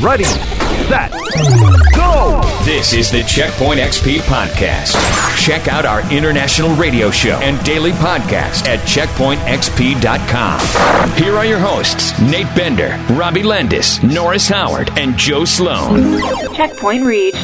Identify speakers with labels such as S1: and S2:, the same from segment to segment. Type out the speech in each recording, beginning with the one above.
S1: Ready, set, go!
S2: This is the Checkpoint XP Podcast. Check out our international radio show and daily podcast at checkpointxp.com. Here are your hosts Nate Bender, Robbie Landis, Norris Howard, and Joe Sloan.
S3: Checkpoint reached.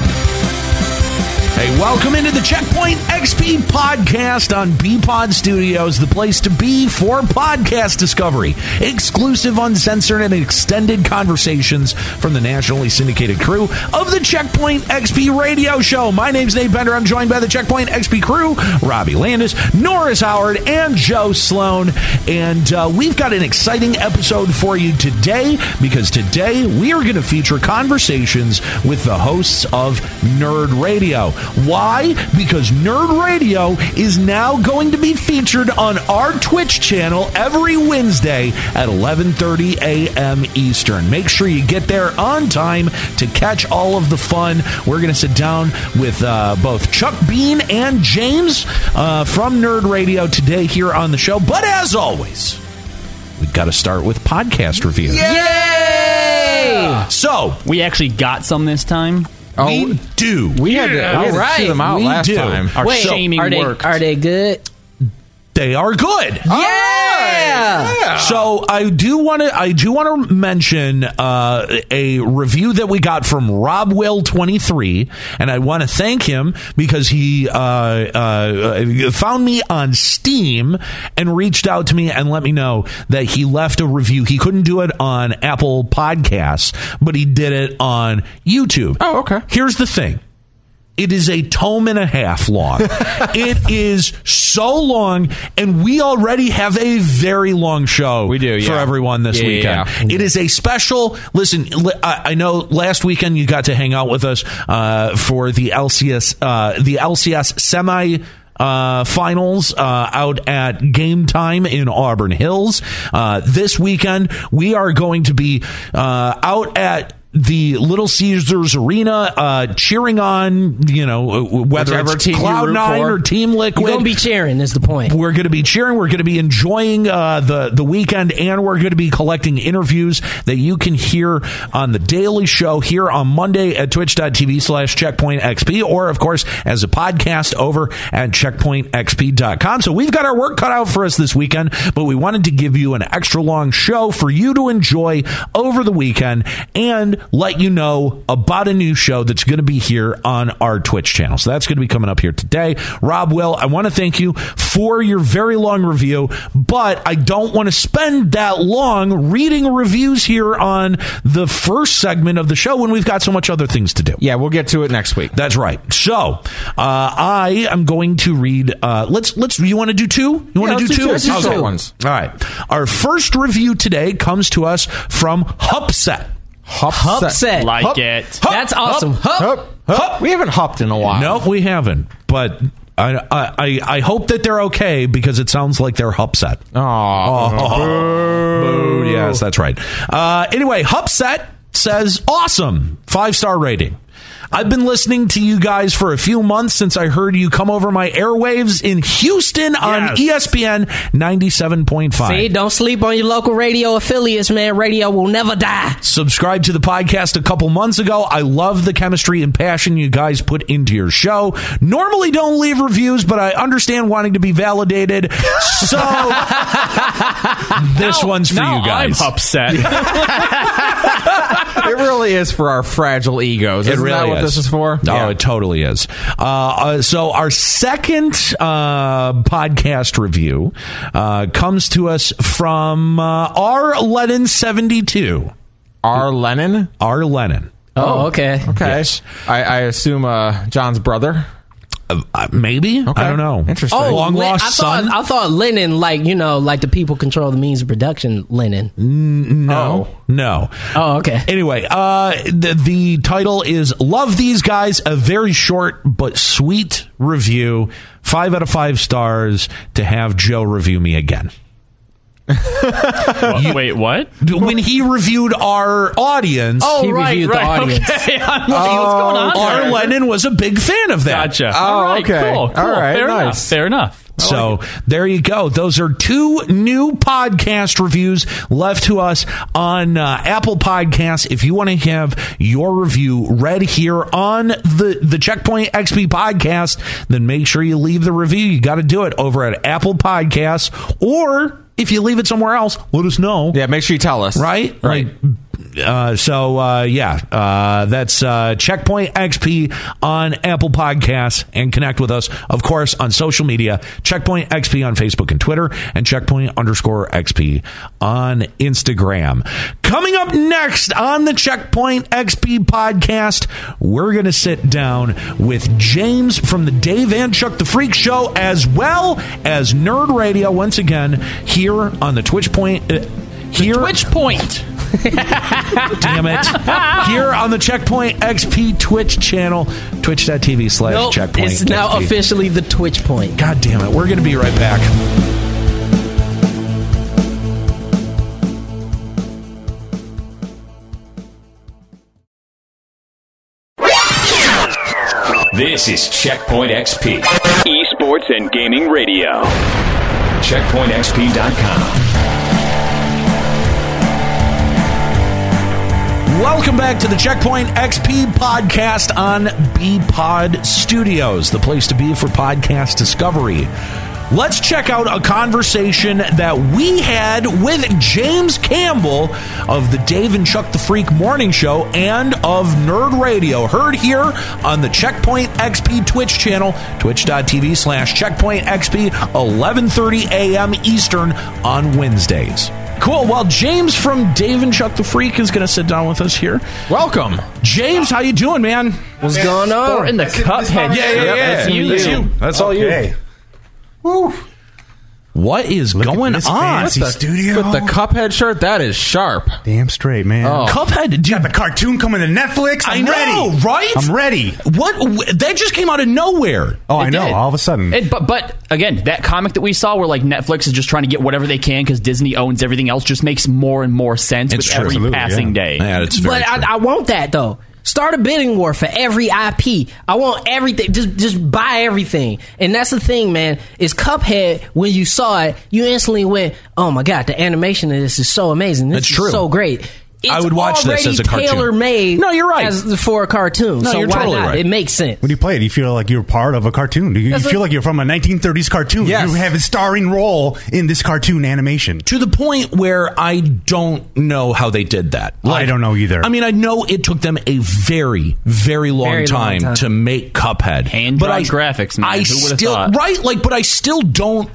S4: Hey, welcome into the Checkpoint XP podcast on Pod Studios, the place to be for podcast discovery. Exclusive, uncensored, and extended conversations from the nationally syndicated crew of the Checkpoint XP radio show. My name's Nate Bender. I'm joined by the Checkpoint XP crew, Robbie Landis, Norris Howard, and Joe Sloan. And uh, we've got an exciting episode for you today because today we are going to feature conversations with the hosts of Nerd Radio. Why? Because Nerd Radio is now going to be featured on our Twitch channel every Wednesday at 11:30 a.m. Eastern. Make sure you get there on time to catch all of the fun. We're going to sit down with uh, both Chuck Bean and James uh, from Nerd Radio today here on the show. But as always, we've got to start with podcast reviews.
S5: Yay!
S4: So
S6: We actually got some this time.
S5: Oh,
S4: we do.
S7: We had to, we had to
S5: Alright,
S7: chew them out
S4: we
S7: last
S4: do.
S7: time.
S6: Our
S5: Wait,
S6: shaming
S5: are they
S6: worked.
S5: are they good?
S4: They are good.
S5: Yeah.
S4: So I do want to I do want to mention uh, a review that we got from Rob Will twenty three, and I want to thank him because he uh, uh, found me on Steam and reached out to me and let me know that he left a review. He couldn't do it on Apple Podcasts, but he did it on YouTube.
S7: Oh, okay.
S4: Here's the thing. It is a tome and a half long. it is so long, and we already have a very long show.
S7: We do,
S4: for
S7: yeah.
S4: everyone this
S7: Yeah, yeah,
S4: weekend. It is a special. Listen, li- I I know last weekend you got to hang out with us uh, for the LCS, uh, the LCS semi. Uh, finals uh, out at game time in Auburn Hills. Uh, this weekend, we are going to be uh, out at the Little Caesars Arena, uh, cheering on, you know, uh, whether
S7: Whichever
S4: it's
S7: team you
S4: Cloud
S7: root
S4: Nine
S7: for.
S4: or Team
S5: You're
S4: Liquid
S5: gonna be cheering is the point.
S4: we're going to be cheering. We're going to be enjoying uh, the the weekend, and we're going to be collecting interviews that you can hear on the Daily Show here on Monday at twitch.tv slash checkpoint XP, or of course as a podcast over at checkpointxp.com. So we've got our work cut out for us this weekend, but we wanted to give you an extra long show for you to enjoy over the weekend and let you know about a new show that's going to be here on our Twitch channel. So that's going to be coming up here today. Rob Will, I want to thank you for your very long review, but I don't want to spend that long reading reviews here on the first segment of the show when we've got so much other things to do.
S7: Yeah, we'll get to it next week.
S4: That's right. So uh, I am going to read. Uh, let's let's. You want to do two? You want to
S7: let's
S4: do
S7: do two. Let's do
S4: Okay.
S7: short ones.
S4: All right. Our first review today comes to us from Hupset.
S7: Hop
S5: Upset.
S6: Like
S7: Hup.
S6: it.
S4: Hup,
S5: That's awesome. Hup.
S7: Hup, hup. We haven't hopped in a while.
S4: Nope, we haven't. But I I I- I hope that they're okay because it sounds like they're Hupset.
S7: Aw.
S4: Oh. Boo. Yes, that's right. Uh, anyway, Hupset says awesome five star rating. I've been listening to you guys for a few months since I heard you come over my airwaves in Houston on E ESPN 97.5.
S5: See, don't sleep on your local radio affiliates, man. Radio will never die.
S4: Subscribed to the podcast a couple months ago. I love the chemistry and passion you guys put into your show. Normally don't leave reviews, but I understand wanting to be validated. So this one's for
S6: now
S4: you guys.
S6: I'm upset.
S7: it really is for our fragile egos. Isn't
S4: Oh. it really
S7: that what
S4: is.
S7: this is for?
S4: No,
S7: Yeah.
S4: it totally is. Uh, uh, so our second uh, podcast review uh, comes to us from uh, R Lennon seventy two.
S7: R. Lennon.
S4: R Lennon,
S5: Oh, okay.
S7: Okay.
S4: Yes.
S7: I, I assume uh, John's brother.
S4: uh, maybe I don't know.
S7: Interesting.
S5: Oh,
S4: long
S5: Lin-
S4: lost
S5: I thought,
S4: son.
S5: I thought Lennon, like you know, like the people control the means of production. Lennon.
S4: no, no.
S5: Oh, okay.
S4: Anyway, uh, the, the title is Love These Guys, a very short but sweet review. Five out of five stars to have Joe review me again.
S6: Wha- Wait, what?
S4: When he reviewed our audience,
S5: he
S6: Oh, right,
S5: reviewed the
S6: right,
S5: audience.
S6: Okay. I'm like, what's going on?
S4: R.
S6: there?
S4: Lennon was a big fan of that.
S6: Gotcha.
S7: Oh,
S6: All right,
S7: okay.
S6: Cool,
S7: All
S6: cool.
S7: right,
S6: Fair
S7: nice.
S6: enough. Fair enough.
S4: so there you go. Those are two new podcast reviews left to us on uh, Apple Podcasts. If you want to have your review read here on the the Checkpoint XP podcast, then make sure you leave the review. You got to do it over at Apple Podcasts or. If you leave it somewhere else, let us know
S7: Yeah, make sure you tell us.
S4: right?
S7: Right.
S4: Like, uh, so uh, yeah, uh, that's uh, Checkpoint XP on Apple Podcasts, and connect with us, of course, on social media. Checkpoint XP on Facebook and Twitter, and Checkpoint underscore XP on Instagram. Coming up next on the Checkpoint XP podcast, we're going to sit down with James from the Dave and Chuck the Freak Show, as well as Nerd Radio once again here on the Twitch Point. Uh, here
S5: Which point?
S4: damn it. Here on the Checkpoint XP Twitch channel, twitch.tv slash
S5: Nope,
S4: checkpoint.
S5: it's now
S4: XP.
S5: officially the Twitch point.
S4: God damn it. We're going to be right back.
S8: This is Checkpoint XP,
S9: Esports and gaming radio.
S8: checkpointxp.com.
S4: Welcome back to the Checkpoint XP podcast on BPod Studios, the place to be for podcast discovery. Let's check out a conversation that we had with James Campbell of the Dave and Chuck the Freak Morning Show and of Nerd Radio, heard here on the Checkpoint XP Twitch channel, twitch.tv slash Checkpoint XP, 11.30 a.m. Eastern on Wednesdays. Cool. Well, James from Dave and Chuck the Freak is going to sit down with us here.
S7: Welcome.
S4: James, how you doing, man?
S6: What's going on? in the Cuphead.
S4: Yeah, yeah, yeah.
S6: That's you.
S4: That's you.
S10: That's all you.
S4: What is going on?
S10: this fancy studio.
S7: With
S10: Oh,
S7: the
S4: Oh.
S7: Cuphead shirt, that is sharp.
S10: Damn straight, man.
S4: Cuphead, dude.
S10: The cartoon coming to Netflix.
S4: I
S10: I'm
S4: know,
S10: ready.
S4: right?
S10: I'm ready.
S4: What? w- That just came out of nowhere.
S10: Oh, I know.
S6: did.
S10: All of a sudden.
S6: It, but but again, that comic that we saw, where like Netflix is just trying to get whatever they can because Disney owns everything else, just makes more and more sense
S4: It's
S6: with
S4: true.
S6: every
S4: Absolutely,
S6: passing day.
S4: Yeah, it's very
S5: But I, I want that though. Start a bidding war for every IP. I want everything. Just just buy everything. And that's the thing, man. Is Cuphead when you saw it, you instantly went, "Oh my god, the animation of this is so amazing. This
S4: That's
S5: is
S4: true.
S5: so great." It's
S4: I would watch this as a cartoon.
S5: Tailor made.
S4: No, you're right.
S5: As, for a cartoon.
S4: No,
S5: so
S4: you're
S5: why
S4: totally
S5: not?
S4: right.
S5: It makes sense.
S10: When you play it, you feel like you're part of a cartoon. You, you
S5: That's
S10: feel
S5: what-
S10: like you're from a 1930s cartoon.
S7: Yes.
S10: You have a starring role in this cartoon animation.
S4: to the point where I don't know how they did that.
S10: I don't know either.
S4: I mean, I know it took them a very, very long,
S5: Very long
S4: time,
S5: time.
S4: to make Cuphead.
S6: Hand-drawn
S4: I-
S6: graphics, man.
S4: I
S6: Who would've
S4: still
S6: thought?
S4: right, like, but I still don't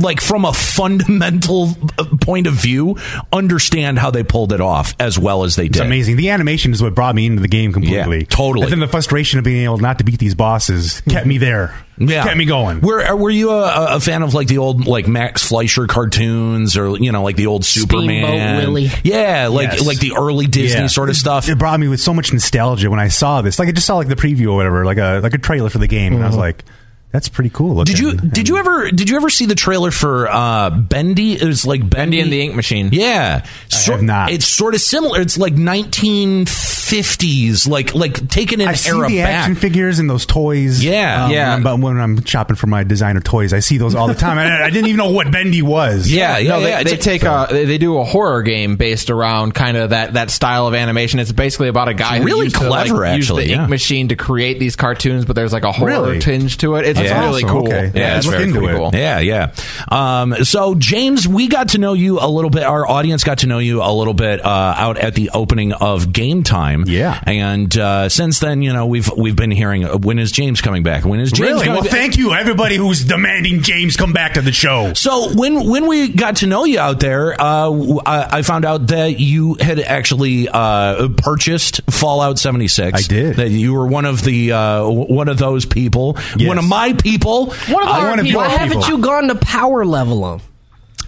S4: like from a fundamental uh, point of view understand how they pulled it off as well as they did.
S10: It's amazing. The animation is what brought me into the game completely.
S4: Yeah, totally.
S10: And then the frustration of being able not to beat these bosses kept me there.
S4: Yeah,
S10: Kept me going.
S4: Were uh, were you a, a fan of like the old like Max Fleischer cartoons or you know like the old Superman?
S5: Willie.
S4: Yeah, like
S10: Yes.
S4: like the early Disney
S10: Yeah.
S4: sort of stuff.
S10: It brought me with so much nostalgia when I saw this. Like I just saw like the preview or whatever, like a like a trailer for the game, and I was like, "That's pretty cool." Looking.
S4: Uh-huh. Did you did you ever did you ever see the trailer for uh Bendy? It was like Bendy,
S7: Bendy and the Ink Machine.
S4: Yeah, so,
S10: have not.
S4: It's sort of similar. It's like 1950s, like like taken an
S10: I see
S4: era
S10: the
S4: back.
S10: action figures and those toys.
S4: Yeah. Yeah.
S10: But when I'm shopping for my designer toys, I see those all the time. and I, I didn't even know what Bendy was.
S4: Yeah, yeah,
S7: no, they,
S4: yeah, it's
S7: they
S4: a-
S7: take a, they they do a horror game based around kind of that, that style of animation. It's basically about a guy who
S4: really
S7: used to, like,
S4: clever,
S7: use
S4: actually,
S7: the
S4: yeah.
S7: ink machine to create these cartoons, but there's like a horror
S10: Really?
S7: tinge to it. It's, it's
S10: That's
S7: really
S10: awesome.
S7: cool.
S10: Okay. Yeah,
S7: it's
S10: look
S7: very
S10: into
S7: pretty
S10: it.
S7: cool.
S4: Yeah, yeah. Um, so, James, we got to know you a little bit. Our audience got to know you a little bit uh, out at the opening of Game Time.
S10: Yeah.
S4: and uh, since then, you know, we've we've been hearing uh, when is James coming back? When is James
S10: Really?
S4: coming
S10: Well,
S4: back?
S10: thank you, everybody who's demanding James come back to the show.
S4: So when when we got to know you out there, uh, w- I, I found out that you had actually uh, purchased Fallout seventy six.
S10: I did.
S4: That you were one of the uh, w- one of those people,
S10: Yes.
S4: one of my people.
S5: What
S10: I
S5: about
S10: wanna be
S5: people?
S10: our
S5: Why haven't
S10: people.
S5: you gone to power level them?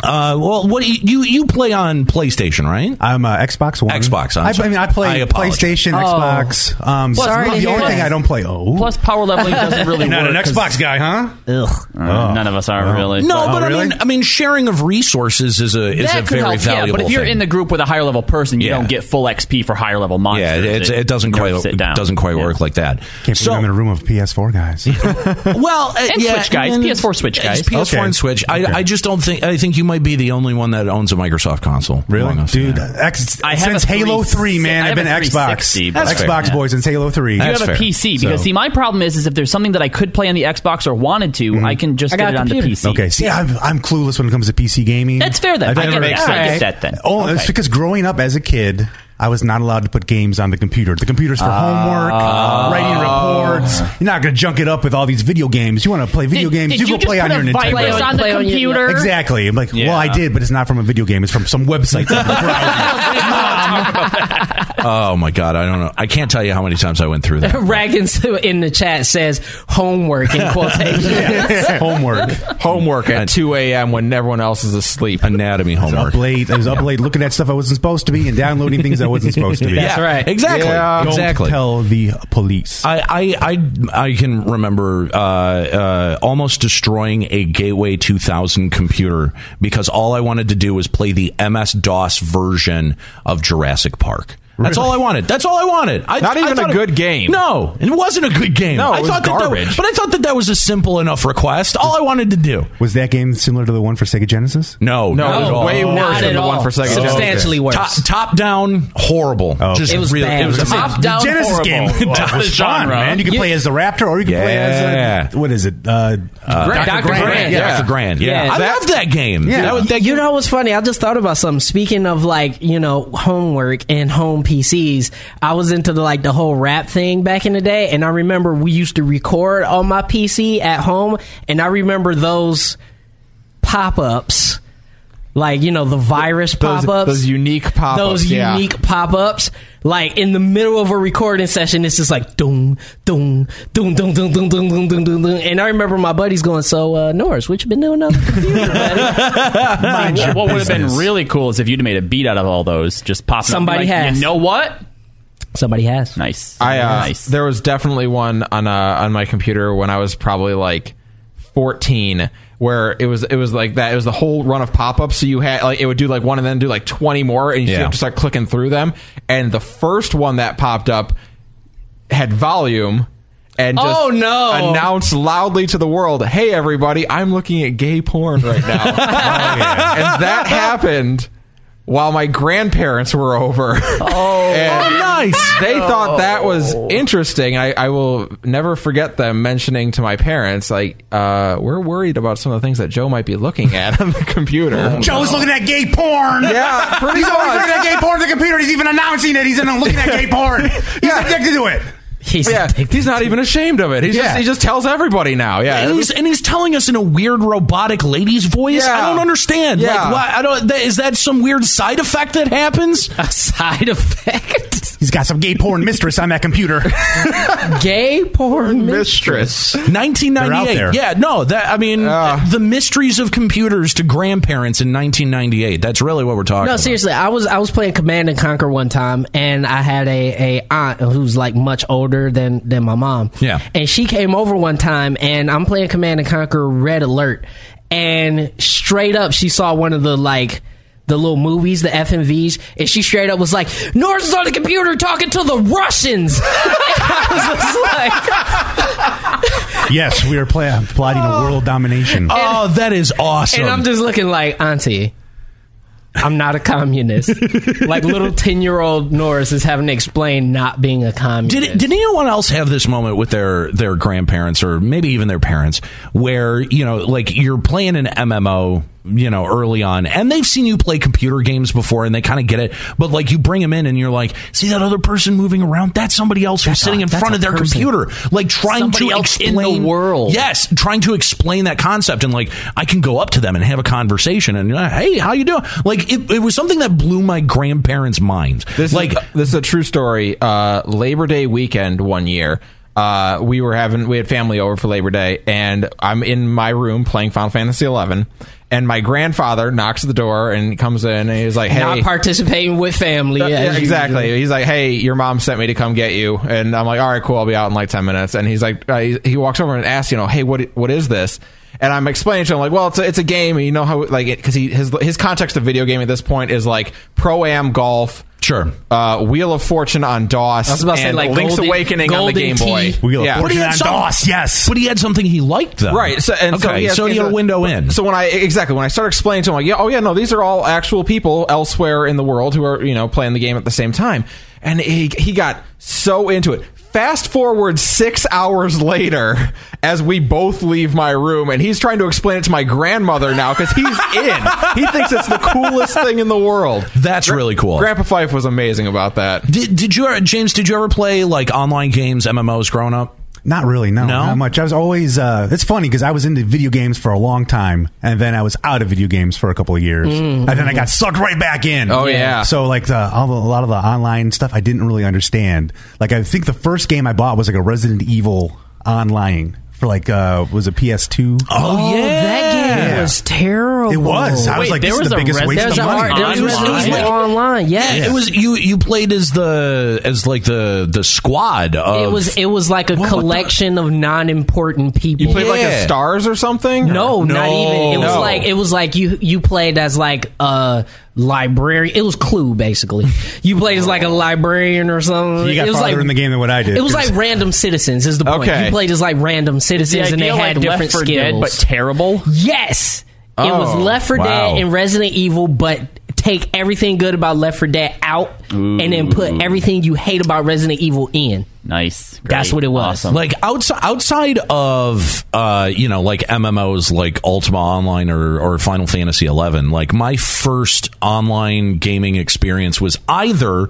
S4: Uh, well, what do you, you you play on PlayStation, right?
S10: I'm uh, Xbox One.
S4: Xbox, I'm
S10: I, I
S4: sorry.
S10: mean, I
S4: I
S10: play
S4: apologize.
S10: PlayStation, Xbox. Um,
S5: Plus- Sorry to
S10: the
S5: hear
S10: only
S5: that.
S10: thing I don't play. Oh,
S6: Plus, power leveling doesn't really
S10: You're not
S6: work.
S10: an
S6: 'cause,
S10: Xbox guy, huh?
S5: Ugh.
S6: uh, None of us are really.
S4: No,
S10: Oh,
S4: but I
S10: really?
S4: mean, I mean, sharing of resources is a is
S6: that
S4: a
S6: could
S4: very
S6: help,
S4: valuable.
S6: yeah. But if you're
S4: thing.
S6: in the group with a higher level person, you
S4: Yeah.
S6: don't get full XP for higher level
S4: yeah,
S6: monsters.
S4: it, it doesn't quite
S6: nerfs it down.
S4: doesn't quite
S6: Yeah.
S4: work like that.
S10: Can't believe
S4: so
S10: I'm in a room of PS4 guys.
S4: well, uh,
S6: And
S4: yeah,
S6: Switch guys,
S4: and-
S6: PS4 Switch
S4: it's
S6: guys.
S4: PS4
S10: Okay.
S4: and Switch. I,
S10: Okay.
S4: I just don't think I think you might be the only one that owns a Microsoft console.
S10: really,
S4: among us,
S10: dude?
S4: yeah.
S10: X,
S6: I have
S10: since
S6: a
S10: Halo
S6: 360
S10: Three, man,
S6: I
S10: I've
S6: have
S10: been
S6: a 360,
S10: Xbox.
S6: but that's
S10: Xbox
S6: fair.
S10: boys since Halo Three.
S6: You
S4: That's
S6: have
S4: fair.
S6: a PC because
S4: So-
S6: see, my problem is, is if there's something that I could play on the Xbox or wanted to, I can just
S5: I got
S6: get it
S5: a
S6: on the
S5: computer.
S6: PC.
S10: Okay, see, I'm, I'm clueless when it comes to PC gaming.
S6: That's fair then.
S10: I've
S6: I
S10: never
S6: get
S10: been-
S6: that. I
S10: Okay.
S6: get that then.
S10: Oh, it's
S6: Okay.
S10: because growing up as a kid, I was not allowed to put games on the computer. The computer's for homework,
S6: Ah.
S10: writing reports. You're not going to junk it up with all these video games. You want to play video
S6: Did-
S10: games?
S6: did
S10: you go
S6: just
S10: play on
S6: put
S10: your
S6: a
S10: Nintendo.
S6: virus on the
S5: Play on your-
S6: computer.
S10: Exactly. I'm like,
S6: Yeah.
S10: well, I did, but it's not from a video game. It's from some website. that I'm browsing.
S4: Oh my god, I don't know. I can't tell you how many times I went through that.
S5: Raggins in the chat says homework in quotation.
S10: homework.
S7: Homework at 2 a.m. when everyone else is asleep.
S4: Anatomy homework.
S10: Up late. I was up late looking at stuff I wasn't supposed to be and downloading things I wasn't supposed to be.
S5: That's right.
S4: Exactly.
S7: Yeah.
S10: Don't
S4: Exactly.
S10: tell the police.
S4: I, I, I, I can remember uh, uh, almost destroying a Gateway 2000 computer because all I wanted to do was play the MS DOS version of Jurassic Park. That's all I wanted. That's all I wanted. I,
S7: Not
S4: I
S7: even a
S4: thought it-
S7: good game.
S4: No, it wasn't a good game.
S7: No, it
S4: I
S7: was
S4: thought that that
S7: garbage.
S4: but I thought that that was a simple enough request. All I wanted to do.
S10: was that game similar to the one for Sega Genesis?
S4: No,
S7: No,
S4: not
S7: it was
S4: at all.
S7: way worse
S5: Not
S7: than
S5: at
S7: the one
S5: all.
S7: for second.
S5: Substantially worse.
S4: Top, top down, horrible.
S10: Oh, okay.
S4: Just
S5: It was
S4: really,
S5: bad.
S4: It was
S5: It was
S4: amazing.
S5: top down
S10: Genesis
S5: horrible.
S10: game.
S6: Wow.
S10: that was fun,
S6: Genre.
S10: man. You can
S5: Yeah.
S10: play as the Raptor, or you can play as
S4: Yeah.
S10: a, what is it? Uh,
S6: Grant.
S10: Dr.
S6: Dr.
S10: Grant.
S6: Grant,
S10: Yeah.
S4: Yeah, for grand. Yeah,
S5: Yeah.
S4: I
S5: That-
S4: love that game.
S10: Yeah.
S4: That was- that
S5: you know what's funny? I just thought about something. Speaking of like you know homework and home PCs, I was into the, like the whole rap thing back in the day, and I remember we used to record on my PC at home, and I remember those pop ups, like you know the virus
S7: Those-
S5: pop ups,
S7: those unique pop-ups,
S5: those
S7: yeah.
S5: unique pop ups. Like in the middle of a recording session, it's just like doom, doom, doom, doom, doom, doom, doom, doom, doom, doom, doom. And I remember my buddies going, "So uh, Norris, what you been doing on the computer, buddy?"
S10: Mind your
S6: What, what would have been
S10: business.
S6: really cool is if you'd made a beat out of all those, just pop
S5: Somebody
S6: like,
S5: has.
S6: You know what?
S5: Somebody has.
S6: Nice.
S7: I uh,
S6: nice.
S7: there was definitely one on uh, on my computer when I was probably like 14 where it was it was like that it was the whole run of pop-ups so you had like it would do like one and then do like 20 more and you
S4: Yeah.
S7: have to start clicking through them and the first one that popped up had volume and just
S5: Oh, no.
S7: announced loudly to the world hey everybody i'm looking at gay porn right now and that happened while my grandparents were over oh, nice Oh. they thought that was interesting I, I will never forget them mentioning to my parents like uh, we're worried about some of the things that joe might be looking at on the computer
S10: Joe's looking at gay porn.
S7: yeah pretty
S10: He's always looking
S7: much.
S10: at gay porn on the computer. He's even announcing it. He's in- looking at gay porn. He's addicted to it.
S5: He's
S7: yeah, he's not even ashamed of it. He's
S10: Yeah.
S7: just, he just tells everybody now. Yeah,
S4: and he's, and he's telling us in a weird robotic lady's voice.
S7: Yeah.
S4: I don't understand.
S7: Yeah.
S4: Like, why, I don't. That, is that some weird side effect that happens?
S5: a side effect.
S10: He's got some gay porn mistress on that computer.
S5: Gay porn.
S7: mistress.
S4: 1998.
S10: They're out there.
S4: Yeah, no, that I mean, the mysteries of computers to grandparents in 1998. That's really what we're talking.
S5: No,
S4: about.
S5: seriously, I was I was playing Command and Conquer one time, and I had a, a aunt who's like much older than than my mom.
S4: Yeah.
S5: and she came over one time, and I'm playing Command and Conquer Red Alert, and straight up, she saw one of the like. The little movies, the FMVs, and she straight up was like, "Norris is on the computer talking to the Russians." And I was just like,
S10: yes, we are pla- plotting a world domination.
S4: Oh, that is awesome.
S5: And I'm just looking like, Auntie, I'm not a communist. like little ten year old Norris is having to explain not being a communist.
S4: Did did anyone else have this moment with their their grandparents or maybe even their parents where you know like you're playing an MMO you know early on and they've seen you play computer games before and they kind of get it but like you bring them in and you're like see that other person moving around that's somebody else who's
S5: That's
S4: sitting
S5: a-
S4: in
S5: that's
S4: front
S5: a
S4: of their
S5: person.
S4: computer like trying
S6: Somebody
S4: to
S6: else in
S4: explain
S6: the world.
S4: yes trying to explain that concept and like I can go up to them and have a conversation and uh, hey how you doing like it, it was something that blew my grandparents minds
S7: This
S4: like
S7: is, this is a true story. Uh, Labor Day weekend one year, uh, we were having we had family over for Labor Day, and I'm in my room playing Final Fantasy Eleven, and my grandfather knocks at the door and comes in and he's like, "Hey,
S5: Not participating with family.
S7: Uh, yeah,
S5: as you
S7: exactly.
S5: do.
S7: He's like, "Hey, your mom sent me to come get you," and I'm like, "All right, cool. I'll be out in like ten minutes." And he's like, uh, he, he walks over and asks, you know, "Hey, what what is this?" And I'm explaining to him like, "Well, it's a, it's a game. and You know how like because he his his context of video game at this point is like pro am golf."
S4: Sure.
S7: Uh, Wheel of Fortune on DOS.
S5: I was about to
S7: and
S5: say, like,
S7: Link's
S5: Golden-
S7: Awakening on
S5: Golden
S7: the Game
S5: Tee.
S7: Boy.
S10: Wheel of
S7: yeah.
S10: Fortune.
S4: he had
S10: on
S4: some-
S10: DOS, yes.
S4: But he had something he liked, though.
S7: Right. So and so,
S4: Okay,
S7: he has-
S4: so he had a window in.
S7: So when I exactly when I started explaining to him, like, yeah, oh yeah, no, these are all actual people elsewhere in the world who are you know playing the game at the same time, and he he got so into it. Fast forward six hours later, as we both leave my room, and he's trying to explain it to my grandmother now because he's in. he thinks it's the coolest thing in the world.
S4: That's really cool.
S7: Grandpa Fife was amazing about that.
S4: Did, did you, James? Did you ever play like online games, MMOs, growing up?
S10: Not really, no,
S4: No?
S10: not much. I was always. Uh, it's funny because I was into video games for a long time, and then I was out of video games for a couple of years, and then I got sucked right back in.
S7: Oh, yeah.
S10: So like the, all the, a lot of the online stuff, I didn't really understand. Like I think the first game I bought was like a Resident Evil online for like uh, was a PS2.
S5: Oh, that game
S10: Yeah.
S5: was terrible.
S10: It was. I was
S6: Wait,
S10: like,
S6: there
S10: this is
S6: was
S10: the
S6: a
S10: biggest
S6: Res-
S10: waste
S5: There's
S10: of
S5: a
S10: money.
S5: art. It was, it was
S4: Online?
S5: like online. Yeah.
S4: It was you. You played as the as like the the squad. Of,
S5: It was. It was like a
S4: What- what the-
S5: collection of non-important people.
S7: You played like
S4: Yeah.
S7: a Stars or something?
S5: No,
S4: No.
S5: not even. It was
S7: No.
S5: like it was like you you played as like a librarian. It was Clue basically. You played as like a librarian or something.
S10: You got
S5: it was
S10: farther
S5: like,
S10: in the game than what I did.
S5: It was like
S10: 'cause-
S5: random citizens is the point.
S7: Okay.
S5: You played as like random
S6: The
S5: citizens and they
S6: idea,
S5: had
S6: like, Left
S5: different
S6: 4
S5: skills.
S6: Dead, but terrible.
S5: yes, it was
S7: Oh,
S5: Left 4
S4: wow.
S5: Dead and Resident Evil, but take everything good about Left 4 Dead out and then put everything you hate about Resident Evil in.
S6: Nice.
S5: That's
S6: Great.
S5: what it was.
S6: Awesome.
S4: like outside outside of uh you know like MMOs like Ultima Online or or Final Fantasy 11 like my first online gaming experience was either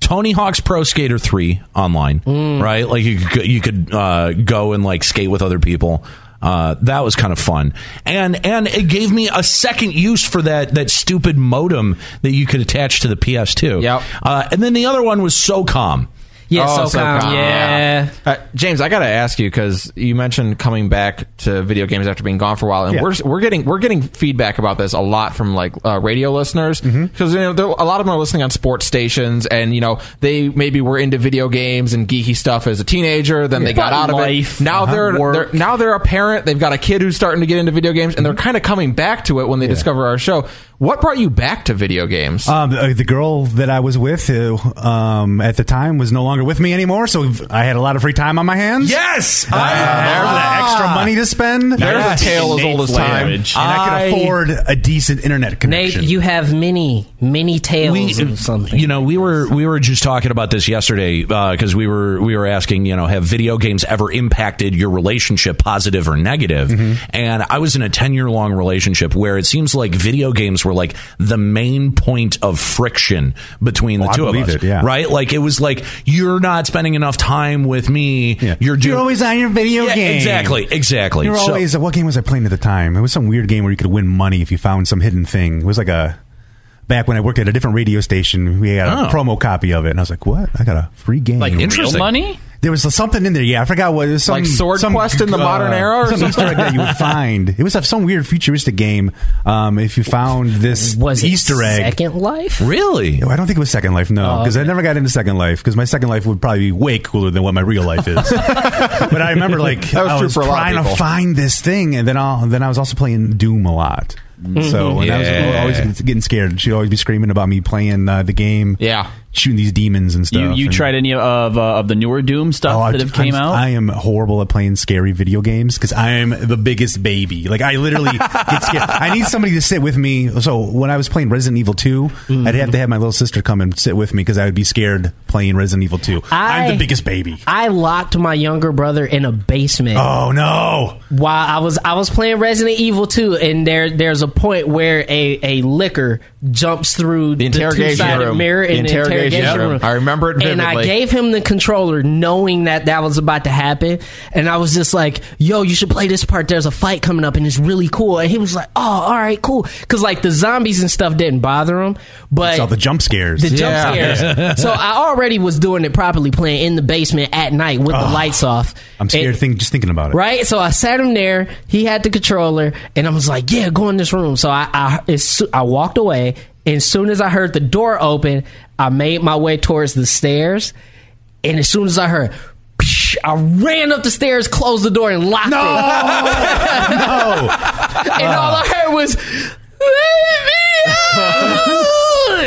S4: Tony Hawk's Pro Skater 3 online right like you could you could uh go and like skate with other people uh, that was kind of fun, and and it gave me a second use for that that stupid modem that you could attach to the PS2.
S7: Yep.
S4: Uh, and then the other one was SOCOM.
S5: Yeah,
S7: Oh,
S5: so
S7: SOCOM,
S5: calm.
S7: yeah.
S5: Yeah.
S7: Uh, James, I got to ask you because you mentioned coming back to video games after being gone for a while, and
S10: Yeah.
S7: we're we're getting we're getting feedback about this a lot from like uh, radio listeners because you know there, a lot of them are listening on sports stations, and you know they maybe were into video games and geeky stuff as a teenager, then they got
S6: But
S7: out of
S6: life,
S7: it. Now
S6: uh-huh,
S7: they're,
S6: work.
S7: they're now they're a parent. They've got a kid who's starting to get into video games, and they're kind of coming back to it when they discover our show. What brought you back to video games?
S10: Um, uh, the girl that I was with uh, um, at the time was no longer with me anymore, so I had a lot of free time on my hands.
S4: Yes,
S10: Uh, there was extra money to spend.
S7: There's
S10: and
S7: a tale as old as time.
S6: language.
S10: I could afford a decent internet
S5: Nate,
S10: connection.
S5: you have many, many tales
S4: we,
S5: of something.
S4: You know, we were we were just talking about this yesterday because we were we were asking, you know, have video games ever impacted your relationship, positive or negative?
S10: Mm-hmm.
S4: And I was in a ten year long relationship where it seems like video games were like the main point of friction between the
S10: I
S4: two of
S10: believe
S4: us,
S10: it, yeah.
S4: right? Like it was like you're not spending enough time with me.
S10: Yeah.
S4: You're doing
S10: always on your video
S4: Yeah,
S10: game.
S4: exactly, exactly.
S10: You're
S4: So-
S10: always. what game was I playing at the time? It was some weird game where you could win money if you found some hidden thing. It was like a. Back when I worked at a different radio station, we had a
S4: Oh.
S10: promo copy of it, and I was like, "What? I got a free game."
S6: like real
S4: Interesting.
S6: money.
S10: There was something in there. Yeah, I forgot what. It was some,
S7: Like Sword
S10: some,
S7: Quest in the modern era or
S10: some Easter egg that you would find. It was like some weird futuristic game. Um, if you found this
S5: was
S10: Easter
S5: it
S10: egg.
S5: Second Life?
S4: really.
S10: No, Oh, I don't think it was Second Life, no, because I never got into Second Life because my Second Life would probably be way cooler than what my real life is. but I remember like
S7: That was
S10: I
S7: true
S10: was
S7: for a lot of
S10: trying to
S7: people.
S10: find this thing, and then I'll, then I was also playing Doom a lot. So and I
S4: Yeah.
S10: was always getting scared. She'd always be screaming about me playing uh, the game,
S7: Yeah.
S10: shooting these demons and stuff.
S6: You you
S10: and-
S6: tried any of uh, of the newer Doom stuff
S10: Oh, I-
S6: that have came
S10: I'm-
S6: out?
S10: I am horrible at playing scary video games because I am the biggest baby. Like I literally get scared. I need somebody to sit with me. So when I was playing Resident Evil 2, I'd have to have my little sister come and sit with me because I would be scared playing Resident Evil 2. I, am
S5: I-
S10: the biggest baby.
S5: I locked my younger brother in a basement
S10: oh no!
S5: while I was I was playing Resident Evil 2 and there there's a point where a, a liquor jumps through the
S7: interrogation
S5: two-sided
S7: room.
S5: mirror
S7: The
S5: in the
S7: interrogation
S5: interrogation
S7: room.
S5: room.
S7: I remember it
S5: And I
S7: vividly.
S5: gave him the controller, knowing that that was about to happen. And I was just like, "Yo, you should play this part. There's a fight coming up, and it's really cool." And he was like, "Oh, all right, cool." Because like the zombies and stuff didn't bother him, but
S10: It's all the jump scares.
S5: the jump
S7: Yeah.
S5: scares. so I already was doing it properly, playing in the basement at night with the lights off.
S10: Ah. I'm scared
S5: And-
S10: think, just thinking about it.
S5: Right, so I sat him there. He had the controller, and I was like, "Yeah, go in this room." So I, I, as soo- I walked away, and as soon as I heard the door open, I made my way towards the stairs, and as soon as I heard, psh, I ran up the stairs, closed the door, and locked
S10: No!
S5: it.
S10: no!
S5: And all I heard was, "Let me out!"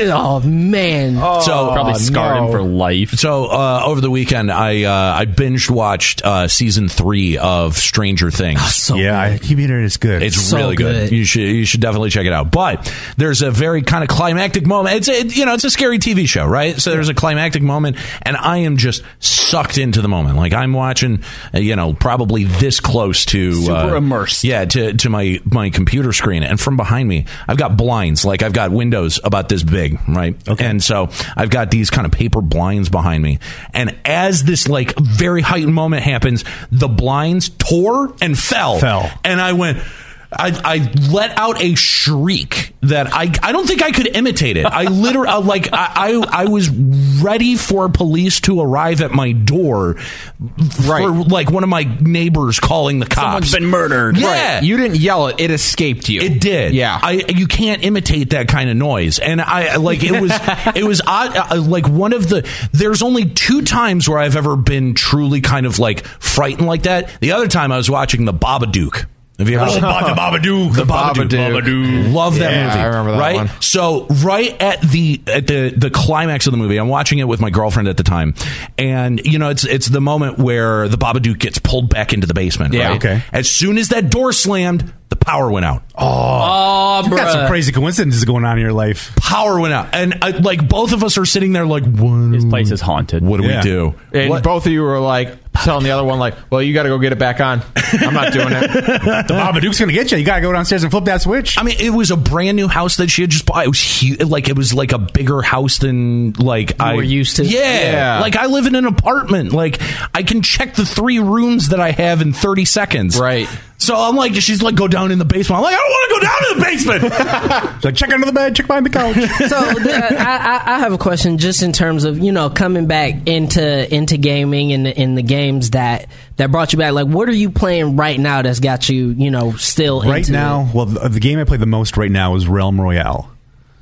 S5: oh man,
S4: so uh,
S6: Probably scarred him for life.
S4: So uh, over the weekend, I uh, I binge watched uh, season three of Stranger Things.
S5: so
S10: Yeah, I keep hearing it's good.
S4: It's
S5: So
S4: really good.
S5: good.
S4: You should you should definitely check it out. But there's a very kind of climactic moment. It's a, you know it's a scary TV show, right? So there's a climactic moment, and I am just sucked into the moment. Like I'm watching, uh, you know, probably this close to uh,
S6: Super immersed.
S4: Yeah, to to my my computer screen, and from behind me, I've got blinds. Like I've got windows about this big, right? Okay. And so I've got these kind of paper blinds behind me, and as this like very heightened moment happens, the blinds tore and fell
S10: Fell.
S4: and I went. I, I let out a shriek that I I don't think I could imitate it. I literally like I, I I was ready for police to arrive at my door,
S7: Right.
S4: For like one of my neighbors calling the cops.
S6: Someone's been murdered.
S4: Yeah,
S7: You didn't yell it; it escaped you.
S4: it did.
S7: Yeah.
S4: I you can't imitate that kind of noise. And I like it was it was odd, uh, like one of the there's only two times where I've ever been truly kind of like frightened like that. The other time I was watching The Babadook. Have you ever seen
S10: Ba- the Babadook.
S4: The Babadook.
S7: Oh. Babadook. Babadook.
S4: Love that
S7: Yeah,
S4: movie.
S7: I remember that
S4: right?
S7: one.
S4: So right at the at the the climax of the movie, I'm watching it with my girlfriend at the time, and you know it's it's the moment where the Babadook gets pulled back into the basement.
S7: Yeah.
S4: right?
S10: Okay.
S4: As soon as that door slammed, the power went out.
S5: oh,
S10: You've got some
S5: bruh.
S10: crazy coincidences going on in your life.
S4: power went out, and I, like both of us are sitting there like, what?
S6: This place is haunted.
S4: What do
S10: Yeah.
S4: we do?
S7: And
S4: What-
S7: both of you were like telling the other one, like, "Well, you got to go get it back on. I'm not doing it."
S10: The Babadook's going to get you. You got to go downstairs and flip that switch.
S4: I mean, it was a brand new house that she had just bought. It was huge, like it was like a bigger house than like I
S5: were used to.
S4: Yeah.
S7: Yeah.
S4: like I live in an apartment. Like I can check the three rooms that I have in thirty seconds.
S7: Right.
S4: So I'm like, she's like, go down in the basement. I'm like, I don't want to go down in the basement.
S10: It's like, check under the bed, check behind the couch.
S5: so uh, I, I, I have a question just in terms of you know coming back into into gaming and in the games that that brought you back like what are you playing right now that's got you you know still
S10: right
S5: into
S10: now, well, the, the game I play the most right now is Realm Royale.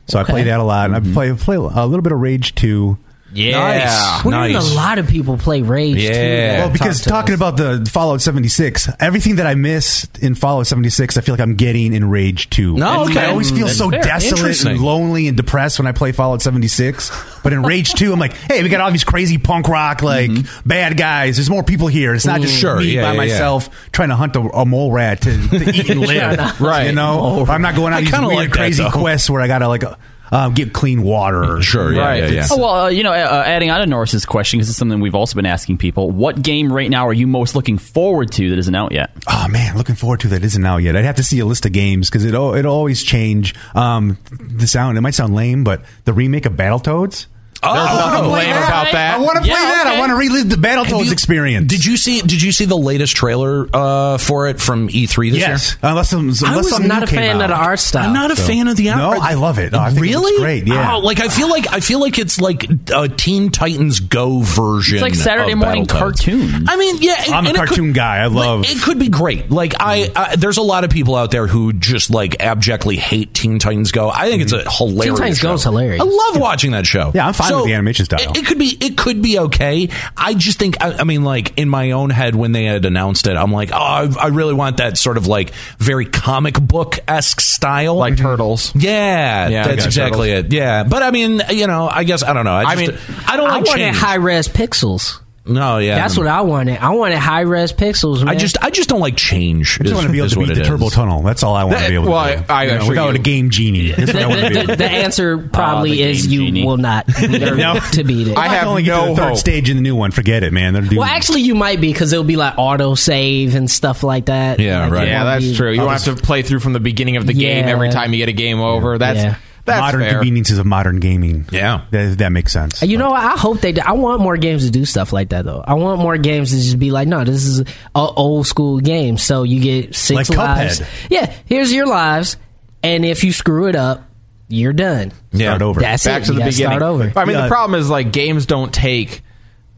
S10: So I play that a lot, and I play play a little bit of Rage Two.
S7: Yeah.
S5: it? We're hearing
S4: Nice.
S5: a lot of people play rage too,
S4: Yeah.
S5: man.
S4: Well,
S10: Well, because
S5: Talk to
S10: talking
S5: us.
S10: about the Fallout 76, everything that I missed in Fallout 76, I feel like I'm getting in Rage 2.
S4: No, okay.
S10: I always feel
S4: That's
S10: so
S4: fair.
S10: desolate
S4: Interesting.
S10: and lonely and depressed when I play Fallout 76. But in Rage 2, I'm like, hey, we got all these crazy punk rock, like, bad guys. There's more people here. It's not just
S4: Mm-hmm. Sure,
S10: me
S4: yeah, yeah,
S10: by
S4: yeah.
S10: myself trying to hunt a, a mole rat to, to eat and live.
S7: Right.
S10: You know? I'm not going
S4: I
S10: on these
S4: kinda
S10: weird,
S4: like that,
S10: crazy
S4: though.
S10: quests where I got to, like, uh, get clean water.
S4: Sure, yeah,
S7: Right.
S4: yeah, yeah.
S6: Oh well, uh, you know, uh, adding on to Norris's question because it's something we've also been asking people. What game right now are you most looking forward to that isn't out yet?
S10: Oh man, looking forward to that isn't out yet. I'd have to see a list of games because it al- it'll always change. Um, the sound it might sound lame, but the remake of Battletoads.
S7: There's nothing lame about that.
S10: I want to play that. I
S6: okay.
S10: want to relive the Battletoads
S4: You-
S10: experience.
S4: Did you see? Did you see the latest trailer uh, for it from E3 this
S10: Yes,
S4: year?
S10: unless some, unless
S5: I was
S10: something
S5: not
S10: new
S5: a
S10: came
S5: fan
S10: out.
S5: of the art style.
S4: I'm not a
S10: So-
S4: fan of the
S10: No,
S4: outright-
S10: I love it. Oh, I think it
S4: really?
S10: looks great, yeah.
S4: Oh, like I feel like I feel like it's like a Teen Titans Go version.
S6: It's like Saturday
S4: of
S6: morning
S4: Battletoads.
S6: cartoon.
S4: I mean, yeah, and-
S10: I'm a
S4: and it
S10: cartoon
S4: could-
S10: guy. I
S4: like,
S10: love-
S4: it. Could be great. Like I, I, there's a lot of people out there who just like abjectly hate Teen Titans Go. I think it's a hilarious.
S5: Titans
S4: show.
S5: Go is hilarious.
S4: I love watching that show.
S10: Mm-hmm. Yeah, I'm fine
S4: So,
S10: with the animation style.
S4: It, it could be. It could be okay. I just think. I, I mean, like in my own head when they had announced it, I'm like, oh, I, I really want that sort of like very comic book esque style, Mm-hmm.
S7: Like turtles.
S4: yeah,
S7: Yeah,
S4: that's
S7: okay.
S4: exactly it. Yeah, but I mean, you know, I guess I don't know. I,
S7: I
S4: just,
S7: mean,
S4: I don't
S5: I
S4: like
S5: wanted
S4: change.
S5: high res pixels
S4: no, yeah,
S5: that's
S4: no.
S5: what I wanted I wanted high res pixels man.
S4: I just, I just don't like change.
S10: I just want to be able to beat the turbo tunnel. That's all I want to
S7: That-
S10: be able to
S7: well,
S10: do.
S7: I- I
S10: you know,
S7: assure
S10: without
S7: you.
S10: a game genie. That's what I want to be
S5: the,
S10: able
S5: the,
S10: to
S5: the answer probably
S6: the
S5: is
S6: game
S5: you
S6: genie.
S5: will not be there
S10: No.
S5: to beat it
S7: I
S10: I
S7: have
S10: can only get to
S7: no
S10: the third
S7: hope.
S10: stage in the new one. Forget it, man. They're doing-
S5: Well, actually, you might be because it'll be like auto save and stuff like that.
S4: Yeah,
S5: Like,
S4: right.
S5: it
S7: Yeah,
S5: won't
S7: that's
S5: be-
S7: true. You don't have to play through from the beginning of the game
S5: Yeah.
S7: every time you get a game over. That's
S5: Yeah.
S7: That's
S10: modern
S7: fair.
S10: conveniences of modern gaming.
S4: Yeah.
S10: that, that makes sense.
S5: You know, what? I hope they. Do. I want more games to do stuff like that, though. I want more games to just be like, no, this is a old school game. So you get six
S10: Like Cuphead.
S5: lives. Yeah, here's your lives, and if you screw it up, you're done.
S10: Start over.
S5: That's
S7: back
S5: it.
S7: to
S5: You
S7: the
S5: gotta
S7: beginning.
S5: Start over.
S7: I mean,
S10: Yeah.
S7: the problem is like games don't take,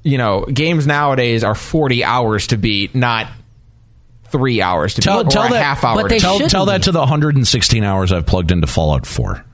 S7: you know, games nowadays are forty hours to beat, not three hours to
S4: Tell-
S7: beat,
S4: tell
S7: or a
S4: that-
S7: half hour.
S5: but
S7: to
S5: they
S7: beat.
S4: Tell,
S5: shouldn't
S4: tell that
S5: be.
S4: to the 116 hours I've plugged into Fallout 4.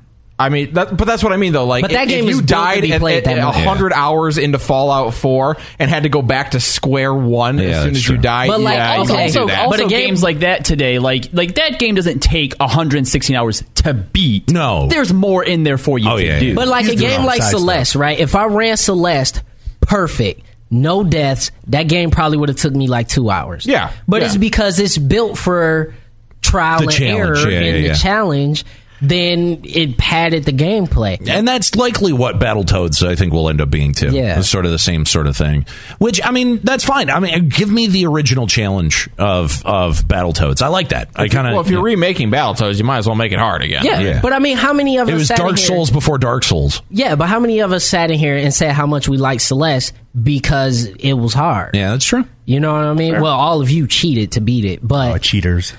S7: I mean, that, but that's what I mean though. Like,
S5: But that
S7: if,
S5: game
S7: if
S5: is
S7: you
S5: built to
S7: died
S5: be
S7: at,
S5: played
S7: at,
S5: that much.
S7: hundred hours into Fallout Four and had to go back to square one
S4: Yeah,
S7: as soon
S4: that's
S7: as
S4: true.
S7: you died.
S5: But, like,
S7: yeah,
S5: also-
S7: you can't do
S6: Also,
S7: that.
S6: also
S5: But a game-
S6: games like that today, like like that game doesn't take 116 hours to beat.
S4: No.
S6: there's more in there for you
S4: Oh,
S6: to
S4: yeah,
S6: do.
S4: yeah.
S5: But like a
S10: He's doing
S5: game
S10: all
S5: like
S10: side
S5: Celeste, right? If I ran Celeste, perfect, no deaths, that game probably would have took me like two hours.
S7: Yeah,
S5: but
S7: yeah.
S5: it's because it's built for trial
S4: The
S5: and
S4: challenge,
S5: error
S4: yeah,
S5: and
S4: yeah, yeah.
S5: the challenge. Then it padded the gameplay.
S4: And that's likely what Battletoads, I think, will end up being, too.
S5: Yeah.
S4: It's sort of the same sort of thing. Which, I mean, that's fine. I mean, give me the original challenge of, of Battletoads. I like that. I kind of.
S7: well, if you're remaking Battletoads, you might as well make it hard again.
S5: Yeah,
S4: Yeah.
S5: but I mean, how many of
S4: it
S5: us?
S4: was
S5: sat in
S4: Dark
S5: here-
S4: Souls before Dark Souls.
S5: Yeah, but how many of us sat in here and said how much we liked Celeste because it was hard?
S4: Yeah, that's true.
S5: You know what I mean? Well, all of you cheated to beat it,
S10: Oh,
S5: but
S10: cheaters.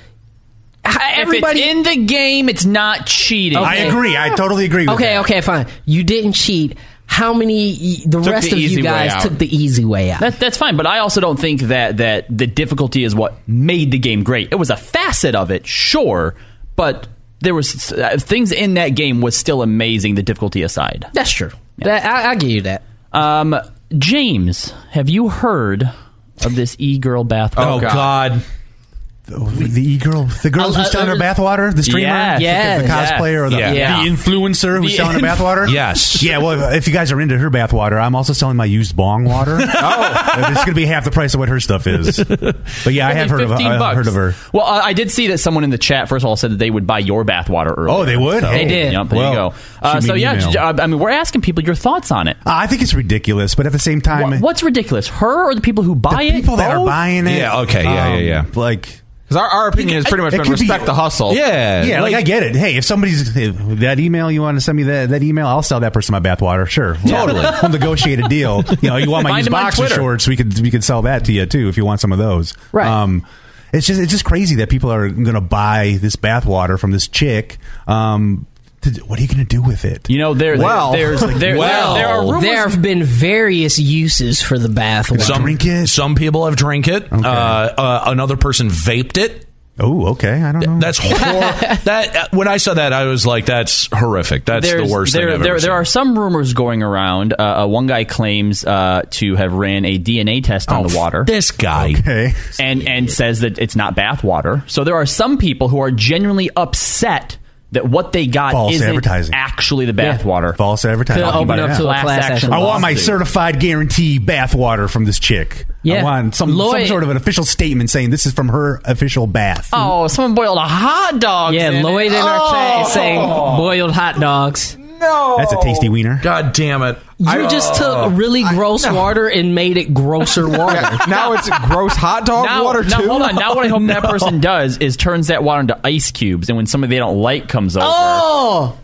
S5: everybody
S6: if it's in the game, it's not cheating.
S5: Okay.
S10: I agree. I totally agree. With
S5: Okay,
S10: that.
S5: okay, fine. You didn't cheat. How many? The rest
S7: the
S5: of
S7: easy
S5: you
S7: way out.
S5: guys took the easy way out.
S6: That, that's fine, but I also don't think that that the difficulty is what made the game great. It was a facet of it, sure, but there was uh, things in that game was still amazing. The difficulty aside,
S5: That's true. That, I, I give you that.
S6: um, James, have you heard of this e girl bath?
S7: Oh, God.
S10: The e girl, the girl
S5: I-
S6: uh,
S10: who's selling her
S5: I-
S10: bathwater, the streamer,
S6: Yes.
S10: the- the
S6: Yes.
S10: cosplayer, or the,
S4: Yeah.
S6: Yeah.
S10: the influencer who's
S6: The
S10: selling her bathwater.
S4: Yes.
S10: Yeah, well, if you guys are into her bathwater, I'm also selling my used bong water. oh, it's going to be half the price of what her stuff is. But yeah, I have heard of, I have heard of her.
S6: Well, I, I did see that someone in the chat first of all said that they would buy your bathwater earlier.
S10: Oh, they would?
S6: So,
S10: They
S5: did.
S6: Yep, there
S10: Well,
S6: you go. Uh,
S10: shoot me
S6: so
S10: an
S6: yeah,
S10: email.
S6: j- uh, I mean, we're asking people your thoughts on it.
S10: I think it's ridiculous, but at the same time,
S6: Wha- What's ridiculous? Her or the people who buy it?
S10: people that are
S6: Both?
S10: buying it. um,
S4: Yeah, okay, yeah, yeah, yeah.
S10: Like,
S7: 'Cause our, our opinion has pretty much
S10: It
S7: been
S10: could be-
S7: respect the hustle.
S4: Yeah.
S10: yeah, like,
S4: like-
S10: I get it. Hey, if somebody's that email you want to send me that, that email, I'll sell that person my bathwater. Sure,
S4: Totally.
S10: we'll negotiate a deal. You know, you want my
S6: Find
S10: used
S6: them on
S10: boxer
S6: Twitter.
S10: shorts? We could we could sell that to you too if you want some of those. Um,
S5: Right.
S10: it's just it's just crazy that people are going to buy this bathwater from this chick. Um, to, what are you going to do with it?
S6: You know, there,
S7: Well.
S6: there, there's, there,
S4: Well.
S6: there, there are rumors.
S5: There have been various uses for the bath. water.
S4: Some,
S10: Drink it?
S4: Some people have drank it. Uh, uh, another person vaped it.
S10: oh, okay. I don't know.
S4: That's horrible. that uh, when I saw that, I was like, "That's horrific. That's the
S6: There's-
S4: worst
S6: there,
S4: thing I've
S6: there,
S4: ever
S6: there are
S4: seen."
S6: some rumors going around. Uh, uh, one guy claims uh, to have ran a DNA test on
S4: Oh,
S6: the water.
S4: This guy.
S10: okay.
S6: and and says that it's not bath water. So there are some people who are genuinely upset that what they got
S10: False
S6: isn't
S10: advertising.
S6: actually the bath water.
S10: False advertising.
S5: Could open
S6: about
S5: up
S6: it.
S5: to a
S6: Class
S5: class
S6: action
S5: action.
S10: I want my
S6: lawsuit.
S10: certified guarantee bathwater from this chick. I
S5: Yeah.
S10: want some, some
S5: Lloyd-
S10: sort of an official statement saying this is from her official bath.
S6: Oh, someone boiled a hot dog. Oh.
S5: yeah,
S6: in
S5: Lloyd
S6: it.
S5: in our chat is saying boiled hot dogs.
S10: That's a tasty wiener.
S4: God damn it!
S5: You just took really gross water and made it grosser water.
S7: Now it's gross hot dog
S6: Now,
S7: water
S6: now,
S7: too.
S6: hold on. Now, what I hope that person does is turns that water into ice cubes, and when somebody they don't like comes over,
S5: Oh,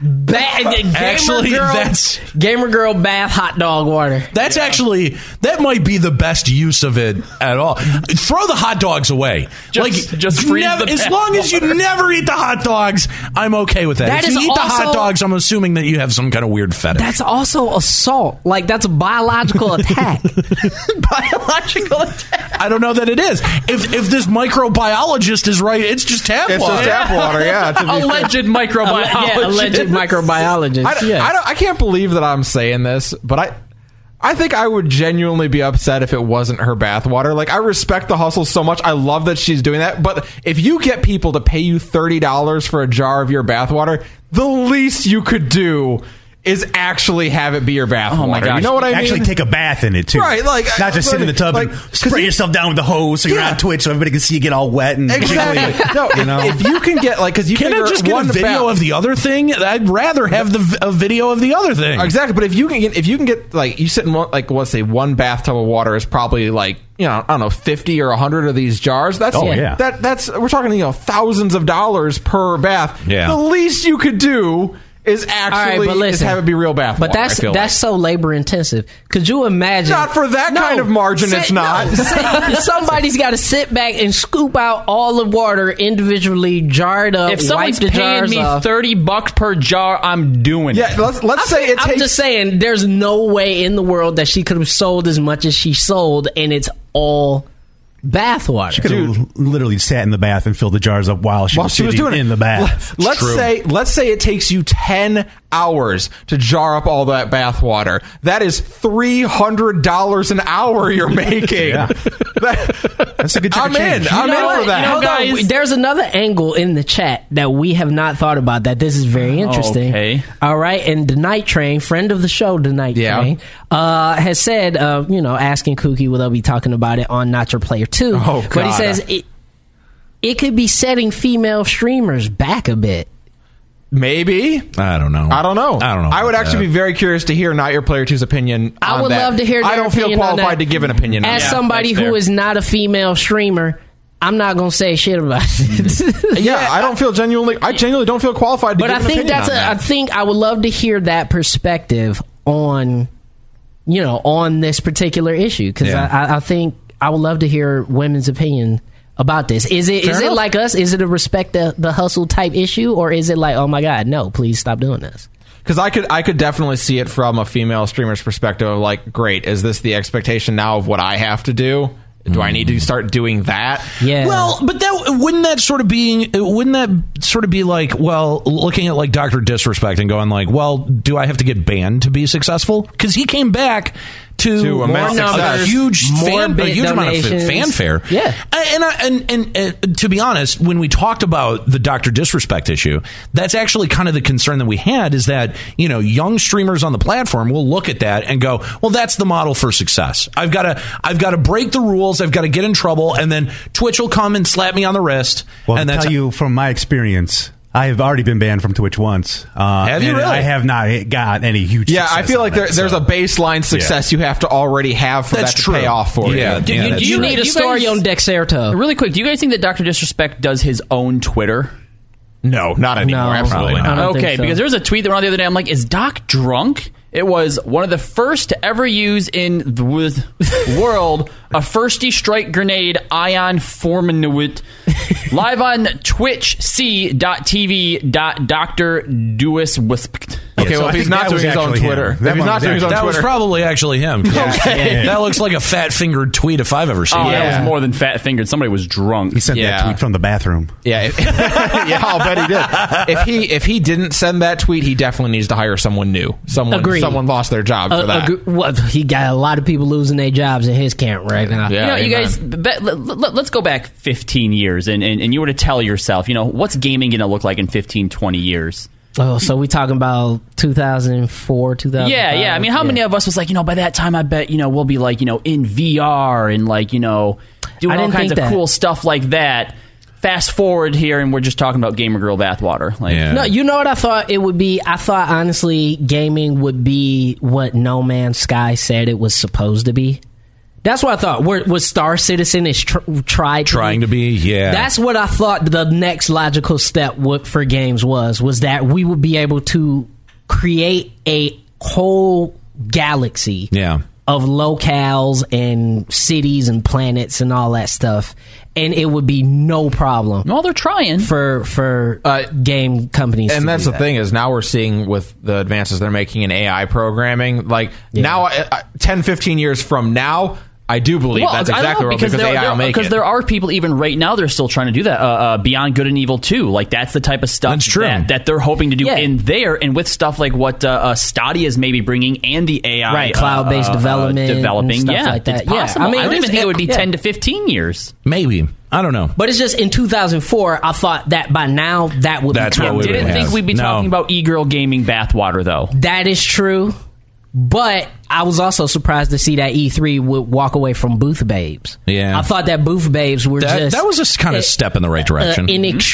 S5: ba- gamer
S4: Actually,
S5: girl,
S4: that's-
S5: gamer girl bath hot dog water.
S4: That's actually that might be the best use of it at all. Throw the hot dogs away.
S6: Just-
S4: like
S6: just freeze
S4: nev-
S6: the
S4: as
S6: bag
S4: long as you never eat the hot dogs, I'm okay with that.
S5: That
S4: if
S5: is
S4: you eat the hot
S5: also-
S4: dogs, I'm assuming that you have some kind of weird fetish.
S5: That's also assault. Like that's a biological attack.
S6: biological attack.
S4: I don't know that it is. If if this microbiologist is right, it's just tap
S7: it's
S4: water.
S7: just tap water. Yeah. to be fair.
S6: Alleged microbiologist.
S5: yeah, alleged microbiologist.
S7: I, don't-
S5: yeah.
S7: I, don't, I can't believe that I'm saying this, but I. I think I would genuinely be upset if it wasn't her bathwater. Like, I respect the hustle so much. I love that she's doing that. But if you get people to pay you $30 for a jar of your bathwater, the least you could do is actually have it be your bathwater.
S6: my gosh.
S7: You know what I
S10: Actually,
S7: mean?
S10: take a bath in it too.
S7: Right, like,
S10: not just
S7: I-
S10: sit in the tub
S7: like,
S10: and
S7: 'cause
S10: spray
S7: you-
S10: yourself down with the hose so you're
S7: Yeah.
S10: on Twitch so everybody can see you get all wet and
S7: Exactly.
S10: jiggly.
S7: no,
S10: you know?
S7: if, if you can get, like, because you
S4: Can I
S7: figure
S4: just get a
S7: one
S4: video
S7: bath-
S4: of the other thing? I'd rather have the v- a video of the other thing.
S7: Exactly, but if you can get if you can get like you sit in one, like let's say one bathtub of water is probably like you know I don't know fifty or hundred of these jars. That's
S10: Oh, yeah.
S7: that that's we're talking you know thousands of dollars per bath.
S4: Yeah.
S7: the least you could do is
S5: All right,
S7: actually
S5: but listen,
S7: is have it be real bath.
S5: But
S7: water,
S5: that's
S7: I feel
S5: that's so labor intensive. Could you imagine?
S7: Not for that kind of margin, it's not.
S5: sit- somebody's got to sit back and scoop out all the water individually, jarred up.
S6: If someone's
S5: wipe the
S6: paying
S5: jars
S6: me
S5: off.
S6: thirty bucks per jar, I'm doing
S7: like.
S6: it.
S7: yeah. Let's let's say it
S5: I'm
S7: takes
S5: just saying, there's no way in the world that she could have sold as much as she sold, and it's all bathwater.
S10: Could have literally sat in the bath and filled the jars up while she,
S7: while
S10: was,
S7: she was
S10: sitting
S7: doing it
S10: in the bath.
S7: Let- Let's
S10: True.
S7: say let's say it takes you ten hours to jar up all that bath water. That is three hundred dollars an hour you're making.
S10: Yeah.
S7: That-
S10: that's a good. chunk
S7: I'm
S10: of change.
S7: in. I'm in
S6: what?
S7: for that.
S6: You know,
S5: Hold on,
S6: guys-
S5: there's another angle in the chat that we have not thought about. That this is
S7: Oh,
S5: very interesting.
S6: Okay.
S5: All right, and the night train, friend of the show, the night
S7: Yeah.
S5: train, uh, has said, uh, you know, asking Kookie, will they be talking about it on Not Your Player Two?
S7: Oh,
S5: But he
S7: God.
S5: says it, it could be setting female streamers back a bit.
S7: Maybe.
S10: I don't know.
S7: I don't know.
S10: I don't know.
S7: I would
S10: about
S7: actually
S10: that.
S7: be very curious to hear not your player two's opinion.
S5: I
S7: on
S5: would
S7: that.
S5: love to hear
S7: I
S5: their
S7: don't feel
S5: opinion on
S7: qualified
S5: that.
S7: to give an opinion. on
S5: As
S7: that.
S5: somebody
S6: that's
S5: who
S6: fair.
S5: is not a female streamer, I'm not gonna say shit about it.
S7: yeah, I don't feel genuinely. I genuinely don't feel qualified to
S5: But
S7: give
S5: I
S7: an
S5: think
S7: opinion
S5: that's a.
S7: on
S5: I
S7: that.
S5: think I would love to hear that perspective on, you know, on this particular issue because
S10: Yeah.
S5: I, I, I think I would love to hear women's opinion about this. Is it is it
S7: enough.
S5: like us? Is it a respect the, the hustle type issue, or is it like, oh my god, no, please stop doing this?
S7: because I could I could definitely see it from a female streamer's perspective of like, great, is this the expectation now of what I have to do? Do I
S11: Mm.
S7: need to start doing that?
S5: Yeah.
S11: Well, but that wouldn't that sort of being wouldn't that sort of be like well looking at like Doctor Disrespect and going like well do I have to get banned to be successful because he came back to,
S7: To immense
S11: more
S7: success.
S11: a huge
S5: More
S11: fan, a
S5: bit
S11: huge amount of
S5: donations.
S11: fanfare
S5: Yeah.
S11: and I, and, and and to be honest when we talked about the Doctor Disrespect issue that's actually kind of the concern that we had is that you know young streamers on the platform will look at that and go well that's the model for success I've got to I've got to break the rules I've got to get in trouble and then Twitch will come and slap me on the wrist
S10: Well,
S11: and
S10: to tell you from my experience, I have already been banned from Twitch once. Uh,
S11: Have you
S10: and
S11: really?
S10: I have not got any huge.
S7: Yeah, I
S10: success
S7: feel
S10: on
S7: like
S10: it,
S7: there, there's
S10: so.
S7: a baseline success you have to already have for
S11: That's
S7: that to
S11: true.
S7: pay off for
S11: Yeah.
S7: you.
S11: Do-
S6: you-
S11: that's
S6: do you
S11: true.
S6: need
S5: a
S6: You
S5: story
S6: guys-
S5: on Dexerto.
S6: Really quick, do you guys think that Doctor Disrespect does his own Twitter?
S7: No, not anymore.
S5: No, probably
S7: absolutely not.
S5: not. I don't
S6: Okay,
S5: think so.
S6: because there was a tweet that went out the other day. I'm like, is Doc drunk? It was one of the first to ever use in the with- world a firsty strike grenade ion formanuit live on Twitch C.TV dot Doctor Dewis Wisp.
S7: Okay,
S10: so
S7: well,
S10: I
S7: if he's
S10: think
S7: not
S10: that
S7: doing
S10: was
S7: his own
S10: actually him.
S7: Twitter,
S10: That
S7: if he's
S10: one
S7: not
S10: was
S7: doing his own
S10: actually-
S11: That was
S7: Twitter,
S11: probably actually him. That looks like a fat fingered tweet if I've ever seen.
S6: Oh,
S11: it.
S6: that
S7: Yeah.
S6: was more than fat fingered. Somebody was drunk.
S10: He sent
S7: Yeah.
S10: that tweet from the bathroom.
S7: Yeah, if, yeah, I'll bet he did. If he if he didn't send that tweet, he definitely needs to hire someone new. Someone
S5: Agreed.
S7: someone lost their job for
S5: Uh,
S7: that.
S5: agree- well, he got a lot of people losing their jobs in his camp right now.
S7: Yeah.
S6: you know,
S7: amen.
S6: you guys, bet, let, us go back 15 years and, and, and you were to tell yourself, you know, what's gaming going to look like in 15, 20 years?
S5: Oh, so we talking about 2004, 2005?
S6: Yeah, yeah. I mean, how many of us was like, you know, by that time, I bet, you know, we'll be like, you know, in VR and like, you know,
S5: I
S6: doing all
S5: didn't
S6: kinds
S5: think
S6: of
S5: that.
S6: cool stuff like that. Fast forward here and we're just talking about Gamer Girl Bathwater. Like,
S11: Yeah.
S5: No, you know what I thought it would be? I thought honestly gaming would be what No Man's Sky said it was supposed to be. That's what I thought. Where, what Star Citizen is tr- tried
S11: Trying to be, yeah.
S5: That's what I thought the next logical step would, for games was was that we would be able to create a whole galaxy
S11: yeah.
S5: of locales and cities and planets and all that stuff and it would be no problem
S6: well, they're trying.
S5: for for
S7: Uh,
S5: game companies. to
S7: and that's
S5: do
S7: the thing is now we're seeing with the advances they're making in AI programming. Like now, uh, I, I, 10, 15 years from now, I do believe
S6: Well,
S7: that's
S6: I don't
S7: exactly
S6: know,
S7: what because,
S6: there,
S7: AI
S6: there,
S7: will make
S6: because
S7: it.
S6: there are people even right now they're still trying to do that. Uh, uh, Beyond Good and Evil too, like that's the type of stuff
S11: That's true.
S6: That, that they're hoping to do
S5: Yeah.
S6: in there, and with stuff like what uh, uh, Stadia is maybe bringing and the AI,
S5: Right,
S6: uh,
S5: cloud-based
S6: uh, uh,
S5: development and
S6: developing,
S5: stuff
S6: yeah,
S5: like that.
S6: It's
S5: Yeah,
S6: possible.
S5: I
S6: I
S5: mean,
S6: mean, I don't
S5: there's-
S6: even think it would be
S5: yeah.
S6: ten to fifteen years.
S11: Maybe. I don't know.
S5: But it's just in 2004, I thought that by now that would
S11: That's what
S5: be
S11: we
S5: common.
S11: would
S6: Didn't
S11: have.
S6: think we'd be
S11: No.
S6: talking about e-girl gaming bathwater though.
S5: That is true, but I was also surprised to see that E3 would walk away from Booth Babes.
S4: Yeah.
S5: I thought that Booth Babes were
S4: That,
S5: just
S4: that was just kind of
S5: Uh,
S4: a step in the right
S5: uh,
S4: direction.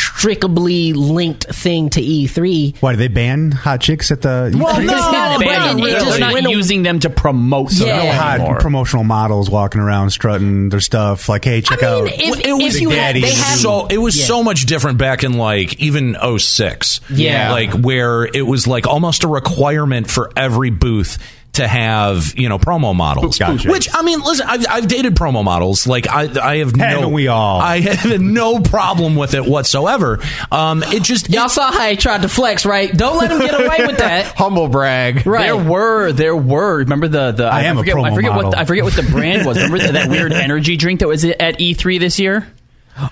S5: inextricably linked thing to E E3.
S10: Why do they ban hot chicks at the?
S5: Well,
S6: It's not
S5: no,
S6: bad.
S5: but it
S6: They're
S5: just
S6: not
S5: went-
S6: using them to promote
S5: Yeah.
S6: something
S5: No
S10: hot
S6: anymore.
S10: promotional models walking around strutting their stuff like, hey, check
S5: I mean,
S10: out.
S5: if,
S4: Well, it was
S5: if you had,
S10: Daddy
S5: they
S10: to
S5: had
S4: so it was
S5: Yeah.
S4: so much different back in like even 06
S5: Yeah.
S4: like where it was like almost a requirement for every booth to have you know promo models
S10: Gotcha.
S4: which i mean listen I've, I've dated promo models like i i have no
S10: Haven't we all?
S4: i have no problem with it whatsoever um it just
S5: y'all saw how he tried to flex, right? Don't let him get away with that.
S7: Humble brag.
S5: Right.
S6: There were, there were. Remember the the
S10: I am a
S6: forget,
S10: promo
S6: I forget
S10: model.
S6: what I forget what the brand was. Remember that weird energy drink that was at E3 this year?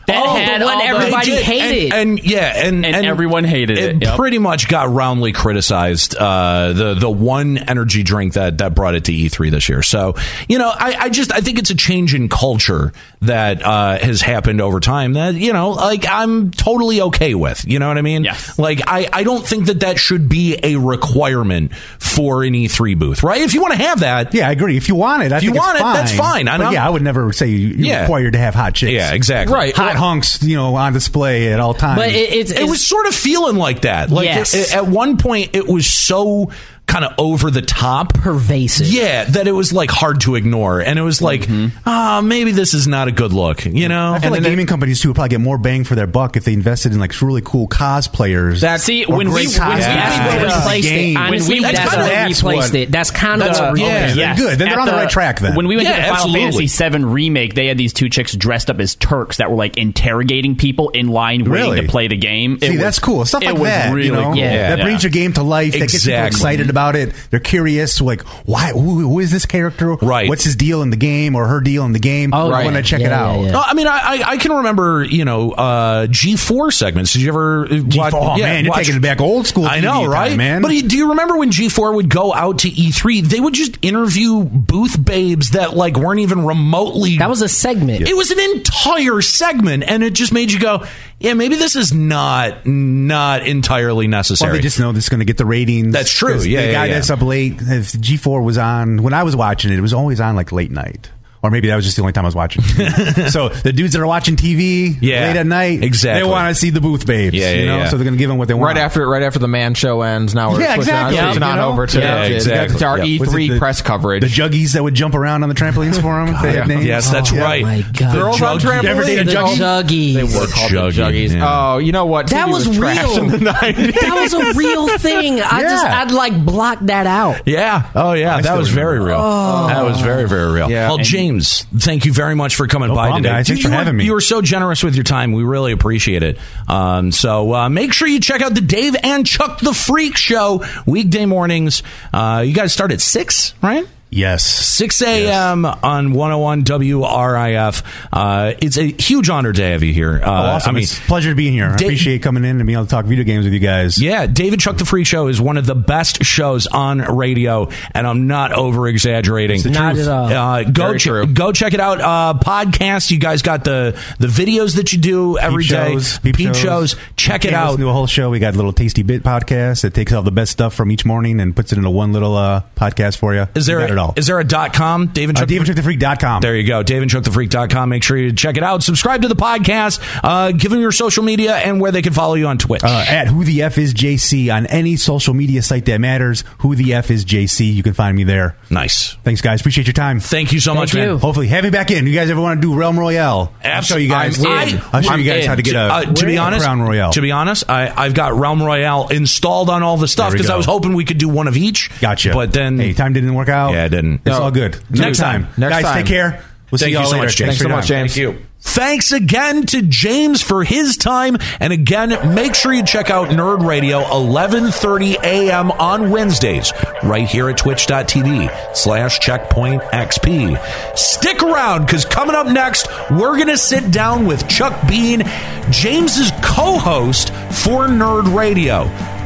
S6: That
S5: Oh, the one
S6: all
S5: everybody-
S4: They did,
S5: hated.
S4: and, and yeah, and,
S6: And everyone hated it, yep.
S4: Pretty much got roundly criticized. Uh, the the one energy drink that that brought it to E3 this year. So you know, I, I just I think it's a change in culture that uh, has happened over time. That you know, like I'm totally okay with. You know what I mean?
S6: Yes.
S4: Like I I don't think that that should be a requirement for an E3 booth, right? If you want to have that,
S10: Yeah, I agree. If you want it, I
S4: If you
S10: think it's
S4: want it, that's fine. I
S10: But
S4: know.
S10: yeah, I would never say you- you're
S4: Yeah.
S10: required to have hot chicks.
S4: yeah, exactly,
S6: Right.
S10: Hot hunks, you know, on display at all times.
S5: But it, it's,
S4: it
S5: it's-
S4: was sort of feeling like that. Like
S5: Yes.
S4: it- at one point, it was so kind of over the top.
S5: pervasive.
S4: Yeah, that it was like hard to ignore, and it was like,
S5: Mm-hmm.
S4: ah, maybe this is not a good look, you know.
S10: I feel
S4: And
S10: like
S4: then
S10: gaming companies too would probably get more bang for their buck if they invested in like really cool cosplayers.
S6: See, when we, when
S10: great
S6: we
S10: costumes.
S5: That's
S10: Yeah.
S5: what replaced it.
S10: Game.
S5: Honestly,
S6: When we-
S5: that's,
S6: That's
S5: what
S10: kinda- that's
S5: replaced
S10: what-
S5: it. That's kind
S4: That's
S5: of
S4: what- yeah, they're
S10: good. Then they're
S6: At
S10: on the right track then.
S6: When we went
S4: Yeah,
S6: to the Final
S4: absolutely.
S6: Fantasy VII remake, they had these two chicks dressed up as Turks that were like interrogating people in line
S10: Really?
S6: waiting to play the game. It
S10: See,
S6: was-
S10: that's cool. Stuff
S6: it
S10: like
S6: was
S10: that,
S6: Really
S10: you know,
S6: cool.
S5: Yeah.
S10: that brings your game to life. That gets people
S4: Exactly.
S10: excited about it. They're curious, like, why? Who, who is this character?
S4: Right.
S10: What's his deal in the game or her deal in the game?
S5: Oh,
S10: I
S5: yeah.
S10: want to check
S5: Yeah,
S10: it
S5: yeah,
S10: out.
S5: yeah.
S4: No, Oh, I mean, I, I, I can remember, you know, uh, G4 segments. Did you ever uh, watch?
S10: oh, man, you're taking it back old school
S4: I
S10: TV
S4: know,
S10: time,
S4: right?
S10: man.
S4: But you- do you remember when G4 would go out to E3? They would just interview booth babes that like weren't even remotely.
S5: That was a segment.
S4: It was an entire segment, and it just made you go, "Yeah, maybe this is not not entirely necessary."
S10: Well, they just know this is going to get the ratings.
S4: That's true.
S10: 'Cause
S4: Yeah,
S10: the
S4: yeah,
S10: guy
S4: yeah.
S10: that's up late. If G4 was on when I was watching it, it was always on like late night, or maybe that was just the only time I was watching. TV. so the dudes that are watching TV
S4: Yeah,
S10: late at night,
S4: exactly.
S10: they want to see the booth babes.
S4: Yeah, yeah,
S10: you know,
S4: yeah.
S10: so they're going to give them what they want
S7: Right after, right after the man show ends, now we're
S10: Yeah,
S7: switching,
S10: exactly.
S7: on, switching
S10: Yeah,
S7: on
S10: you know?
S7: over to,
S4: Yeah,
S7: to-
S4: exactly.
S7: to our
S4: Yeah.
S10: Was it
S7: E3
S10: the-
S7: press coverage.
S10: The juggies that would jump around on the trampolines for them. if they had names.
S4: yes, that's
S10: Oh, yeah.
S4: right.
S5: my God.
S7: Girls on
S4: juggy-
S7: trampolines.
S10: Every day a
S7: They
S10: juggy?
S7: all-
S5: Juggies.
S7: They were called the
S4: Juggy,
S7: juggies.
S4: yeah.
S7: Oh, you know what?
S5: That
S7: TV
S5: was,
S7: trash
S5: real.
S7: in the 90s.
S5: that was a real thing. I just
S10: Yeah.
S5: I'd like block that out.
S4: Yeah. Oh, yeah. that
S10: still
S4: was very real. That was very, very real.
S7: Yeah.
S4: Oh. Well, James, thank you very much for coming by
S10: problem,
S4: today.
S10: guys.
S4: Dude,
S10: Thanks for
S4: you
S10: having
S4: were,
S10: me.
S4: You were so generous with your time. We really appreciate it. Um, so uh, make sure you check out the Dave and Chuck the Freak Show weekday mornings. Uh, you guys start at 6, right?
S10: Yes.
S4: 6 a.m. on 101 WRIF. Uh, it's a huge honor to have you here. Uh,
S10: Oh, awesome.
S4: I mean,
S10: it's a pleasure to be here.
S4: Da-
S10: I appreciate coming in and being able to talk video games with you guys.
S4: Yeah, David Chuck the Free Show is one of the best shows on radio, and I'm not over exaggerating.
S5: Not truth. at all.
S4: Uh, go
S7: Very
S4: che-
S7: true.
S4: go check it out. Uh, podcast. You guys got the the videos that you do every day.
S10: shows, peep
S4: shows.
S10: shows.
S4: Check it
S10: Can't
S4: out.
S10: Listen to a whole show. We got a little tasty bit podcast that takes all the best stuff from each morning and puts it into one little uh, podcast for you.
S4: Is there
S10: you got
S4: a,
S10: it all?
S4: is there a dot com? Dave and
S10: uh,
S4: Chuck the Freak-
S10: DavidTrickTheFreak.com.
S4: There you go. DaveandChuckTheFreak.com. Make sure you check it out. Subscribe to the podcast. Uh, give them your social media and where they can follow you on Twitch.
S10: Uh, at who the f is JC on any social media site that matters. Who the f is JC? You can find me there.
S4: nice.
S10: Thanks, guys. Appreciate your time.
S4: Thank you so much, man.
S5: you.
S10: Hopefully, have me back in. You guys ever want to do Realm Royale? I'll show you guys.
S4: I'm
S10: i
S4: in.
S10: will show you
S4: I'm
S10: guys
S4: in.
S10: how to get a,
S4: Uh, to be
S10: a
S4: honest,
S10: Crown Royale.
S4: To be honest, I, I've got Realm Royale installed on all the stuff
S10: There we
S4: because I
S10: go.
S4: was hoping we could do one of each.
S10: gotcha.
S4: But then,
S10: hey, time didn't work out.
S4: Yeah, it didn't.
S10: It's
S4: No.
S10: all good.
S4: Next
S10: Next
S4: time.
S10: time,
S7: Next
S10: guys.
S7: time.
S10: Take care. We'll see
S4: thank you
S10: y'all
S4: so
S10: later.
S4: much, James.
S10: Thanks for your time.
S7: James. Thank you.
S4: Thanks again to James for his time, and again, make sure you check out Nerd Radio 11:30 a.m. on Wednesdays, right here at Twitch.tv/slash Checkpoint XP. Stick around because coming up next, we're gonna sit down with Chuck Bean, James's co-host for Nerd Radio.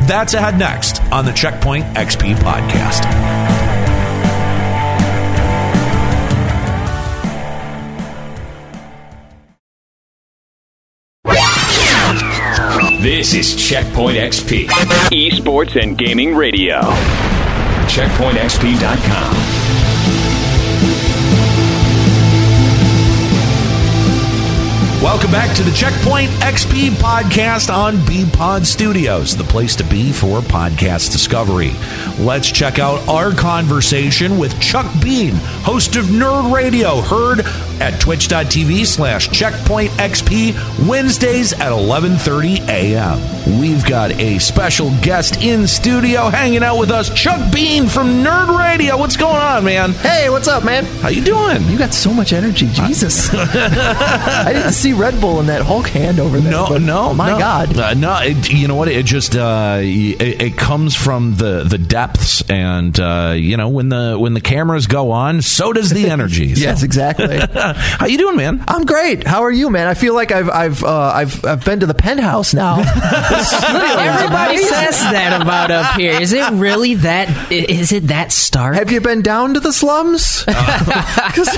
S4: That's ahead next on the Checkpoint XP podcast.
S12: This is Checkpoint XP.
S1: Esports and Gaming Radio.
S12: CheckpointXP.com.
S4: Welcome back to the Checkpoint XP podcast on B Pod Studios, the place to be for podcast discovery. Let's check out our conversation with Chuck Bean, host of Nerd Radio, heard at twitch.tv slash checkpoint XP Wednesdays at 11.30 a.m. We've got a special guest in studio hanging out with us, Chuck Bean from Nerd Radio. What's going on, man?
S2: Hey, what's up, man?
S4: How you doing?
S2: You got so much energy, Jesus! I didn't see Red Bull in that Hulk hand over there.
S4: No,
S2: but-
S4: no,
S2: oh my
S4: no.
S2: God!
S4: Uh, no, it, you know what? It just uh, it, it comes from the the depths, and uh, you know when the when the cameras go on, so does the energy.
S2: Yes, exactly.
S4: How you doing, man?
S2: I'm great. How are you, man? I feel like I've I've uh, I've I've been to the penthouse now.
S5: Everybody says that about up here. Is it really that? i- Is it that stark?
S2: Have you been down to the slums?
S4: Uh,
S2: 'Cause-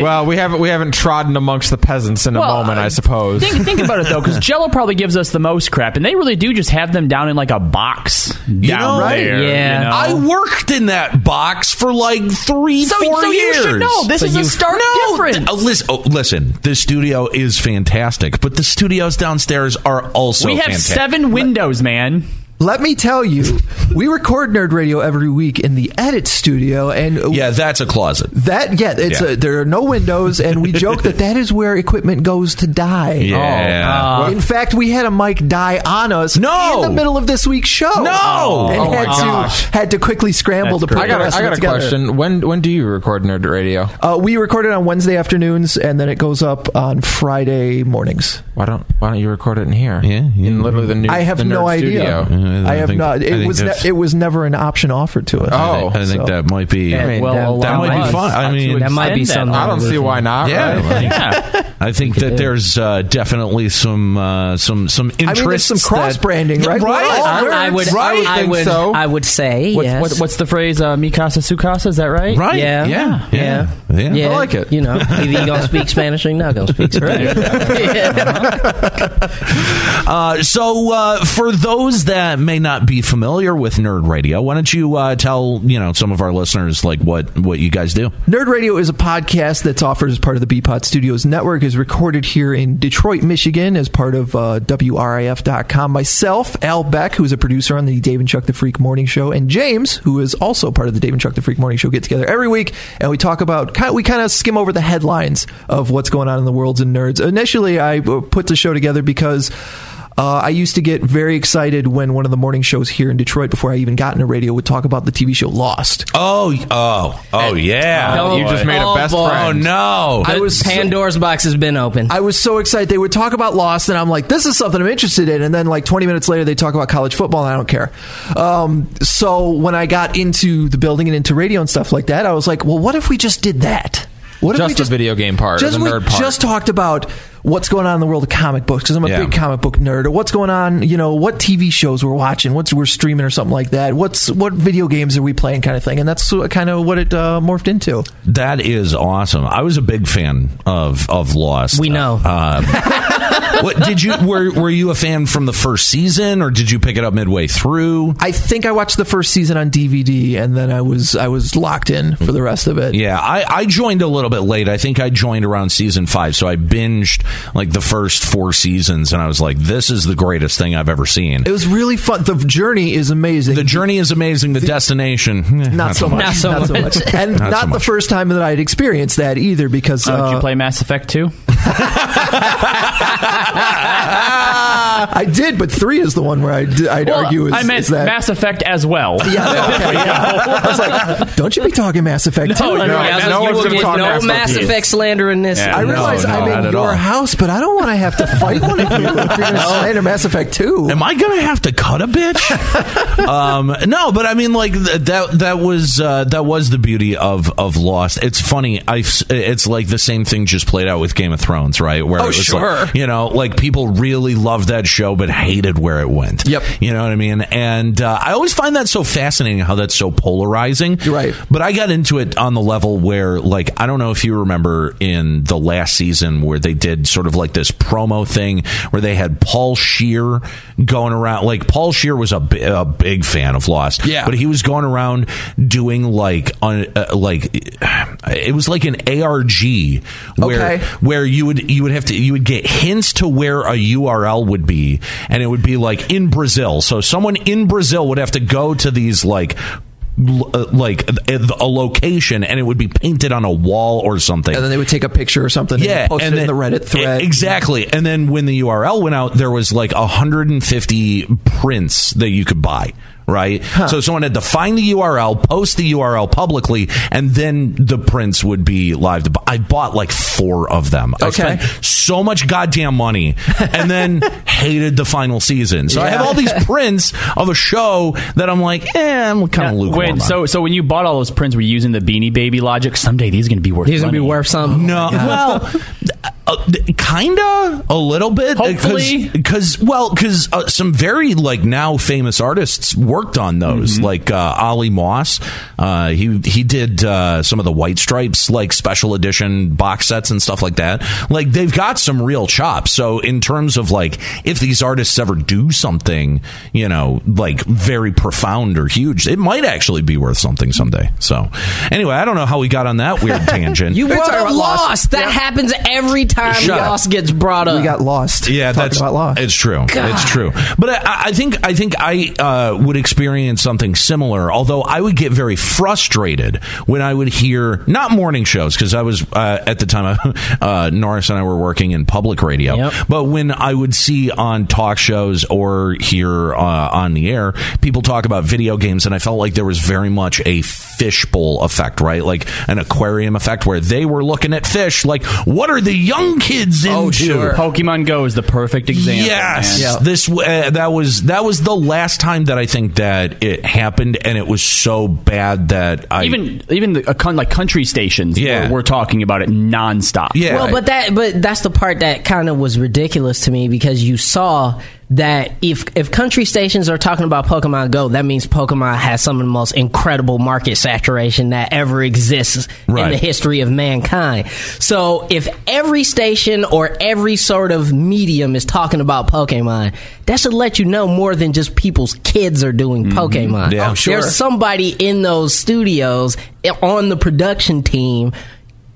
S7: Well, we haven't we haven't trodden amongst the peasants in a
S6: Well,
S7: moment,
S6: uh,
S7: I suppose.
S6: Think, think about it though, because Jello probably gives us the most crap, and they really do just have them down in like a box down
S4: know, right?
S6: there.
S5: Yeah.
S6: you know?
S4: I worked in that box for like three,
S6: So-
S4: four
S6: so you
S4: years.
S6: should know this So is a you- stark
S4: no,
S6: difference.
S4: th- uh, listen, oh, listen, the studio is fantastic, but the studios downstairs are also
S6: we have
S4: fantastic.
S6: seven windows, man.
S2: Let me tell you, we record Nerd Radio every week in the edit studio, and
S4: Yeah, that's a closet.
S2: That yeah, it's
S4: Yeah.
S2: A, there are no windows, and we joke that that is where equipment goes to die.
S4: Yeah.
S2: In fact, we had a mic die on us
S4: No!
S2: in the middle of this week's show.
S4: No!
S2: and
S7: Oh my
S2: had
S7: gosh.
S2: to had to quickly scramble
S6: That's
S2: to put
S7: I got
S2: the
S7: a,
S2: rest
S7: I
S2: of it
S7: got a
S2: together.
S7: question. When when do you record Nerd Radio?
S2: Uh, we record it on Wednesday afternoons, and then it goes up on Friday mornings.
S7: Why don't Why don't you record it in here?
S4: Yeah, yeah.
S7: in literally the new.
S2: I have
S7: the
S2: no
S7: Nerd
S2: idea.
S7: Studio.
S4: I don't
S2: I have
S4: think-
S2: not.
S4: I
S2: It
S4: think
S2: was ne-
S4: that's-
S2: it was never an option offered to us.
S7: Oh,
S4: I think
S2: So-
S4: that might be.
S7: I mean,
S6: Well,
S7: that-
S6: allow
S4: that might be
S6: us
S4: fun. I
S6: to
S4: mean-
S5: That might be
S6: extend
S5: something.
S7: I don't see why not.
S4: Yeah.
S7: right?
S6: Yeah.
S4: I think that there's uh, definitely some uh, some some
S2: there's
S4: interest.
S2: some cross-branding, right? We're
S4: Right.
S2: all
S5: I, I would.
S7: Right?
S5: I,
S7: Think
S5: would.
S7: so.
S5: I would say
S6: What,
S5: yes.
S6: what, what's the phrase? Uh, Mikasa Sukasa. Is that right?
S4: Right.
S5: Yeah.
S4: Yeah.
S5: Yeah.
S4: Yeah. Yeah.
S5: Yeah,
S7: I like it.
S5: You know, either you gonna speak Spanish or you not gonna speak Spanish.
S4: Uh, so uh, for those that may not be familiar with Nerd Radio, why don't you uh, tell you know some of our listeners like what what you guys do?
S2: Nerd Radio is a podcast that's offered as part of the Beepod Studios network. is recorded here in Detroit, Michigan, as part of uh, WRIF.com. Myself, Al Beck, who is a producer on the Dave and Chuck the Freak Morning Show, and James, who is also part of the Dave and Chuck the Freak Morning Show, get together every week and we talk about. ki- We kind of skim over the headlines of what's going on in the worlds and nerds. Initially, I uh, put the show together because. Uh, I used to get very excited when one of the morning shows here in Detroit, before I even got into radio, would talk about the TV show Lost.
S4: Oh oh oh yeah.
S5: Oh,
S7: you just made
S5: Oh,
S7: a best
S5: boy.
S4: Oh
S7: friend.
S4: no.
S2: I was so-
S5: Pandora's box has been open.
S2: I was so excited. They would talk about Lost, and I'm like, this is something I'm interested in. And then, like, 20 minutes later, they talk about college football, and I don't care. Um, so, when I got into the building and into radio and stuff like that, I was like, well, what if we just did that? What
S7: Just the video game part, or
S2: Just
S7: the
S2: we
S7: nerd part.
S2: just talked about what's going on in the world of comic books because I'm a
S4: Yeah.
S2: big comic book nerd. Or what's going on, you know, what TV shows we're watching, what's we're streaming, or something like that. What's what video games are we playing, kind of thing. And that's kind of what it uh, morphed into.
S4: That is awesome. I was a big fan of of Lost.
S5: We know.
S4: Um, what did you were were you a fan from the first season or did you pick it up midway through?
S2: I think I watched the first season on DVD, and then I was I was locked in for the rest of it.
S4: Yeah, I, I joined a little bit late. I think I joined around season five, so I binged like the first four seasons, and I was like, "This is the greatest thing I've ever seen."
S2: It was really fun. The journey is amazing.
S4: The journey is amazing. The destination, eh,
S2: not so much.
S5: Not so much.
S2: And
S4: Not
S2: not,
S4: so
S2: the
S4: much. Oh,
S2: first time that I had experienced that either because
S6: Uh,
S2: uh,
S6: did you play Mass Effect 2?
S2: I did, but three is the one where I did, I'd argue is,
S6: I meant
S2: is that.
S6: Mass Effect as well.
S2: yeah, okay, yeah. I was like, don't you be talking Mass Effect
S5: Oh,
S2: 2.
S5: no,
S7: no,
S5: I was-
S7: no
S5: you
S7: one's
S5: will
S7: gonna
S5: get
S7: talk
S5: no
S7: Mass
S5: Mass,
S7: Effect.
S5: Effect slander in this.
S6: Yeah.
S2: I realize
S4: no, not
S2: I'm
S4: at
S2: in your
S4: all.
S2: house, but I don't want to have to fight one of you if you're going to slander Mass Effect 2.
S4: Am I gonna have to cut a bitch? um, no, but I mean, like th- that. That was uh, that was the beauty of of Lost. It's funny. I. It's like the same thing just played out with Game of Thrones, right? Where
S2: Oh,
S4: it was
S2: sure.
S4: Like, you know, like people really loved that show, but hated where it went.
S2: Yep.
S4: You know what I mean? And uh, I always find that so fascinating how that's so polarizing.
S2: You're right.
S4: But I got into it on the level where, like, I don't know if you remember in the last season where they did sort of like this promo thing where they had Paul Shear going around. Like, Paul Shear was a, bi- a big fan of Lost.
S2: Yeah.
S4: But he was going around doing like, un, uh, like it was like an ARG where
S2: Okay.
S4: where you you would you would have to you would get hints to where a URL would be, and it would be like in Brazil. So someone in Brazil would have to go to these like. l- uh, Like a a location, and it would be painted on a wall or something.
S2: And then they would take a picture or something and post it in the Reddit thread.
S4: e- Exactly. And then when the URL went out, there was like 150 prints that you could buy. Right, so someone had to find the URL, post the URL publicly, and then the prints would be live. To buy. I bought like four of them. I
S2: Okay.
S4: spent so much goddamn money, and then hated the final season. So I have all these prints of a show that I'm like, eh, I'm kind of lukewarm.
S6: When,
S4: on.
S6: so, so when you bought all those prints, were you using the Beanie Baby logic? Someday these are going to be worth.
S5: He's gonna be
S6: money.
S5: worth something.
S4: No, well, uh, kinda a little bit.
S6: Hopefully.
S4: because well, because uh, some very like now famous artists worked on those, like uh, Ollie Moss. Uh, he he did uh, some of the White Stripes like special edition box sets and stuff like that. Like they've got some real chops. So in terms of like if these artists ever do something, you know, like very profound or huge, it might actually be worth something someday. So anyway, I don't know how we got on that weird tangent.
S5: You brought
S2: all
S5: up
S2: right,
S5: lost.
S2: Lost.
S5: That happens every time
S4: Shut up.
S5: lost gets brought up.
S2: we got lost.
S4: Yeah,
S2: Talking
S4: that's
S2: about lost.
S4: It's true. It's true. But I, I think I think I uh, would experience something similar. Although I would get very frustrated when I would hear not morning shows because I was uh, at the time uh, Norris and I were working in public radio.
S5: Yep.
S4: But when I would see on talk shows or hear uh, on the air people talk about video games, and I felt like there was very much a fishbowl effect, right? Like an aquarium effect where they were looking at fish, like what are the young kids into?
S2: Oh, sure.
S6: Pokemon Go is the perfect example.
S4: Yes,
S6: man.
S2: Yeah.
S4: this uh, that was that was the last time that I think that it happened, and it was so bad that I
S6: Even even the, a con, like country stations.
S4: Yeah.
S6: were, were talking about it nonstop.
S4: yeah.
S5: Well, but that but that's the part that kind of was ridiculous to me because you saw that if if country stations are talking about Pokemon Go, that means Pokemon has some of the most incredible market saturation that ever exists in
S4: Right.
S5: the history of mankind. So if every station or every sort of medium is talking about Pokemon, that should let you know more than just people's kids are doing Pokemon.
S4: Yeah. Oh, sure.
S5: There's somebody in those studios eh, on the production team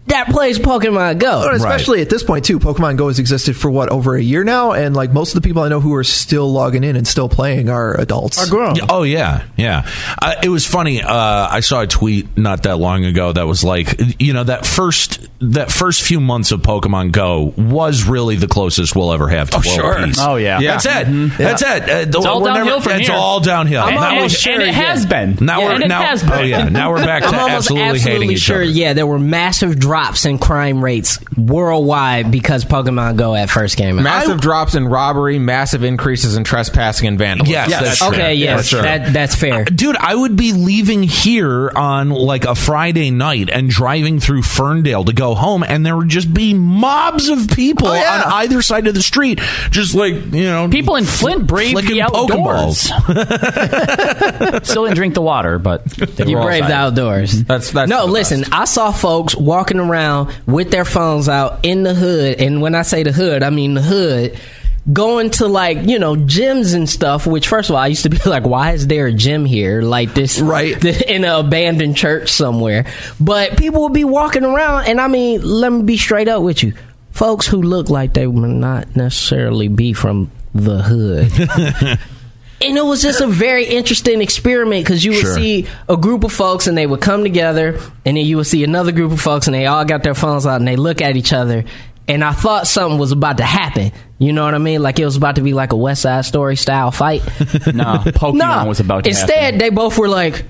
S5: that plays Pokemon Go.
S2: But especially at this point too, Pokemon Go has existed for what over a year now, and like most of the people I know who are still logging in and still playing are adults. Are grown.
S4: Yeah, Oh yeah, yeah. Uh, it was funny. Uh, I saw a tweet not that long ago that was like, you know, that first that first few months of Pokemon Go was really the closest we'll ever have to world
S7: sure.
S4: peace.
S6: Oh, yeah.
S4: that's it. That's it. Uh,
S6: It's all
S4: we're never-
S6: downhill from
S4: it's
S6: here.
S4: all downhill.
S6: I'm
S4: Now
S6: almost
S4: we're-
S6: sure it has been.
S4: Now
S6: Yeah,
S4: we're
S6: and it
S4: now.
S6: has been.
S4: Oh yeah. Now we're back to
S5: I'm almost
S4: absolutely, hating each
S5: sure.
S4: other.
S5: Yeah, there were massive drops in crime rates worldwide because Pokemon Go at first came out.
S7: Massive drops in robbery, massive increases in trespassing and vandalism.
S4: Yes,
S7: Yeah.
S4: that's true.
S5: okay,
S4: Yeah,
S5: yes,
S4: for sure.
S5: that, that's fair.
S4: Dude, I would be leaving here on like a Friday night and driving through Ferndale to go home, and there would just be mobs of people
S2: Oh, yeah.
S4: on either side of the street, just like you know,
S6: People in Flint brave
S4: flicking
S6: the outdoors.
S4: Pokeballs.
S6: Still didn't drink the water, but they
S5: You
S6: were
S5: braved
S6: outside.
S5: the outdoors.
S7: That's- that's
S5: no.
S7: the
S5: Listen, I saw folks walking around with their phones out in the hood, and when I say the hood, I mean the hood. Going to like you know gyms and stuff. Which first of all, I used to be like, why is there a gym here? Like this,
S2: Right.
S5: in an abandoned church somewhere. But people would be walking around, and I mean, let me be straight up with you, folks who look like they would not necessarily be from the hood. and it was just a very interesting experiment because you would see a group of folks and they would come together and then you would see another group of folks and they all got their phones out and they look at each other and i thought something was about to happen you know what i mean like it was about to be like a west side story style fight
S6: Nah, Pokemon
S5: no
S6: was about to
S5: instead
S6: happen.
S5: they both were like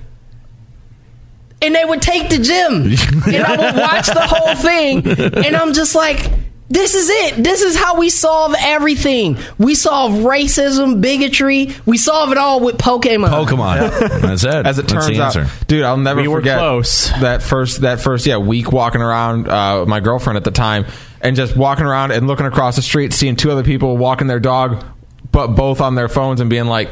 S5: and they would take the gym and i would watch the whole thing and i'm just like this is it this is how we solve everything we solve racism bigotry we solve it all with pokemon
S4: Pokemon. Oh, That's it.
S7: As it
S4: That's
S7: turns
S4: the
S7: out,
S4: answer.
S7: dude, I'll never
S6: We were
S7: forget
S6: close.
S7: that first that first yeah week walking around uh, with my girlfriend at the time and just walking around and looking across the street, seeing two other people walking their dog, but both on their phones and being like,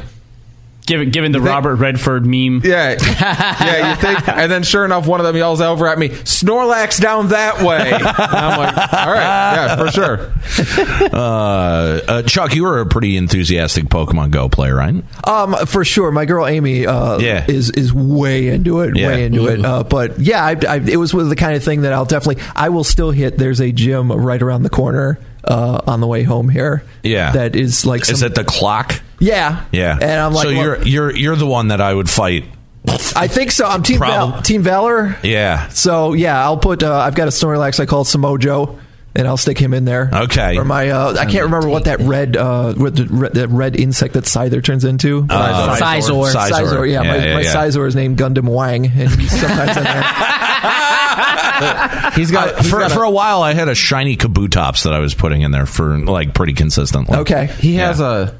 S6: given given the Robert Redford meme.
S7: Yeah, yeah. You think, and then sure enough, one of them yells over at me, "Snorlax down that way." And I'm like, "All right, yeah, for sure."
S4: Uh, uh, Chuck, you were a pretty enthusiastic Pokemon Go player, right?
S2: Um, for sure. My girl Amy, uh,
S4: Yeah.
S2: is is way into it,
S4: Yeah. Mm-hmm.
S2: way into it. Uh, but yeah, I, I, it was the kind of thing that I'll definitely, I will still hit. There's a gym right around the corner uh, on the way home here.
S4: Yeah.
S2: that is like, some,
S4: Is it the clock?
S2: yeah,
S4: Yeah.
S2: And I'm like,
S4: so
S2: look,
S4: you're you're you're the one that I would fight.
S2: I think so. I'm Team Val-
S4: Probab-
S2: Team Valor.
S4: Yeah.
S2: So yeah, I'll put. Uh, I've got a Snorlax I call Samojo, and I'll stick him in there.
S4: Okay.
S2: Or my, uh, I can't remember what that red, uh, what the red, that red insect that Scyther turns into.
S4: Uh,
S5: Sizor.
S4: Sizor.
S2: Sizor, yeah. my
S4: Yeah, yeah,
S2: my
S4: yeah.
S2: Sizor is named Gundam Wang, and he's sometimes in there.
S7: He's got,
S4: Uh,
S7: he's
S4: for,
S7: got a-
S4: for a while, I had a shiny Kabutops that I was putting in there for like pretty consistently.
S2: Okay.
S7: he has a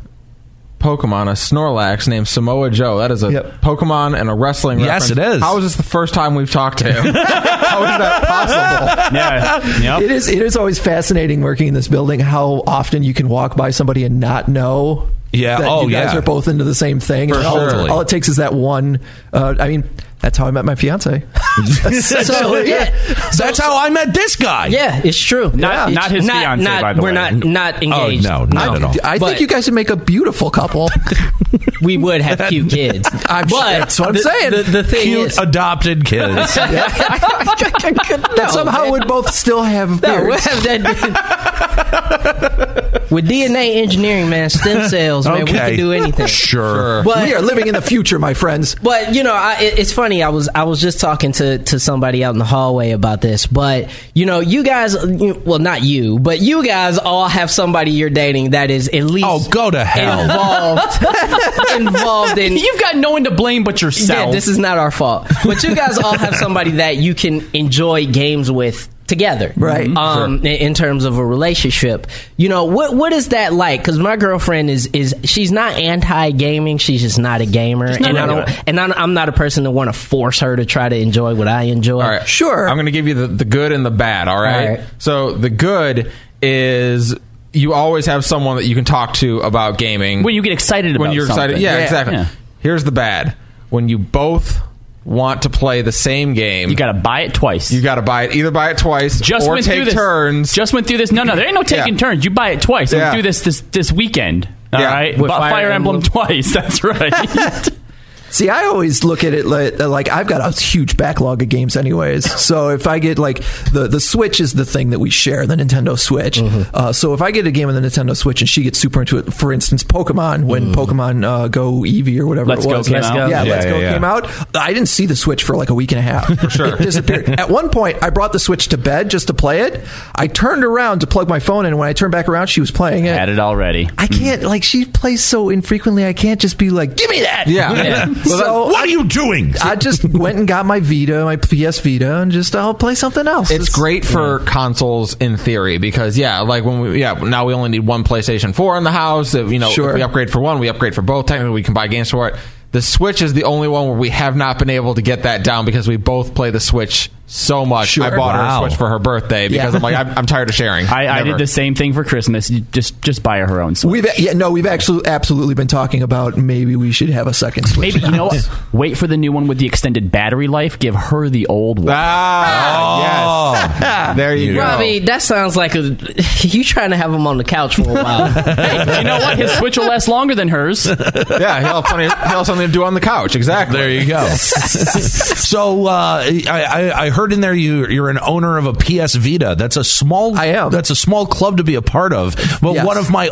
S7: Pokemon, a Snorlax named Samoa Joe. That is a
S2: Yep.
S7: Pokemon and a wrestling.
S4: Yes,
S7: reference.
S4: it is.
S7: How is this the first time we've talked to him? How is that possible?
S6: Yeah. Yep.
S2: It is. It is always fascinating working in this building. How often you can walk by somebody and not know.
S4: Yeah,
S2: That
S4: oh,
S2: you guys
S4: yeah.
S2: are both into the same thing.
S7: For
S2: And all-
S4: sure.
S2: all it takes is that one. Uh, I mean, that's how I met my fiance.
S5: So yeah,
S4: That's how I met this guy.
S5: yeah, it's true.
S6: Not-
S5: It's-
S6: not his fiancée,
S5: not-
S6: by the
S5: We're
S6: way.
S5: not not
S4: Oh
S5: engaged.
S4: no, not at all.
S2: I think
S5: But-
S2: you guys would make a beautiful couple.
S5: we would have cute kids.
S2: I'm
S5: but
S2: sure- that's what I'm
S5: the,
S2: saying.
S5: The, the thing
S4: Cute
S5: is,
S4: adopted kids.
S2: that somehow would both still have
S5: No, we'll
S2: beards.
S5: have that. With DNA engineering, man, stem cells, man, we
S4: Okay.
S5: can do anything.
S4: Sure.
S5: But
S2: we are living in the future, my friends.
S5: But you know, I, it, it's funny. I was I was just talking to to somebody out in the hallway about this. But you know, you guys, you, well, not you, but you guys all have somebody you're dating that is at least
S4: Oh, go to hell.
S5: involved involved in.
S6: You've got no one to blame but yourself.
S5: Yeah, this is not our fault. But you guys all have somebody that you can enjoy games with together,
S2: Right.
S5: Um, in, in terms of a relationship, you know what what is that like? Because my girlfriend is is she's not anti gaming. She's just not a gamer,
S6: not
S5: and I
S6: into it.
S5: don't. And I'm, I'm not a person to want to force her to try to enjoy what I enjoy.
S7: All right,
S2: Sure.
S7: I'm going to give you the, the good and the bad. All right?
S5: All right.
S7: So the good is you always have someone that you can talk to about gaming
S6: when you get excited about
S7: when you're excited.
S6: something.
S7: Yeah, exactly.
S6: Yeah.
S7: Here's the bad: when you both want to play the same game,
S6: You got to buy it twice.
S7: you got to buy it either buy it twice
S6: just
S7: or
S6: went through
S7: take
S6: this.
S7: turns.
S6: Just went through this. No, no, there ain't no taking
S7: Yeah.
S6: turns. You buy it twice.
S7: Yeah.
S6: Let's do this this this weekend. All right,
S7: Yeah.
S6: right,
S7: With
S6: Bu-
S7: Fire
S6: Fire, Emblem.
S7: Emblem.
S6: twice. That's right.
S2: See, I always look at it like, like I've got a huge backlog of games, anyways. So if I get like the the Switch is the thing that we share, the Nintendo Switch. Uh, so if I get a game on the Nintendo Switch and she gets super into it, for instance, Pokemon when Pokemon uh, Go Eevee or whatever
S6: Let's
S2: it
S6: Go
S2: was,
S6: came Let's out. Go.
S2: yeah,
S4: Yeah,
S2: Let's Go
S4: yeah, yeah.
S2: came out. I didn't see the Switch for like a week and a half. For
S7: sure.
S2: it disappeared. At one point, I brought the Switch to bed just to play it. I turned around to plug my phone in. When I turned back around, she was playing it.
S6: Had it already.
S2: I can't like she plays so infrequently. I can't just be like, give me that.
S7: Yeah. Yeah.
S2: so
S4: what are you doing?
S2: I just went and got my Vita, my PS Vita, and just I'll play something else.
S7: It's great for consoles in theory because yeah, like when we yeah now we only need one PlayStation Four in the house. If, you know,
S2: Sure.
S7: if we upgrade for one, we upgrade for both. Technically, we can buy games for it. The Switch is the only one where we have not been able to get that down because we both play the Switch so much. I bought
S4: Wow.
S7: her a Switch for her birthday because
S2: Yeah.
S7: I'm like I'm, I'm tired of sharing.
S6: I, I did
S7: Never.
S6: the same thing for Christmas. You Just just buy her her own. Switch.
S2: We've yeah no, we've actually absolutely been talking about maybe we should have a second Switch.
S6: Maybe you know what? Wait for the new one with the extended battery life. Give her the old one.
S7: Ah, yes. There you go.
S5: Robbie, that sounds like a you trying to have him on the couch for a while.
S6: Hey, you know what? His Switch will last longer than hers.
S7: yeah, he'll have, funny, he'll have something to do on the couch. Exactly.
S4: There you go. so uh, I, I, I heard in there you you're an owner of a PS Vita. That's a small.
S2: I am.
S4: That's a small club to be a part of. But
S2: Yes.
S4: one of my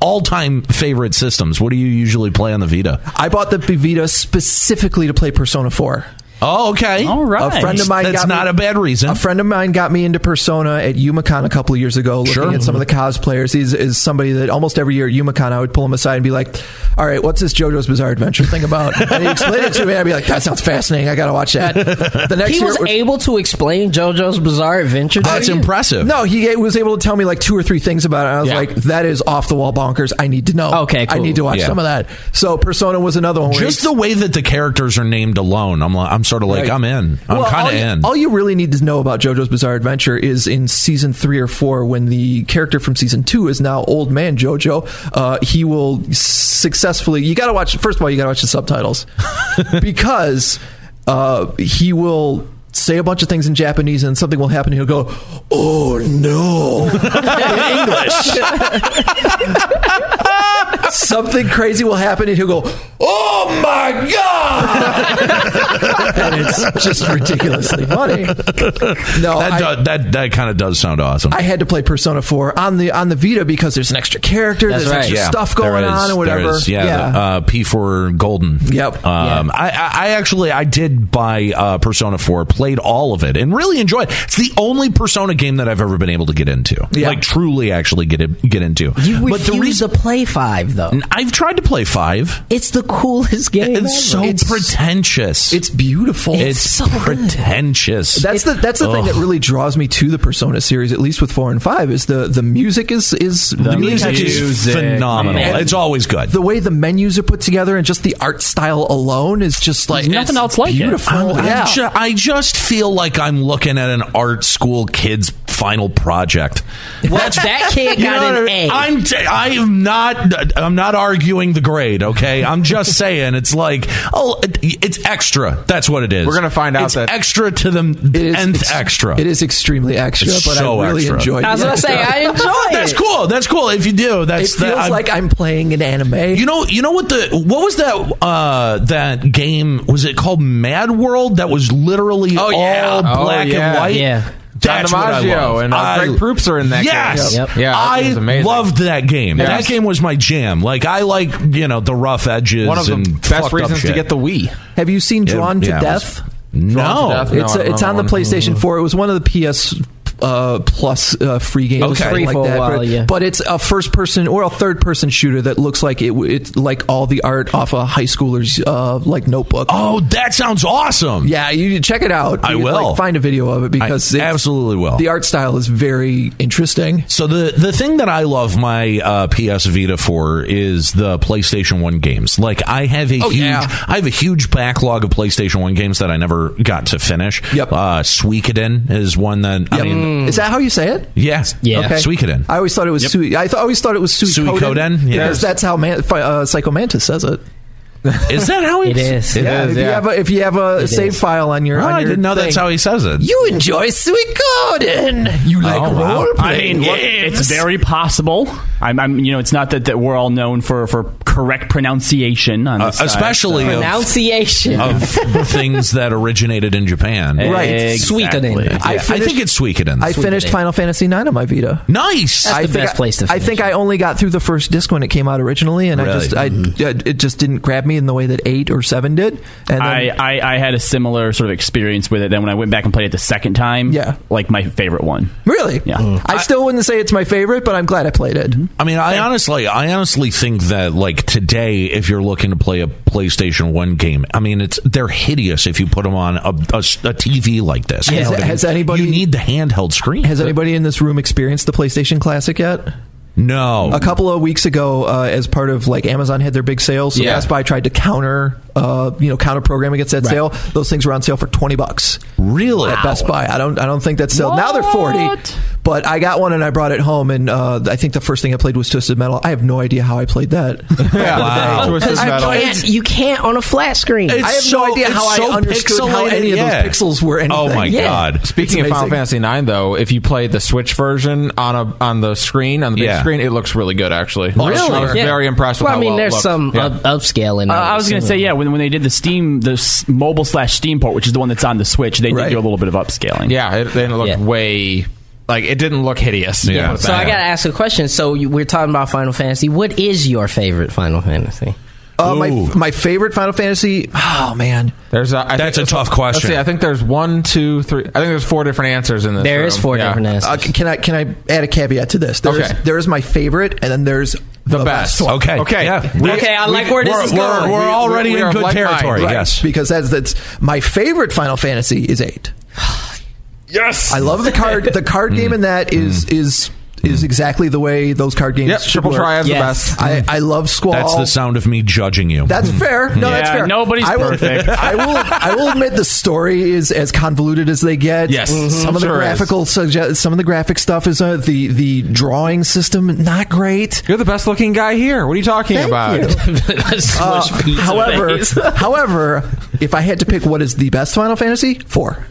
S4: all time favorite systems. What do you usually play on the Vita?
S2: I bought the Vita specifically to play Persona Four.
S4: Oh, okay.
S6: All right.
S2: A friend of mine
S4: That's
S2: got
S4: not
S2: me-
S4: a bad reason.
S2: A friend of mine got me into Persona at YumaCon a couple of years ago, looking
S4: Sure.
S2: at some of the cosplayers. He's is somebody that almost every year at YumaCon I would pull him aside and be like, "All right, what's this JoJo's Bizarre Adventure thing about?" And he explained it to me. I'd be like, "That sounds fascinating. I got to watch that." The next
S5: he
S2: year
S5: was
S2: it was-
S5: able to explain JoJo's Bizarre Adventure. to
S4: That's
S5: you?
S4: impressive.
S2: No, he was able to tell me like two or three things about it. and I was
S7: Yeah.
S2: like, "That is off the wall bonkers. I need to know.
S5: Okay,
S2: I
S5: cool.
S2: need to watch
S4: Yeah.
S2: some of that." So Persona was another one. where
S4: Just
S2: he-
S4: the way that the characters are named alone, I'm like, I'm sort of like
S2: Right.
S4: I'm in. I'm
S2: Well, oh,
S4: kind
S2: all
S4: of
S2: you-
S4: in.
S2: All you really need to know about JoJo's Bizarre Adventure is in season three or four, when the character from season two is now old man JoJo. Uh, he will successfully. You got to watch. First of all, you got to watch the subtitles because uh, he will. Say a bunch of things in Japanese, and something will happen. And he'll go, "Oh no!" in English, something crazy will happen, and he'll go, "Oh my god!" and it's just ridiculously funny. No,
S4: that,
S2: I-
S4: do- that that kind of does sound awesome.
S2: I had to play Persona 4 on the on the Vita because there's an extra character,
S5: That's
S2: there's
S5: right.
S2: extra
S5: Yeah,
S2: stuff
S4: there
S2: going
S4: is,
S2: on or whatever.
S4: There is, yeah, the, uh, P4 Golden.
S2: Yep.
S4: Um, I, I, I actually I did buy uh, Persona 4, played all of it, and really enjoyed. it. It's the only Persona game that I've ever been able to get into.
S2: Yeah.
S4: Like truly, actually get it, get into.
S5: You
S4: but the
S5: refuse
S4: reason
S5: to play five though.
S4: I've tried to play five,
S5: It's the coolest game. ever.
S4: it's so pretentious.
S2: it's beautiful.
S4: it's
S5: so good.
S4: pretentious.
S2: that's the that's the thing that really draws me to the Persona series, at least with four and five, is the the music is is
S4: the
S2: really
S4: music
S2: catchy.
S4: is phenomenal.
S6: man.
S4: It's always good.
S2: the way the menus are put together and just the art style alone is just like
S6: There's nothing
S2: it's
S6: else like it.
S2: beautiful.
S4: I'm- I'm
S2: yeah.
S4: ju- I just feel like I'm looking at an art school kid's final project.
S5: Well, that kid
S4: You know
S5: got
S4: what
S5: an
S4: I
S5: A.
S4: mean? I'm t- I am not I'm not arguing the grade, okay? I'm just saying it's like oh it- it's extra. That's what it is.
S7: We're gonna find out
S4: it's
S7: that-
S4: extra to the nth
S2: ex-
S4: extra.
S2: It is extremely extra,
S4: It's
S2: but
S4: so
S2: I really
S4: extra.
S2: enjoyed
S5: I was
S2: it.
S5: gonna say I enjoy
S4: That's
S5: it.
S4: cool. That's cool. If you do,
S2: it
S4: that's
S2: feels
S4: that, I'm-
S2: like I'm playing an anime.
S4: You know, you know what the what was that uh that game was it called Mad World that was literally
S7: Oh, yeah.
S4: all
S7: Oh,
S4: black and
S7: yeah.
S4: white?
S5: Yeah.
S7: John
S4: That's what I
S7: DiMaggio
S4: love.
S7: and, uh,
S4: I-
S7: Greg Proops are in that game.
S4: Yes,
S7: Yep. Yeah, that
S4: I
S7: game's amazing.
S4: loved that game.
S7: Yes.
S4: That game was my jam. Like I like you know the rough edges.
S7: One of the
S4: and fucked
S7: best
S4: up
S7: reasons to
S4: shit.
S7: get the Wii.
S2: Have you seen
S4: Yeah,
S2: Drawn
S4: yeah,
S2: to
S4: it was-
S2: Death?
S4: no.
S7: Drawn to Death.
S2: it's
S7: No, I don't
S2: it's
S7: know
S2: on the
S7: one.
S2: PlayStation 4. It was one of the PS uh, Plus uh, free games,
S4: Okay.
S2: something
S4: Free
S2: like
S5: for a
S2: that.
S5: while,
S2: but,
S5: yeah.
S2: but it's a first person or a third person shooter that looks like it. w- It's like all the art off a high schooler's uh, like notebook.
S4: Oh, that sounds awesome.
S2: Yeah, you you check it out.
S4: I
S2: You, like,
S4: will.
S2: find a video of it
S4: I
S2: because it's-
S4: absolutely will.
S2: The art style is very interesting.
S4: So the the thing that I love my uh, PS Vita for is the PlayStation One games. Like I have a
S2: Oh,
S4: huge
S2: yeah.
S4: I have a huge backlog of PlayStation One games that I never got to finish.
S2: Yep.
S4: Uh, Suikoden is one that I
S2: Yep.
S5: Hmm.
S4: mean.
S2: Is that how you say it?
S4: Yes.
S5: Yeah. Okay.
S4: Suikoden.
S2: I always thought it was Sui. I th- always thought it was Suikoden,
S4: Suikoden? Yeah.
S2: because that's how man- fi- uh, Psycho Mantis says it.
S4: Is that how
S5: It is.
S2: yeah,
S7: is,
S2: if you
S7: yeah.
S2: have a, if you have a save
S5: is.
S2: file on your,
S4: Oh,
S2: on
S4: I
S2: your
S4: didn't know
S2: thing.
S4: that's how he says it.
S2: You enjoy Suikoden. You like
S4: Oh, wow.
S2: role
S6: I
S2: playing.
S6: mean, it's very possible. I'm, I'm, you know, it's not that, that we're all known for, for correct pronunciation on
S4: Uh,
S6: this side,
S4: especially
S6: so-
S4: of,
S5: Pronunciation.
S4: of things that originated in Japan.
S2: Right.
S5: Suikoden.
S6: Exactly.
S4: I,
S2: I
S4: I
S2: finished-
S4: think it's Suikoden.
S2: I finished
S5: Suikoden.
S2: Final Fantasy IX on my Vita.
S4: nice.
S5: That's
S2: I
S5: the
S2: think
S5: best
S2: I-
S5: place to
S2: I
S5: finish
S2: think I only got through the first disc when it came out originally, and I
S4: Really?
S2: just I I- it just didn't grab me in the way that eight or seven did. And then,
S6: I, I, I had a similar sort of experience with it. Then when I went back and played it the second time,
S2: Yeah.
S6: like my favorite one.
S2: really,
S6: Yeah. Mm.
S2: I still wouldn't say it's my favorite, but I'm glad I played it.
S4: I mean, I honestly, I honestly think that like today, if you're looking to play a PlayStation One game, I mean, it's they're hideous if you put them on a, a s- a TV like this. You
S2: Has-
S4: know what I mean?
S2: has anybody-
S4: You need the handheld screen.
S2: Has anybody in this room experienced the PlayStation Classic yet?
S4: no.
S2: A couple of weeks ago, uh, as part of like Amazon had their big sale, so
S7: Yeah.
S2: Best Buy tried to counter, uh, you know, counter program against that sale. Those things were on sale for twenty bucks.
S4: Really?
S2: At Best Buy, I don't, I don't think that's sale. Now they're forty, but I got one and I brought it home, and uh, I think the first thing I played was Twisted Metal. I have no idea how I played that.
S4: Wow.
S7: Twisted
S5: You
S7: Metal.
S5: can't, you can't on a flat screen.
S4: It's
S2: I have
S4: so-
S2: no idea how
S4: it's so
S2: I understood how
S4: pixelated,
S2: any
S4: yeah.
S2: of those pixels were anything.
S4: Oh my
S5: Yeah.
S4: god!
S7: Speaking of
S2: It's
S7: Final Fantasy
S2: amazing.
S7: IX, though, if you play the Switch version on a on the screen on the big
S4: Yeah.
S7: screen, it looks really good. Actually,
S2: really?
S7: I was
S5: Yeah.
S7: very impressed.
S5: Well,
S7: with
S5: I
S7: how
S5: mean,
S7: well it
S5: there's
S7: looked.
S5: some
S7: Yeah.
S5: up, upscaling.
S6: Uh, I was going to say, yeah, when, when they did the Steam, the s- mobile slash Steam port, which is the one that's on the Switch, they
S2: Right.
S6: did do a little bit of upscaling.
S7: Yeah, it, and it looked
S5: Yeah.
S7: way like it didn't look hideous.
S4: Yeah.
S5: So I got to ask a question. So you, we're talking about Final Fantasy. What is your favorite Final Fantasy?
S2: Uh, my,
S4: Ooh.
S2: my favorite Final Fantasy. Oh man,
S7: There's a, I think
S4: That's a
S7: there's-
S4: tough question.
S7: Let's see, I think there's one, two, three. I think there's four different answers in this.
S5: There
S7: room.
S5: is four
S7: Yeah.
S5: different answers.
S2: Uh, can I can I add a caveat to this? There's
S7: Okay.
S2: there's my favorite, and then there's the,
S7: best.
S2: one.
S4: Okay.
S7: Okay.
S4: Yeah.
S7: We-
S5: Okay, I like where this
S4: we're,
S5: is
S4: we're,
S5: going.
S4: we're
S7: We-
S4: already
S7: we- we
S4: in
S7: are
S4: good
S7: like mine,
S4: territory.
S7: right.
S4: Yes.
S2: because that's that's my favorite Final Fantasy is eight. yes, I love the card. The card game in that is is is exactly the way those card games.
S7: Yep,
S2: should
S7: Triple
S2: work.
S7: Triad's
S5: Yes.
S7: the best.
S2: I, I love Squall.
S4: That's the sound of me judging you.
S2: That's fair. No, that's
S6: Yeah,
S2: fair.
S6: nobody's
S2: I will,
S6: perfect.
S2: I will. I will admit the story is as convoluted as they get.
S4: Yes. Mhm.
S2: some of the
S7: Sure is.
S2: graphical sugge- some of the graphic stuff is uh, the the drawing system not great.
S7: You're the best looking guy here. What are you talking
S2: Thank
S7: about?
S2: you. Uh,
S6: Smush pizza
S2: however,
S6: face.
S2: however, if I had to pick what is the best Final Fantasy, four.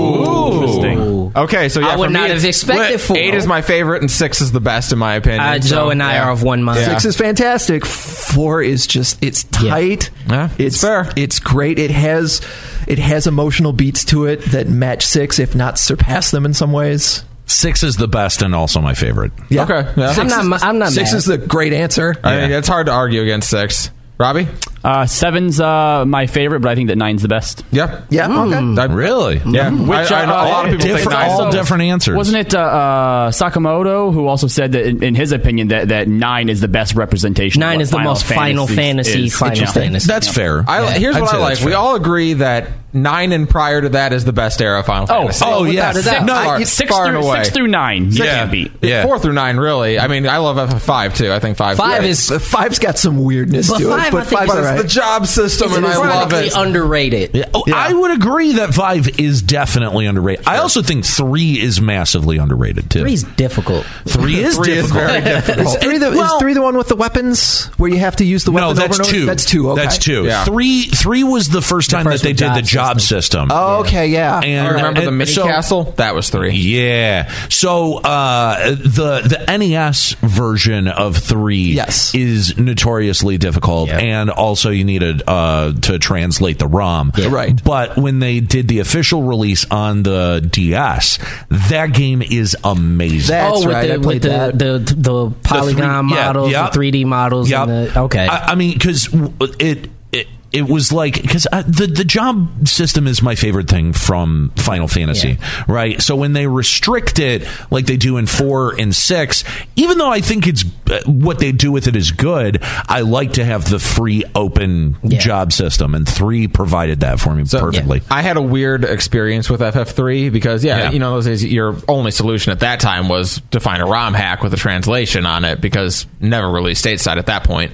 S5: Ooh.
S7: Okay, so yeah,
S5: I would
S7: for me,
S5: not have
S7: it's
S5: expected
S7: split.
S5: four.
S7: Eight is my favorite, and six is the best in my opinion.
S5: Uh, Joe
S7: so,
S5: and I
S7: yeah.
S5: are of one mind.
S7: Yeah.
S2: Six is fantastic. Four is just it's
S5: Yeah.
S2: tight.
S7: Yeah,
S2: it's
S7: it's fair.
S2: It's great. It has it has emotional beats to it that match six, if not surpass them in some ways.
S4: Six is the best and also my favorite.
S2: Yeah.
S7: Okay, yeah.
S5: I'm not. mu- I'm not.
S2: Six
S5: mad.
S2: is the great answer.
S7: I think it's hard to argue against six. Robbie?
S6: Uh, seven's uh, my favorite, but I think that nine's the best.
S7: Yep.
S2: Yeah. Okay.
S7: I-
S4: Really?
S7: Yeah.
S6: Which,
S7: I, I know
S6: uh,
S7: a lot of people
S4: Different,
S7: think nine.
S4: all
S6: also-
S4: different answers.
S6: Wasn't it uh, uh, Sakamoto who also said that, in, in his opinion, that, that nine is the best representation? of
S5: Nine
S6: what
S5: is the most Final Fantasy.
S6: is.
S5: Final
S6: Yeah.
S5: Fantasy.
S4: That's fair.
S7: I, Here's
S4: I'd
S7: what
S4: say
S7: I
S4: that's
S7: like. We
S4: fair.
S7: all agree that nine and prior to that is the best era of Final Fantasy.
S4: oh, yeah.
S6: Six,
S4: No,
S6: I-
S7: far-
S6: six,
S7: far
S6: through,
S7: and away.
S6: six through nine, you
S4: Yeah.
S6: can't beat.
S4: Yeah.
S7: Four through nine, really. I mean, I love five too. I think five.
S5: Five
S7: great.
S5: is
S2: Uh, Five's got some weirdness
S5: But
S2: to it,
S5: five, I
S2: but
S5: think,
S2: five's
S5: is-
S2: all
S7: It's
S2: right.
S7: the job system,
S5: It's
S7: and I love
S5: chronically
S7: it.
S5: underrated.
S4: Oh, I would agree that five is definitely underrated. I also think three is massively underrated too.
S5: Three's difficult.
S4: Three is
S7: Three is
S4: difficult.
S7: very
S2: Is
S7: difficult.
S2: three, the,
S4: Well-
S2: is three the one with the weapons where you have to use the
S4: no,
S2: weapon?
S4: that's
S2: over and over?
S4: two.
S2: That's two. Okay.
S4: That's two.
S7: Yeah.
S4: Three. Three was the first time
S5: first
S4: that they did
S5: job
S4: the job system.
S2: Oh, okay. Yeah.
S4: And-
S7: I remember the
S4: and
S7: mini
S4: so-
S7: castle. That
S2: E
S7: was three.
S4: Yeah. So uh, the the NES version of three
S2: Yes.
S4: is notoriously difficult, and also you needed uh, to translate the ROM.
S2: Right.
S4: But when they did the official release on the DS, that game is amazing.
S2: That's
S5: oh, with
S2: right.
S5: the
S2: I
S5: with
S2: played
S5: the,
S2: that.
S5: the the polygon
S4: three- yeah,
S5: models,
S4: yep.
S5: the three D models,
S4: Yep.
S5: and the okay.
S4: I, I mean, because it. it it was like because the the job system is my favorite thing from Final Fantasy, right? So when they restrict it like they do in four and six, even though I think it's uh, what they do with it is good, I like to have the free open
S5: Yeah.
S4: job system, and three provided that for me perfectly.
S7: I had a weird experience with FF3 because, yeah,
S4: Yeah.
S7: you know, those days your only solution at that time was to find a ROM hack with a translation on it because never released stateside at that point.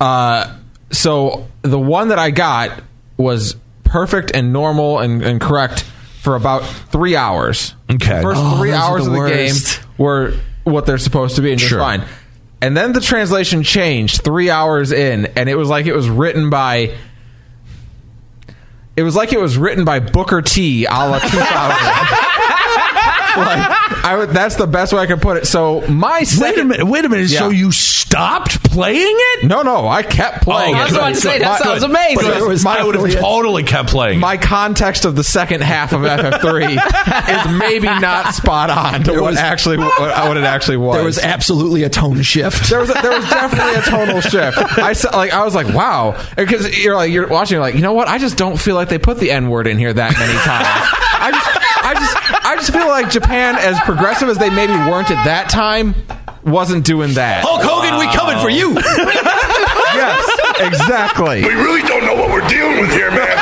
S7: Uh, so the one that I got was perfect and normal and, and correct for about three hours.
S4: Okay.
S7: The first
S2: Oh,
S7: three
S2: those are
S7: hours
S2: the
S7: of the
S2: worst.
S7: game were what they're supposed to be and just
S4: Sure.
S7: fine. And then the translation changed three hours in, and it was like it was written by it was like it was written by Booker T, a la 2000. like, I would, that's the best way I could put it. So my
S4: Wait a
S7: second,
S4: minute! Wait a minute!
S7: Yeah.
S4: So you stopped playing it?
S7: no, no, I kept playing.
S4: Oh, I
S7: it.
S4: was about to say,
S5: that
S7: My-
S5: sounds amazing.
S7: Because
S4: But
S2: it was
S7: my,
S4: I would have
S2: definitely it.
S4: totally kept playing. it.
S7: my context of the second half of FF3 is maybe not spot on to what
S2: was-
S7: actually what, what it actually was.
S2: there was absolutely a tone shift.
S7: There was a, there was definitely a tonal shift. I s- like I was like, wow, because you're like you're watching, you're like, you know what? I just don't feel like they put the N word in here that many times. I just I just I just feel like Japan, as progressive as they maybe weren't at that time, wasn't doing that.
S4: Hulk Hogan, we coming for you.
S7: yes, exactly.
S13: We really don't know what we're dealing with here, man.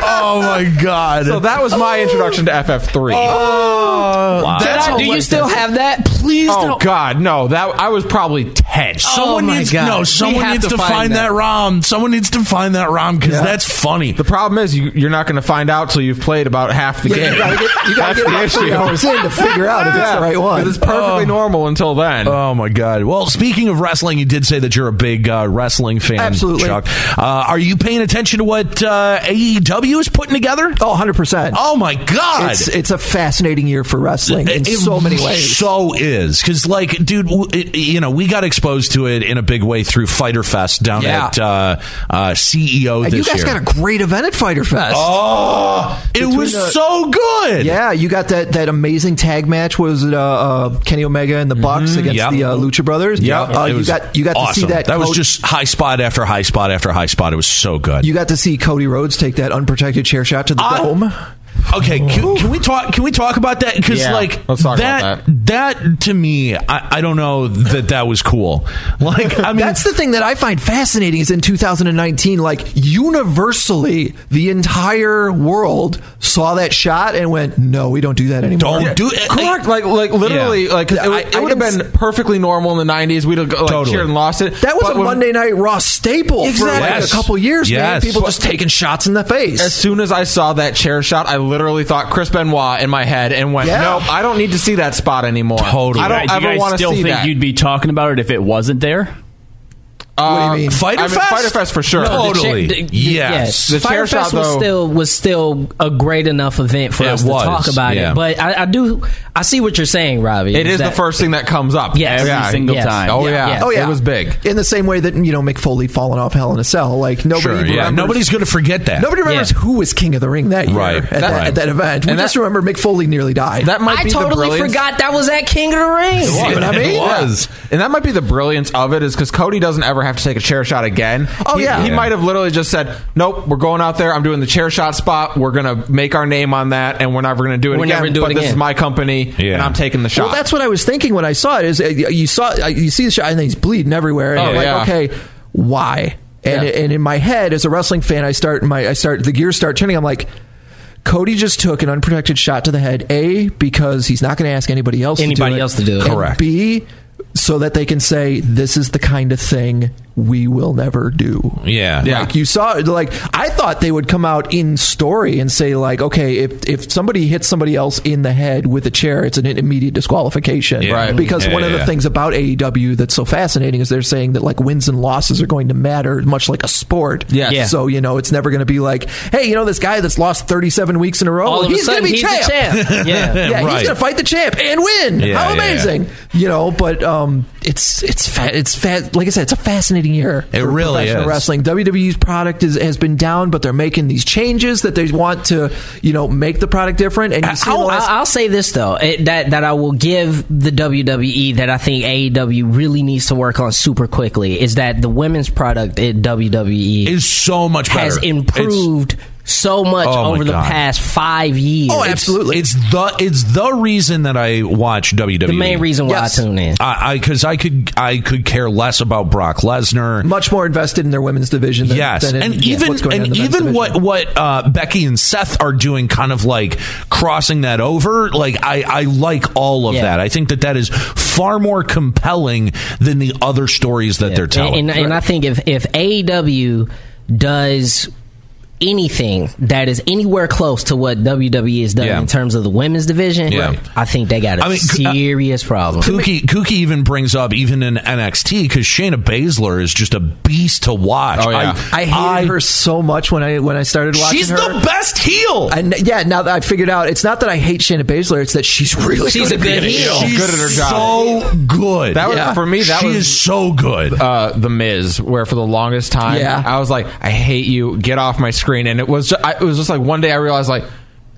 S4: oh my god.
S7: So that was my introduction to FF3.
S4: Oh.
S5: Did I- do you still have that? Please
S7: oh
S5: don't.
S7: God, no! That I was probably ten. Oh,
S4: Someone
S5: Oh, my
S4: needs
S5: God.
S4: no.
S5: We
S4: Someone
S5: have
S4: needs
S5: to
S4: to find,
S5: find
S4: that.
S5: that.
S4: ROM. Someone needs to find that ROM because that's funny.
S7: The problem is you, you're not going to find out till you've played about half the game.
S2: You gotta get, you gotta
S7: That's
S2: get
S7: the
S2: about three
S7: issue.
S2: hours in to figure out if it's
S7: Yeah,
S2: the right
S7: 'cause
S2: one.
S7: It's
S6: Oh.
S7: perfectly normal until then.
S4: Oh my God! Well, speaking of wrestling, you did say that you're a big uh, wrestling fan.
S2: Absolutely.
S4: Chuck. Uh, are you paying attention to what uh, AEW is putting together?
S2: Oh, 100%.
S4: Oh my God!
S2: it's, it's a fascinating year for wrestling in
S4: It
S2: so many ways.
S4: So is because, like, dude, w- it, you know, we got exposed to it in a big way through Fighter Fest down
S2: Yeah.
S4: at uh, uh, CEO
S2: and
S4: this
S2: you guys
S4: year.
S2: got a great event at Fighter Fest.
S4: oh, it
S2: Between
S4: was
S2: the-
S4: so good.
S2: Yeah, you got that, that amazing tag match. Was it uh, uh, Kenny Omega and the Bucks against
S4: Mm-hmm. Yep.
S2: the uh, Lucha Brothers?
S4: Yeah,
S2: uh,
S4: it
S2: you
S4: was
S2: got you got to see
S4: awesome.
S2: that.
S4: That was
S2: Cody-
S4: just high spot after high spot after high spot. It was so good.
S2: you got to see Cody Rhodes take that unprotected chair shot to the
S4: I-
S2: dome.
S4: Okay, can, can we talk? Can we talk about that? Because
S7: Yeah,
S4: like
S7: let's talk about
S4: that that to me, I, I don't know that that was cool. Like, I mean,
S2: That's the thing that I find fascinating is in 2019, like universally, the entire world saw that shot and went, "No, we don't do that anymore."
S4: don't do it.
S7: Correct, like like literally,
S4: Yeah.
S7: like 'cause it,
S2: I-
S7: would- it
S2: I
S7: would have
S2: didn't
S7: been perfectly normal in the '90s. We'd have like,
S4: Totally.
S7: cheered and lost it.
S2: That was
S7: But
S2: a
S7: when-
S2: Monday Night Raw staple for like
S4: Yes.
S2: a couple years,
S4: Yes.
S2: man. People
S4: But-
S2: just taking shots in the face.
S7: As soon as I saw that chair shot, I literally thought Chris Benoit in my head and went,
S2: Yeah.
S7: "Nope, I don't need to see that spot anymore.
S4: Totally.
S7: I
S6: Guys,
S7: don't
S6: you
S7: ever
S6: guys
S7: want to
S6: still
S7: see
S6: think
S7: that." Uh,
S6: you'd be talking about it if it wasn't there?
S2: what do you mean?
S4: Fighter
S7: I mean,
S4: Fest?
S7: Fighter Fest for sure.
S4: No, Totally.
S5: Oh, The cha- the-
S4: Yes.
S7: The chair
S5: Fyre Fest
S7: shot,
S5: was
S7: though-
S5: still was still a great enough event for
S4: It
S5: us
S4: was,
S5: to talk about
S4: yeah.
S5: it. But I, I do I see what you're saying, Robbie.
S7: It is the
S5: that-
S7: first thing that comes up.
S5: Yes.
S6: Every
S5: Yeah.
S6: single
S5: Yes.
S6: time.
S7: Oh yeah.
S5: Yeah.
S2: Oh yeah,
S7: It was big.
S2: In the same way that you know McFoley falling off Hell in a Cell, like nobody,
S4: Sure, yeah.
S2: remembers,
S4: Nobody's going to forget that.
S2: nobody remembers who was King of the Ring that year
S4: Right,
S2: at,
S4: that-
S2: that, at that event. We
S7: and
S2: just
S7: that-
S2: remember McFoley nearly died.
S7: That might
S5: I
S7: be the
S5: totally
S7: brilliance.
S5: forgot that was at King of the Ring.
S4: Yeah, but
S7: I
S4: it
S7: mean,
S4: was.
S7: yeah. And that might be the brilliance of it is because Cody doesn't ever have to take a chair shot again.
S2: Oh,
S7: He-
S2: yeah.
S7: He
S2: Yeah.
S7: might have literally just said, Nope, we're going out there. I'm doing the chair shot spot. We're going to make our name on that and we're never going to do it
S5: We're
S7: again.
S5: never gonna do
S7: but
S5: it
S7: this
S5: again.
S7: is my company
S4: Yeah.
S7: and I'm taking the shot.
S2: Well, that's what I was thinking when I saw it. Is uh, you saw uh, you see the shot and then he's bleeding everywhere, and
S7: Oh,
S2: you're
S7: yeah.
S2: like, okay, why? And
S7: Yeah.
S2: and in my head, as a wrestling fan, I start my I start the gears start turning. I'm like. Cody just took an unprotected shot to the head. A because he's not going to ask anybody else to
S5: Anybody
S2: do it.
S5: else to do it.
S2: And
S4: Correct.
S2: B so that they can say this is the kind of thing we will never do.
S4: Yeah.
S7: Yeah.
S2: Like you saw like I thought they would come out in story and say like okay if if somebody hits somebody else in the head with a chair it's an immediate disqualification
S4: Yeah. Right.
S2: because
S4: Yeah,
S2: one of
S4: yeah,
S2: the
S4: yeah.
S2: things about AEW that's so fascinating is they're saying that like wins and losses are going to matter much like a sport
S7: Yes. Yeah.
S2: so you know it's never going to be like hey you know this guy that's lost 37 weeks in a row
S5: All of a
S2: he's going
S5: sudden,
S2: to be
S5: he's
S2: champ
S5: the champ. Yeah.
S2: yeah,
S4: Right.
S2: he's gonna fight the champ and win.
S4: Yeah,
S2: How
S4: yeah, yeah.
S2: amazing! You know, but um, it's it's fat, it's fat. Like I said, it's a fascinating year.
S4: It
S2: for
S4: really
S2: professional
S4: is.
S2: Wrestling WWE's product is, has been down, but they're making these changes that they want to, you know, make the product different.
S4: Uh,
S2: And you see the
S5: I'll,
S2: last-
S5: I'll say this though it, that that I will give the WWE that I think AEW really needs to work on super quickly is that the women's product at WWE
S4: Is so much better.
S5: has
S4: It's-
S5: improved so much
S4: Oh, my
S5: over the
S4: God.
S5: past five years.
S2: Oh,
S5: It's
S2: absolutely.
S4: It's the it's the reason that I watch WWE.
S5: the main reason why
S2: Yes.
S5: I tune in.
S4: I because I, could I could care less about Brock Lesnar.
S2: much more invested in their women's division. Than,
S4: yes,
S2: than in,
S4: and
S2: yeah,
S4: even
S2: what's going on in
S4: and
S2: the men's
S4: even
S2: division.
S4: what what uh, Becky and Seth are doing, kind of like crossing that over. Like I I like all of
S5: Yeah.
S4: that. I think that that is far more compelling than the other stories that they're telling.
S5: And, and, and I think if if AEW does anything that is anywhere close to what WWE has done
S4: Yeah.
S5: in terms of the women's division,
S4: Yeah.
S5: I think they got a
S4: I mean, c- uh,
S5: serious problem.
S4: Kooky, Kooky even brings up even in NXT because Shayna Baszler is just a beast to watch.
S7: Oh, yeah.
S2: I hated her so much when I when I started watching
S4: She's
S2: her.
S4: the best heel.
S2: And yeah, now that I figued out, it's not that I hate Shayna Baszler; it's that she's really
S5: She's
S2: good at
S5: a good
S2: being
S5: heel.
S4: She's
S7: good at her job.
S4: So good.
S7: That was,
S2: Yeah.
S7: for me, that
S4: she
S7: was
S4: is so good.
S7: uh, the Miz, where for the longest time,
S2: Yeah.
S7: I was like, I hate you, get off my screen, and it was just, I, it was just like one day I realized like,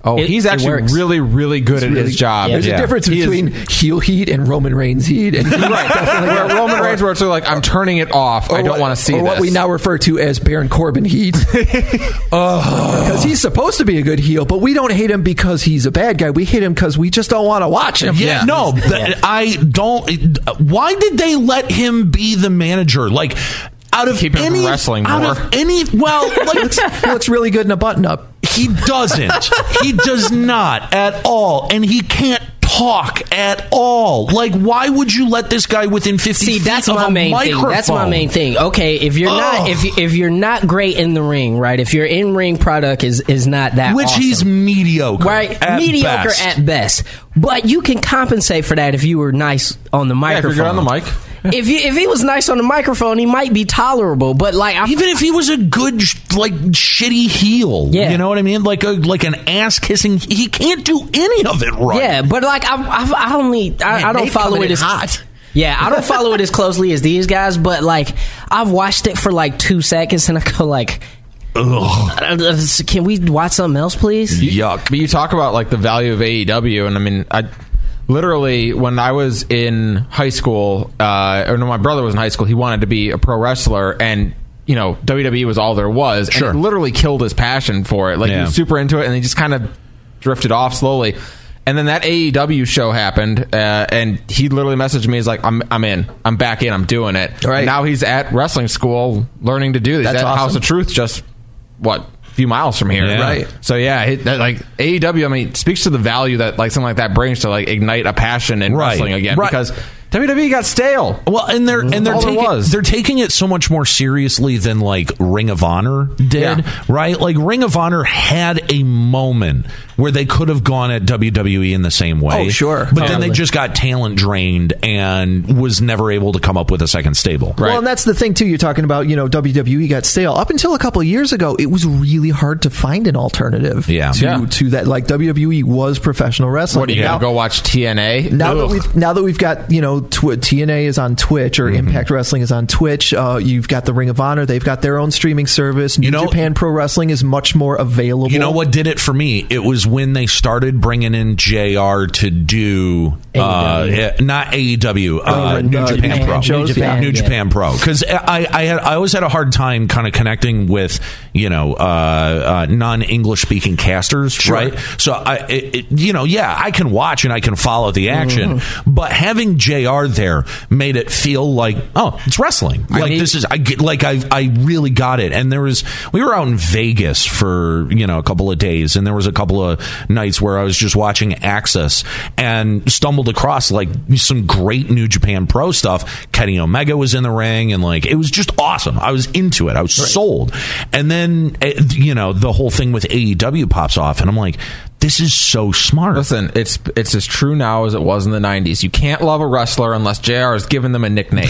S7: oh,
S5: It-
S7: he's
S5: it
S7: actually
S5: works.
S7: really, really good at
S2: really-
S7: his job.
S2: There's
S7: Yeah.
S2: a difference
S7: He is-
S2: between heel heat and Roman Reigns heat, and
S7: right. Where Roman Reigns, where it's like, I'm turning it off. I don't want to see
S2: or what
S7: this.
S2: we now refer to as Baron Corbin heat, because he's supposed to be a good heel, but we don't hate him because he's a bad guy. We hate him because we just don't want to watch him.
S4: Yeah, no, th- I don't. Why did they let him be the manager? Like, out of
S7: Keep him from
S4: any
S7: wrestling
S4: out
S7: more.
S4: of any, well, like
S2: he looks really good in a button up.
S4: he doesn't. he does not at all, and he can't talk at all. Like, why would you let this guy within fifty
S5: See,
S4: feet
S5: that's
S4: of
S5: my
S4: a
S5: main
S4: microphone?
S5: thing. That's my main thing. Okay, if you're
S4: Ugh.
S5: not if if you're not great in the ring, right? If your in ring product is is not that
S4: Which
S5: awesome,
S4: he's mediocre,
S5: right
S4: at
S5: mediocre
S4: best.
S5: at best, but you can compensate for that if you were nice on the
S7: Yeah, if
S5: microphone.
S7: you're good on the mic.
S5: If you, if he was nice on the microphone, he might be tolerable. But like, I,
S4: even if he was a good sh- like shitty heel
S5: Yeah.
S4: you know what i mean like a like an ass kissing he can't do any of it right
S5: yeah, but like, I I, I only I, I don't
S2: Nate
S5: follow
S2: coming
S5: it
S2: in
S5: as
S2: hot.
S5: Yeah, I don't follow it as closely as these guys, but like, I've watched it for like two seconds, and I go like, Ugh. can we watch something else, please?
S4: Mm-hmm.
S7: Yuck. But you talk about like the value of AEW, and I mean, I literally when I was in high school, uh, or no, my brother was in high school. He wanted to be a pro wrestler, and you know, WWE was all there was, and
S4: Sure.
S7: it literally killed his passion for it. Like he
S4: Yeah.
S7: was super into it, and he just kind of drifted off slowly. And then that AEW show happened, uh, and he literally messaged me. He's like, "I'm, I'm in. I'm back in. I'm doing it."
S2: Right.
S7: now, he's at wrestling school learning to do this.
S2: That's
S7: at
S2: awesome.
S7: House of Truth, just what a few miles from here,
S4: Yeah. Right.
S7: So yeah, it, that, like AEW, I mean, speaks to the value that like something like that brings to like ignite a passion in
S4: Right.
S7: wrestling again
S4: Right.
S7: because WWE got stale.
S4: Well, and they're and they're
S7: All there
S4: taking
S7: was.
S4: they're taking it so much more seriously than like Ring of Honor did,
S7: Yeah.
S4: right? Like Ring of Honor had a moment where they could have gone at WWE in the same way.
S2: Oh, sure.
S4: But then they
S5: Totally.
S4: just got talent drained and was never able to come up with a second stable.
S2: Well, and that's the thing too. You're talking about you know WWE got stale up until a couple of years ago. It was really hard to find an alternative.
S4: Yeah.
S2: to,
S4: Yeah.
S2: to that like WWE was professional wrestling.
S7: What are you
S2: Now-
S7: gonna go watch TNA?
S2: now that
S7: Ugh.
S2: we've now that we've got you know tw- TNA is on Twitch or
S4: Mm-hmm.
S2: Impact Wrestling is on Twitch. Uh, you've got the Ring of Honor. They've got their own streaming service. New
S4: You know-
S2: Japan Pro Wrestling is much more available.
S4: You know what did it for me? It was when they started bringing in JR to do uh,
S2: E
S5: AEW.
S4: eh, not AEW,
S2: Uh,
S4: uh, New
S2: uh,
S4: Japan
S2: New
S4: Pro,
S2: Japan shows,
S4: New Japan,
S5: yeah.
S4: New Japan Pro, because I I, had, I always had a hard time kind of connecting with you know uh, uh, non English speaking casters, right? So I it, it, you know yeah I can watch and I can follow the
S2: Mm-hmm.
S4: action, but having JR there made it feel like oh it's wrestling, like
S7: need-
S4: this is I get like I I really got it. And there was we were out in Vegas for you know a couple of days, and there was a couple of nights where I was just watching Access and stumbled across like some great New Japan Pro stuff. Kenny Omega was in the ring, and like it was just awesome. I was into it. I was sold. And then eh, you know the whole thing with AEW pops off, and I'm like, this is so smart.
S7: Listen, it's it's as true now as it was in the '90s. You can't love a wrestler unless Jr. is giving them a nickname.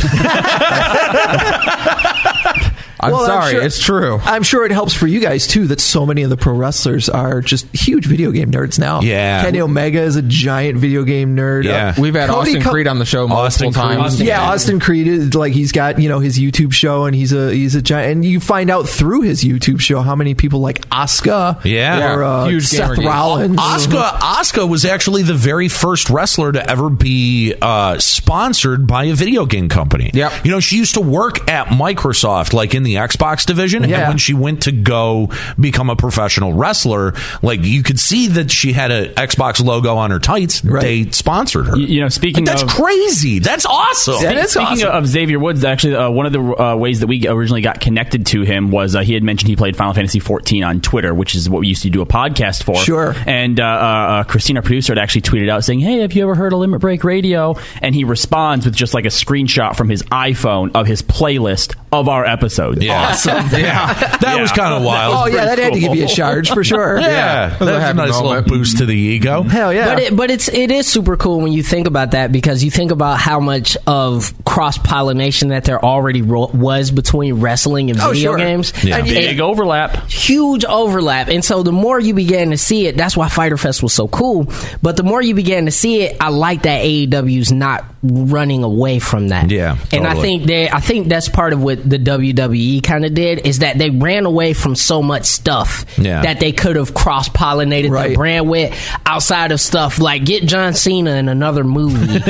S7: I'm
S2: Well,
S7: sorry,
S2: sure-
S7: it's true.
S2: I'm sure it helps for you guys too that so many of the pro wrestlers are just huge video game nerds now.
S4: Yeah.
S2: Kenny Omega is a giant video game nerd.
S4: Yeah.
S7: We've had
S2: Cody
S7: Austin
S2: Co-
S7: Creed on the show multiple
S4: Austin Creed.
S7: times.
S4: Austin
S2: yeah, Austin Creed is like he's got you know his YouTube show and he's a he's a giant and you find out through his YouTube show how many people like Asuka
S4: Yeah.
S2: or uh,
S7: Huge gamer
S2: Seth
S7: dude.
S2: Rollins
S4: Oscar Oscar was actually the very first wrestler to ever be uh, sponsored by a video game company.
S7: Yep.
S4: You know, she used to work at Microsoft, like in the Xbox division. And
S2: Yeah.
S4: when she went to go become a professional wrestler, like you could see that she had an Xbox logo on her tights. They sponsored her.
S6: Y- you know, speaking
S4: Like, that's
S6: of-
S4: crazy. That's awesome.
S2: That is
S6: Speaking
S2: awesome.
S6: of Xavier Woods, actually, uh, one of the uh, ways that we originally got connected to him was uh, he had mentioned he played Final Fantasy 14 on Twitter, which is what we used to do a podcast for.
S2: Sure.
S6: And uh, uh, uh, Christina, producer, had actually tweeted out saying, "Hey, have you ever heard of Limit Break Radio?" And he responds with just like a screenshot from his iPhone of his playlist of our episodes.
S4: Yeah. yeah. That was kind of wild.
S2: Oh yeah, that had to give you a
S6: cool.
S2: charge for sure.
S4: Yeah. That was a
S7: happy
S4: nice little
S7: moment.
S4: boost to the ego.
S2: Hell yeah.
S5: But it, but it's it is super cool when you think about that because you think about how much of cross pollination that there already ro- was between wrestling and
S2: Oh,
S5: video
S2: sure.
S5: games.
S4: Yeah.
S5: And
S6: Big overlap.
S5: huge overlap. And so the more you began to see it, that's why Fighter Fest was so cool. But the more you began to see it, I like that AEW's not running away from that.
S4: Yeah,
S5: And I
S4: totally.
S5: think they I think that's part of what the WWE kind of did is that they ran away from so much stuff
S4: Yeah.
S5: that they could have cross pollinated
S2: Right.
S5: their brand with outside of stuff like get John Cena in another movie,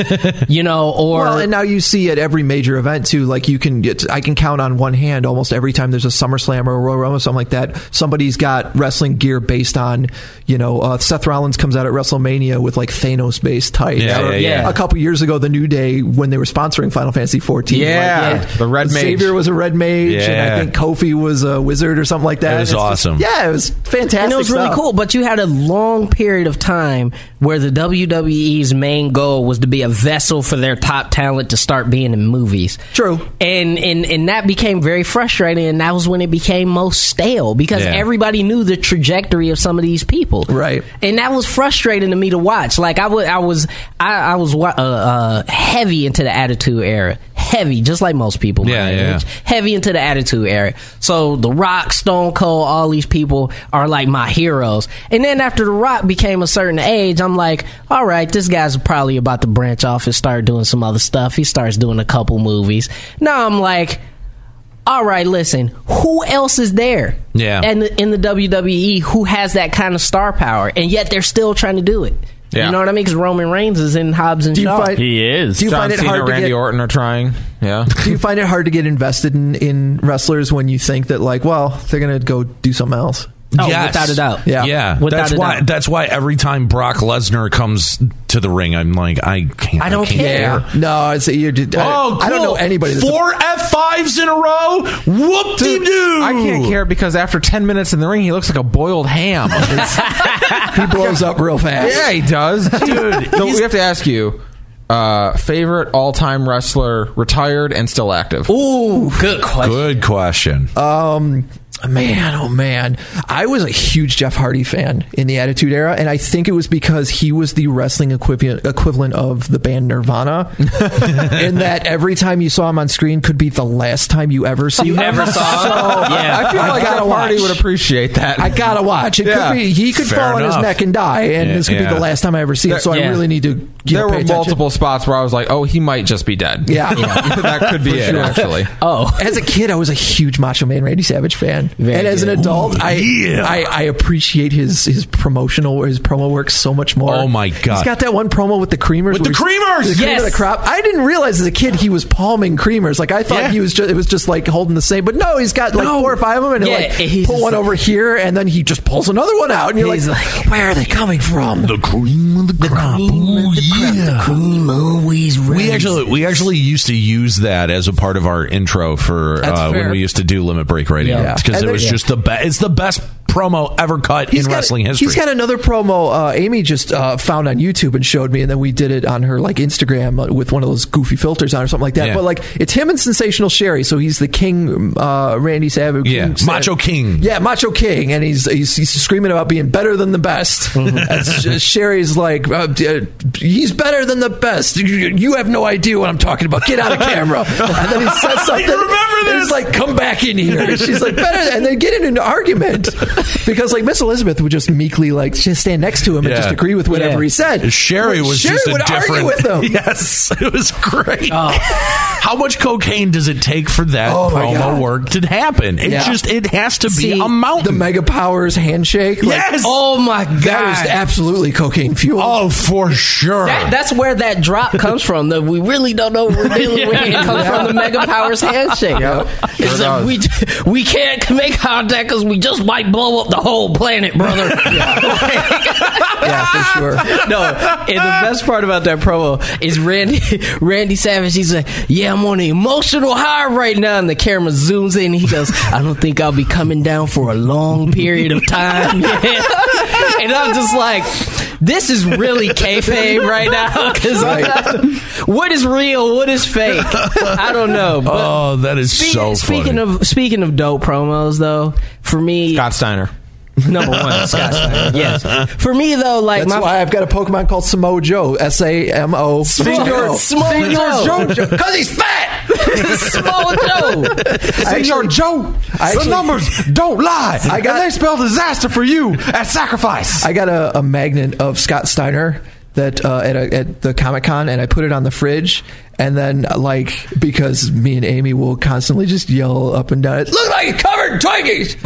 S5: you know, or
S2: Well, and now you see at every major event too. Like you can get, I can count on one hand almost every time there's a SummerSlam or a Royal Rumble, something like that. Somebody's got wrestling gear based on, you know, uh, Seth Rollins comes out at WrestleMania with like Thanos based tights.
S4: Yeah,
S2: Or
S4: yeah, yeah.
S2: A couple years ago, the New Day when they were sponsoring Final Fantasy 14.
S7: Yeah,
S2: like,
S7: the Red Mage.
S2: Xavier was a red mage, and
S4: Yeah.
S2: I think Kofi was a wizard or something like that.
S4: It was
S2: It's just-
S4: awesome.
S2: yeah, it was fantastic.
S5: and it was really
S2: stuff.
S5: cool. But you had a long period of time where the WWE's main goal was to be a vessel for their top talent to start being in movies.
S2: True.
S5: And and and that became very frustrating, and that was when it became most stale because
S4: Yeah.
S5: everybody knew the trajectory of some of these people.
S2: Right.
S5: And that was frustrating to me to watch. Like I wa- I was I, I was wa- uh, uh, heavy into the Attitude Era, heavy, just like most people. my
S4: Yeah, yeah.
S5: age heavy into the attitude era. So The Rock, Stone Cold, all these people are like my heroes. And then after The Rock became a certain age, I'm like, all right, this guy's probably about to branch off and start doing some other stuff. He starts doing a couple movies. Now I'm like, all right, listen, who else is there?
S4: Yeah.
S5: And in the WWE who has that kind of star power and yet they're still trying to do it.
S7: Yeah.
S5: You know what I mean? Because Roman Reigns is in Hobbs and
S2: Do you
S5: Shaw.
S2: find-
S6: He is.
S2: Do you
S7: John
S2: find it
S7: Cena,
S2: hard to
S7: Randy
S2: get-
S7: Orton are trying. Yeah,
S2: do you find it hard to get invested in, in wrestlers when you think that like well they're gonna go do something else
S5: Oh,
S4: Yes.
S5: without a doubt.
S2: Yeah.
S4: Yeah,
S5: Without
S4: that's
S5: a
S4: why.
S5: doubt.
S4: That's why every time Brock Lesnar comes to the ring, I'm like, I can't.
S5: I don't
S4: can't
S5: care.
S2: Yeah. No, it's you. did- I,
S4: Oh,
S2: I don't
S4: cool.
S2: know anybody. That's
S4: Four F fives in a row. Whoop de doo.
S7: I can't care because after 10 minutes in the ring, he looks like a boiled ham.
S2: he blows up real fast.
S7: yeah, he does. Dude, we have to ask you uh, favorite all time wrestler, retired and still active?
S5: Ooh, good question.
S4: Good question.
S2: Um, man, oh man, I was a huge Jeff Hardy fan in the Attitude Era, and I think it was because he was the wrestling equivalent equivalent of the band Nirvana. in that every time you saw him on screen could be the last time you ever see him.
S5: Never saw. him. yeah.
S7: I feel
S2: I
S7: like
S2: Oh, gotta
S7: Jeff Hardy
S2: watch.
S7: would appreciate that.
S2: I gotta watch. It
S7: Yeah.
S2: could be he could
S4: Fair
S2: fall on
S4: enough.
S2: his neck and die, and
S4: Yeah,
S2: this could
S4: yeah.
S2: be the last time I ever see him. So
S5: yeah.
S2: I really need to. You know,
S7: there
S2: pay
S7: were
S2: attention.
S7: multiple spots where I was like, oh, he might just be dead.
S2: Yeah.
S7: that could be it, actually.
S5: Oh,
S2: As a kid, I was a huge Macho Man Randy Savage fan, and as an adult, I, I I appreciate his his promotional or his promo work so much more.
S4: Oh, my God.
S2: he's got that one promo with the creamers.
S4: With the
S2: where he's-
S4: creamers!
S2: the cream
S5: Yes.
S2: of the crop. I didn't realize as a kid he was palming creamers. Like I thought
S4: Yeah.
S2: he was just it was just like holding the same, but no, he's got like four or five of them, and he'll,
S5: Yeah,
S2: like
S5: he's
S2: pull
S5: just
S2: one
S5: like-
S2: over here, and then he just pulls another one out, and you're like,
S5: He's
S2: where are they coming from?
S4: The cream of the crop. Oh, yeah.
S5: cream always
S4: We actually we actually used to use that as a part of our intro for
S2: That's
S4: uh, when
S2: fair.
S4: we used to do Limit Break Radio
S2: Yeah.
S4: because
S2: And
S4: it
S2: then-
S4: was
S2: yeah.
S4: just the best. It's the best promo ever cut in
S2: He's got-
S4: wrestling history.
S2: He's got another promo. Uh, Amy just uh, found on YouTube and showed me, and then we did it on her like Instagram uh, with one of those goofy filters on or something like that.
S4: Yeah.
S2: But like it's him and Sensational Sherry, so he's the King uh, Randy Savage.
S4: Yeah,
S2: King Sav-
S4: Macho King.
S2: Mm-hmm. Yeah, Macho King, and he's he's, he's screaming about being better than the best.
S4: Mm-hmm.
S2: And Sh- Sherry's like, uh, d- uh, he's better than the best. You, you have no idea what I'm talking about. Get out of camera. And then he says something.
S4: remember
S2: and
S4: this.
S2: He's like, come back in here. And she's like, better. than- And they get in an argument because like Miss Elizabeth would just meekly like just stand next to him
S4: Yeah.
S2: and just agree with whatever
S5: Yeah.
S2: he said.
S4: Sherry
S2: But
S4: was
S2: Sherry
S4: just a
S2: would
S4: different.
S2: argue with them.
S4: Yes, it was great.
S5: Oh.
S4: How much cocaine does it take for that
S2: Oh, my
S4: promo
S2: God.
S4: work to happen? It
S2: Yeah.
S4: just it has to be
S5: See,
S4: a mountain.
S2: The mega powers handshake. Like,
S4: yes.
S5: Oh my god.
S2: That is absolutely cocaine fuel.
S4: Oh, for sure.
S5: That- that's where that drop comes from. That we really don't know what we're dealing with. It comes from the Mega Powers handshake. It's like we we can't make contact because we just might blow up the whole planet, brother.
S2: yeah, for sure.
S5: no, and the best part about that promo is Randy Randy Savage. He's like, "Yeah, I'm on an emotional high right now," and the camera zooms in. And he goes, "I don't think I'll be coming down for a long period of time." and I'm just like, "This is really kayfabe right now because what is real, what is fake? I don't know." But
S4: oh, that is
S5: speak-
S4: so funny.
S5: speaking of speaking of dope promos, though, for me,
S7: Scott Steiner.
S5: number one, Scott. Steiner, Yes, for me though, like
S2: That's
S5: my
S2: why I've got a Pokemon called Samo Joe. S A M O.
S5: Joe. Joe.
S2: Because he's fat.
S5: small Joe.
S2: Senor
S7: Joe,
S2: I actually-
S7: numbers don't lie.
S2: I got-
S7: spell disaster for you as sacrifice.
S2: I got a, a magnet of Scott Steiner that uh, at, a, at the Comic Con, and I put it on the fridge. And then, like, because me and Amy will constantly just yell up and down, it looks like it covered in Twinkies.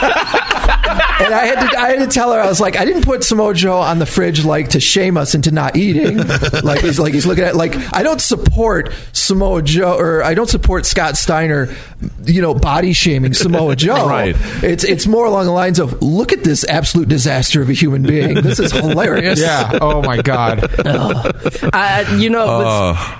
S2: and I had to, I had to tell her, I was like, I didn't put Samoa Joe on the fridge like to shame us into not eating. Like he's like he's looking at like I don't support Samoa Joe or I don't support Scott Steiner, you know, body shaming Samoa Joe.
S4: Right.
S2: It's it's more along the lines of look at this absolute disaster of a human being. This is hilarious.
S7: yeah. Oh my God.
S5: I, uh, you know,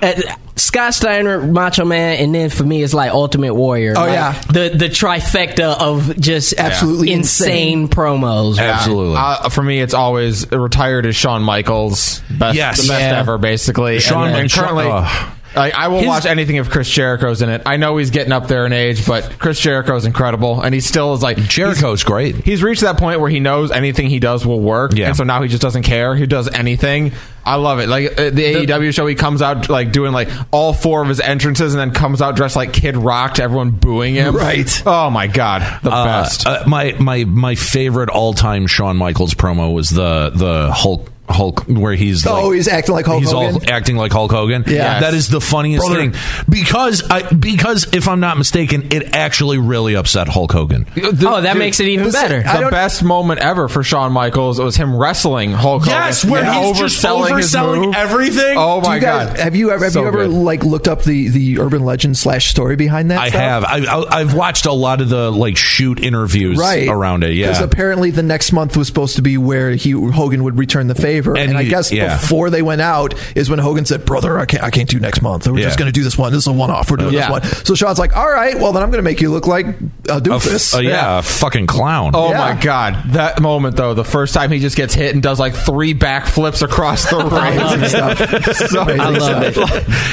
S5: but, uh, Scott Steiner, Macho Man, and then for me, it's like Ultimate Warrior.
S2: Oh,
S5: Like,
S2: yeah.
S5: the the trifecta of just
S2: Absolutely
S5: insane, promos.
S4: Absolutely.
S7: Uh, for me, it's always retired as Shawn Michaels. Best,
S4: Yes.
S7: the best
S4: Yeah.
S7: ever, basically.
S4: Shawn-
S7: and, and
S4: Shawn-
S7: currently.
S4: ugh.
S7: I, I will
S4: His-
S7: watch anything if Chris Jericho's in it. I know he's getting up there in age, but Chris Jericho's incredible, and he still is like
S4: Jericho's
S7: he's-
S4: great.
S7: He's reached that point where he knows anything he does will work,
S4: Yeah.
S7: and so now he just doesn't care. He does anything. I love it. Like uh, the, AEW show, he comes out like doing like all four of his entrances, and then comes out dressed like Kid Rock to everyone booing him.
S2: Right.
S7: Oh my god, the
S4: Uh,
S7: best.
S4: uh, my my my favorite all time Shawn Michaels promo was the the Hulk Hulk, where he's
S2: Oh,
S4: like-
S2: he's acting like Hulk
S4: he's
S2: Hogan?
S4: all acting like Hulk Hogan.
S2: Yeah.
S4: that is the funniest
S2: Brother.
S4: thing because I because if I'm not mistaken, it actually really upset Hulk Hogan.
S5: Oh, that makes it even
S2: this-
S5: better.
S2: I
S7: the
S2: don't-
S7: best moment ever for Shawn Michaels was him wrestling Hulk Hogan.
S4: Yes, where
S7: Yeah.
S4: he's just
S7: his
S4: overselling
S7: move.
S4: everything.
S7: Oh
S2: Do
S7: my
S2: you guys-
S7: god!
S2: Have you ever have
S7: So
S2: you ever
S7: good.
S2: like looked up the the urban legend slash story behind that?
S4: I
S2: stuff?
S4: have. I, I, I've watched a lot of the like shoot interviews
S2: Right
S4: around it. Yeah,
S2: apparently the next month was supposed to be where he Hogan would return the favor,
S4: And
S2: and, I
S4: he-
S2: guess
S4: yeah.
S2: before they went out is when Hogan said, "Brother, I can't, I can't do next month. We're
S4: Yeah.
S2: just going to do this one. This is a one-off. We're doing
S7: Yeah.
S2: this one." So Sean's like, "All right, well then I'm going to make you look like a
S4: A f-
S2: doofus."
S4: uh, yeah,
S7: Yeah.
S4: a fucking clown.
S7: Oh
S2: Yeah.
S7: my god! That moment though, the first time he just gets hit and does like three backflips across the
S2: Amazing
S7: ring.
S2: stuff.
S7: So-
S2: Amazing
S5: I love it.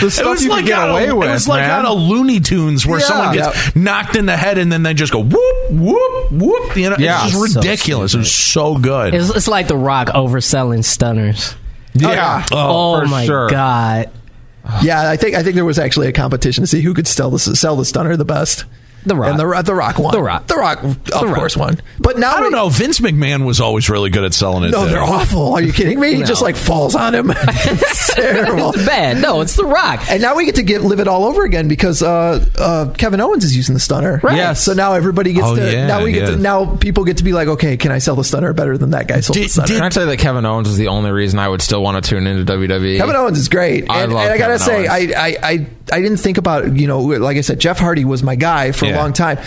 S7: The stuff you can get
S4: on
S7: away
S4: a,
S7: with.
S4: It was like
S7: man.
S4: on a Looney Tunes where
S7: Yeah.
S4: someone gets knocked in the head and then they just go whoop whoop whoop. You know,
S7: Yeah.
S4: it's just
S7: So
S4: ridiculous. it was so good.
S5: It's, it's like The Rock overselling stunners.
S7: Yeah.
S5: Oh,
S7: for
S5: my
S7: sure.
S5: god,
S2: Yeah, I think I think there was actually a competition to see who could sell the sell the stunner the best.
S5: The Rock.
S2: and the, Ro- the Rock won.
S5: The Rock.
S2: the Rock, of
S5: Rock.
S2: course, won. But now
S4: I don't
S2: we-
S4: know. Vince McMahon was always really good at selling it.
S2: No,
S4: too.
S2: they're awful. Are you kidding me? He just like falls on him. it's terrible.
S5: it's bad. No, it's The Rock.
S2: And now we get to get live it all over again because uh, uh, Kevin Owens is using the stunner.
S5: Right.
S7: Yes.
S2: So now everybody gets
S4: Oh,
S2: to
S4: yeah,
S2: now we get
S4: yeah.
S2: to, now people get to be like, okay, can I sell the stunner better than that guy sold the
S4: Did-
S2: stunner?
S7: Can I tell you that Kevin Owens is the only reason I would still want to tune into E? WWE?
S2: Kevin Owens is great. And
S7: I love
S2: and I gotta
S7: Kevin
S2: say,
S7: Owens.
S2: I, I I I didn't think about you know, like I said, Jeff Hardy was my guy for
S4: Yeah.
S2: a long time.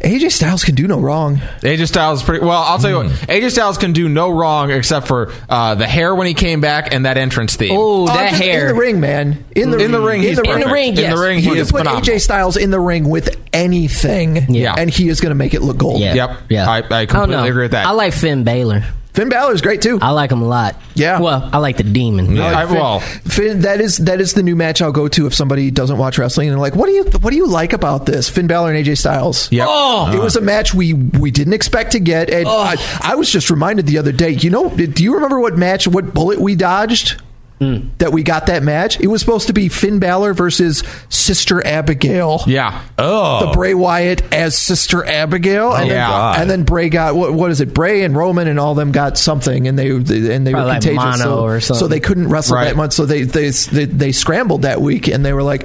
S2: AJ Styles can do no wrong.
S7: AJ Styles is pretty well. I'll tell you what, AJ Styles can do no wrong except for uh, the hair when he came back and that entrance theme.
S5: Oh,
S2: I'm
S5: that
S2: Uh, just-
S5: hair.
S2: in the ring, man. In the
S7: in the ring, he's
S2: in the ring.
S7: perfect.
S5: ring, yes.
S7: in the ring, he
S2: You can
S7: is
S2: put
S7: phenomenal.
S2: AJ Styles in the ring with anything,
S5: Yeah.
S2: and he is going to make it look gold.
S5: Yeah.
S7: Yep.
S5: Yeah.
S7: I- I
S5: don't
S7: completely
S5: know.
S7: agree with that.
S5: I like Finn Balor.
S2: Finn Balor is great too.
S5: I like him a lot.
S2: Yeah.
S5: Well, I like the demon.
S7: I, well,
S2: Finn, that is that is the new match I'll go to if somebody doesn't watch wrestling and they're like, what do you what do you like about this? Finn Balor and AJ Styles.
S7: Yep. Uh,
S5: Oh!
S2: it was a match we we didn't expect to get, and I, I was just reminded the other day. You know, do you remember what match, what bullet we dodged? That we got that match. It was supposed to be Finn Balor versus Sister Abigail.
S7: yeah.
S4: Oh,
S2: the Bray Wyatt as Sister Abigail, and,
S7: yeah.
S2: then, and then Bray got what? What is it? Bray and Roman and all them got something, and they and they
S5: Probably
S2: were
S5: like
S2: contagious,
S5: mono
S2: so,
S5: or something.
S2: so they couldn't wrestle
S7: Right.
S2: that much. So they they, they they scrambled that week, and they were like,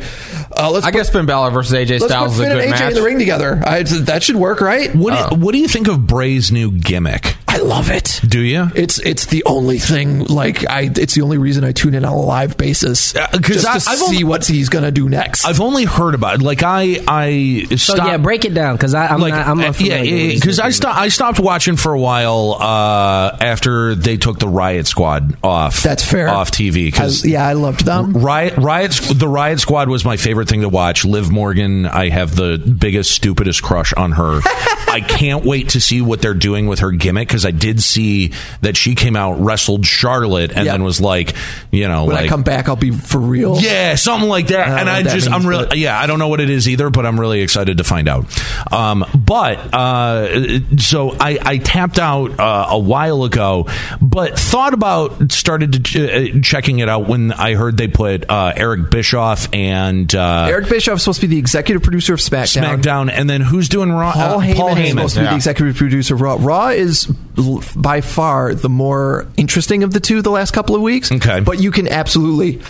S2: uh, "Let's
S7: I
S2: put,
S7: guess Finn Balor versus AJ
S2: let's
S7: Styles
S2: put
S7: is
S2: Finn
S7: a good
S2: and AJ
S7: match.
S2: in the ring together. I, that should work, right?
S4: what
S7: Uh.
S4: do, what do you think of Bray's new gimmick?
S2: I love it.
S4: Do you?
S2: It's it's the only thing like I. It's the only reason I tune in on a live basis
S4: Uh, 'cause
S2: just
S4: I-
S2: to
S4: I've
S2: see
S4: only-
S2: what he's gonna do next.
S4: I've only heard about it. Like I, I
S5: So
S4: stopped.
S5: yeah, break it down because I'm
S4: like
S5: not, I'm
S4: uh,
S5: not
S4: yeah,
S5: familiar with these
S4: because I
S5: movies.
S4: stopped. I stopped watching for a while uh, after they took the Riot Squad off.
S2: That's fair.
S4: Off TV
S2: I-
S4: because
S2: yeah, I loved them.
S4: Riot, Riot, the Riot Squad was my favorite thing to watch. Liv Morgan, I have the biggest, stupidest crush on her. I can't wait to see what they're doing with her gimmick because I did see that she came out, wrestled Charlotte, and
S2: Yeah.
S4: then was like, you know,
S2: When
S4: like.
S2: I come back, I'll be for real.
S4: yeah, something like that,
S2: I don't
S4: and
S2: know
S4: I
S2: what that
S4: just
S2: means,
S4: I'm really
S2: but-
S4: yeah I don't know what it is either, but I'm really excited to find out. Um, but uh, so I, I tapped out uh, a while ago, but thought about started to ch- uh, checking it out when I heard they put uh, Eric Bischoff and uh,
S2: Eric Bischoff's supposed to be the executive producer of SmackDown.
S4: SmackDown, and then who's doing Raw?
S2: Paul
S4: uh,
S2: Heyman,
S4: Paul
S2: is supposed to be
S7: yeah.
S2: the executive producer of Raw. Raw is l- by far the more interesting of the two the last couple of weeks.
S4: Okay.
S2: But you can absolutely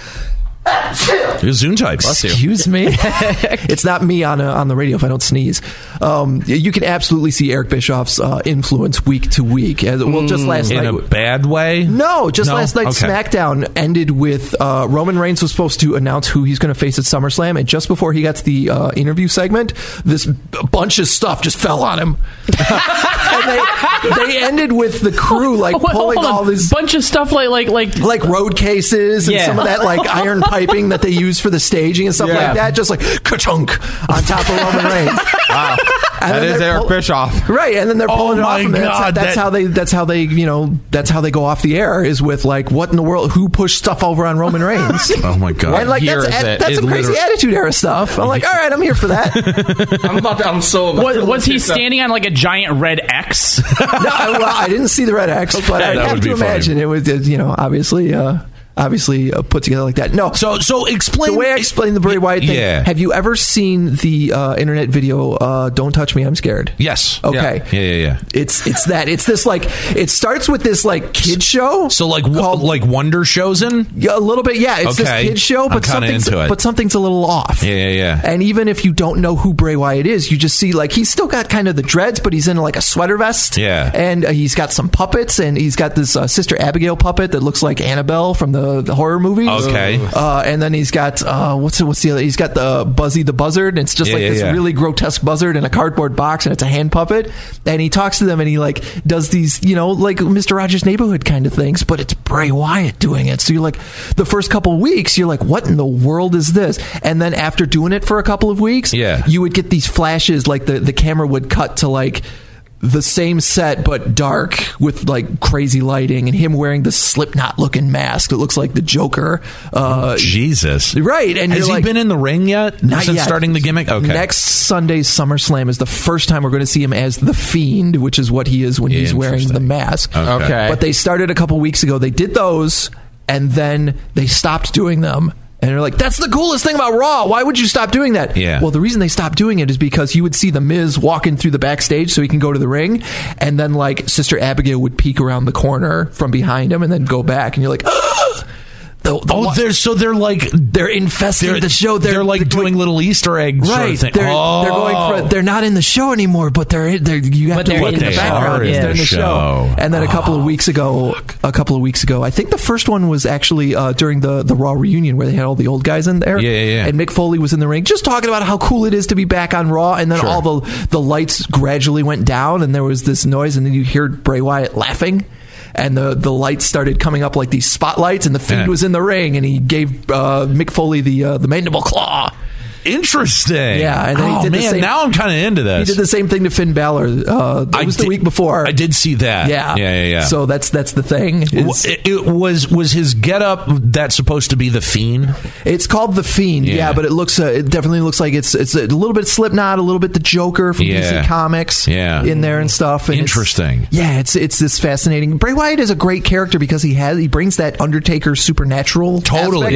S4: Zoom types.
S2: excuse me. it's not me on a, on the radio if I don't sneeze. Um, you can absolutely see Eric Bischoff's uh, influence week to week. As, well, just last
S4: in
S2: night.
S4: a bad way.
S2: No, just
S4: No?
S2: last night
S4: Okay.
S2: SmackDown ended with uh, Roman Reigns was supposed to announce who he's going to face at SummerSlam, and just before he got to the uh, interview segment, this b- bunch of stuff just fell on him. and they, they ended with the crew like
S6: What-
S2: pulling
S6: hold on.
S2: all this.
S6: bunch of stuff like like like
S2: Like road cases and
S5: Yeah.
S2: some of that like iron piping that they use for the staging and stuff
S7: Yeah.
S2: like that, just like ka-chunk on top of Roman Reigns. Wow,
S7: That is Eric Bischoff.
S2: Right, and then they're pulling it
S4: Oh my
S2: off. and that's-
S4: God,
S2: that's,
S4: that-
S2: how they. That's how they. You know, that's how they go off the air is with like, what in the world? Who pushed stuff over on Roman Reigns?
S4: Oh my god!
S2: and like
S7: year
S2: that's
S7: is it?
S2: that's some
S4: It
S2: crazy
S4: literally-
S2: attitude era stuff. I'm like, all right, I'm here for that. no,
S7: I'm about to, I'm so.
S6: was, was he standing on like a giant red X?
S2: I, well, I didn't see the red X, but I
S4: that
S2: have
S4: would
S2: to
S4: be funny.
S2: imagine it was. You know, obviously. Uh, obviously uh, put together like that. No.
S4: So so explain
S2: the way I explained the Bray Wyatt thing.
S4: Yeah.
S2: Have you ever seen the uh, internet video? Uh, Don't touch me, I'm scared.
S4: Yes.
S2: Okay.
S4: Yeah. Yeah. Yeah. yeah.
S2: It's it's that it's this like it starts with this like kid show.
S4: So like wo-
S2: called-
S4: like Wonder shows in.
S2: yeah, a little bit yeah. It's
S4: Okay.
S2: this kid show,
S4: I'm
S2: but
S4: kinda
S2: something's
S4: into it.
S2: but something's a little off.
S4: Yeah, yeah, yeah.
S2: And even if you don't know who Bray Wyatt is, you just see like he's still got kind of the dreads, but he's in like a sweater vest.
S4: Yeah.
S2: and uh, he's got some puppets, and he's got this uh, Sister Abigail puppet that looks like Annabelle from the, the horror movies.
S4: Okay.
S2: uh, and then he's got uh, what's the, what's the other? He's got the Buzzy the Buzzard, and it's just
S4: Yeah,
S2: like
S4: yeah,
S2: this
S4: yeah.
S2: really grotesque buzzard in a cardboard box, and it's a hand puppet. And he talks to them, and he like does these, you know, like Mister Rogers' Neighborhood kind of things, but it's Bray Wyatt doing it. So you're like, the first couple weeks, you're like, what in the world is this? And then after doing it for a couple of weeks,
S4: Yeah.
S2: you would get these flashes, like the the camera would cut to like. The same set, but dark with like crazy lighting, and him wearing the slipknot looking mask that looks like the Joker. Uh,
S4: Jesus.
S2: Right, and
S4: Has
S2: you're
S4: he
S2: like-
S4: been in the ring yet?
S2: Not
S4: Since
S2: yet.
S4: starting the gimmick. Okay.
S2: Next Sunday's SummerSlam is the first time we're going to see him as the Fiend, which is what he is when he's wearing the
S4: Interesting.
S2: mask.
S4: Okay.
S7: Okay.
S2: But they started a couple weeks ago. They did those, and then they stopped doing them. And they're like, that's the coolest thing about Raw. Why would you stop doing that?
S4: Yeah.
S2: Well, the reason they stopped doing it is because you would see The Miz walking through the backstage so he can go to the ring. And then, like, Sister Abigail would peek around the corner from behind him and then go back. And you're like, The- the
S4: Oh,
S2: wa-
S4: they're so they're like
S2: they're infesting the show. They're,
S4: they're like
S2: they're
S4: doing little Easter eggs, Sort
S2: Right.
S4: of thing.
S2: They're,
S4: oh.
S2: they're going for they're not in the show anymore, but they're they're you have
S5: But
S2: to
S5: they're
S2: look
S5: in
S2: in the
S5: the show.
S2: background.
S5: They are in
S2: They're in
S5: the
S2: the show.
S4: show. Ah.
S2: And then a couple of weeks ago, a couple of weeks ago, I think the first one was actually uh, during the the Raw reunion where they had all the old guys in there.
S4: Yeah, yeah, yeah.
S2: And Mick Foley was in the ring, just talking about how cool it is to be back on Raw. And then all the the lights gradually went down, and there was this noise, and then you heard Bray Wyatt laughing. And the, the lights started coming up like these spotlights, and the fiend
S4: Yeah.
S2: was in the ring, and he gave uh, Mick Foley the uh, the mandible claw.
S4: Interesting.
S2: Yeah, and then he
S4: oh
S2: did the
S4: man,
S2: same-
S4: now I'm kind of into
S2: He
S4: this.
S2: did the same thing to Finn Balor. Uh, it
S4: I
S2: was
S4: did-
S2: the week before.
S4: I did see that.
S2: Yeah.
S4: yeah, yeah. yeah.
S2: So that's that's the thing.
S4: W-
S2: It's,
S4: it, it was was his getup that supposed to be the fiend.
S2: it's called the Fiend. Yeah,
S4: Yeah.
S2: but it looks. Uh, it definitely looks like it's it's a little bit Slipknot, a little bit the Joker from
S4: Yeah.
S2: DC Comics.
S4: Yeah.
S2: in there and stuff. And it's-
S4: Interesting.
S2: yeah, it's it's this fascinating. Bray Wyatt is a great character because he has he brings that Undertaker supernatural
S4: Totally.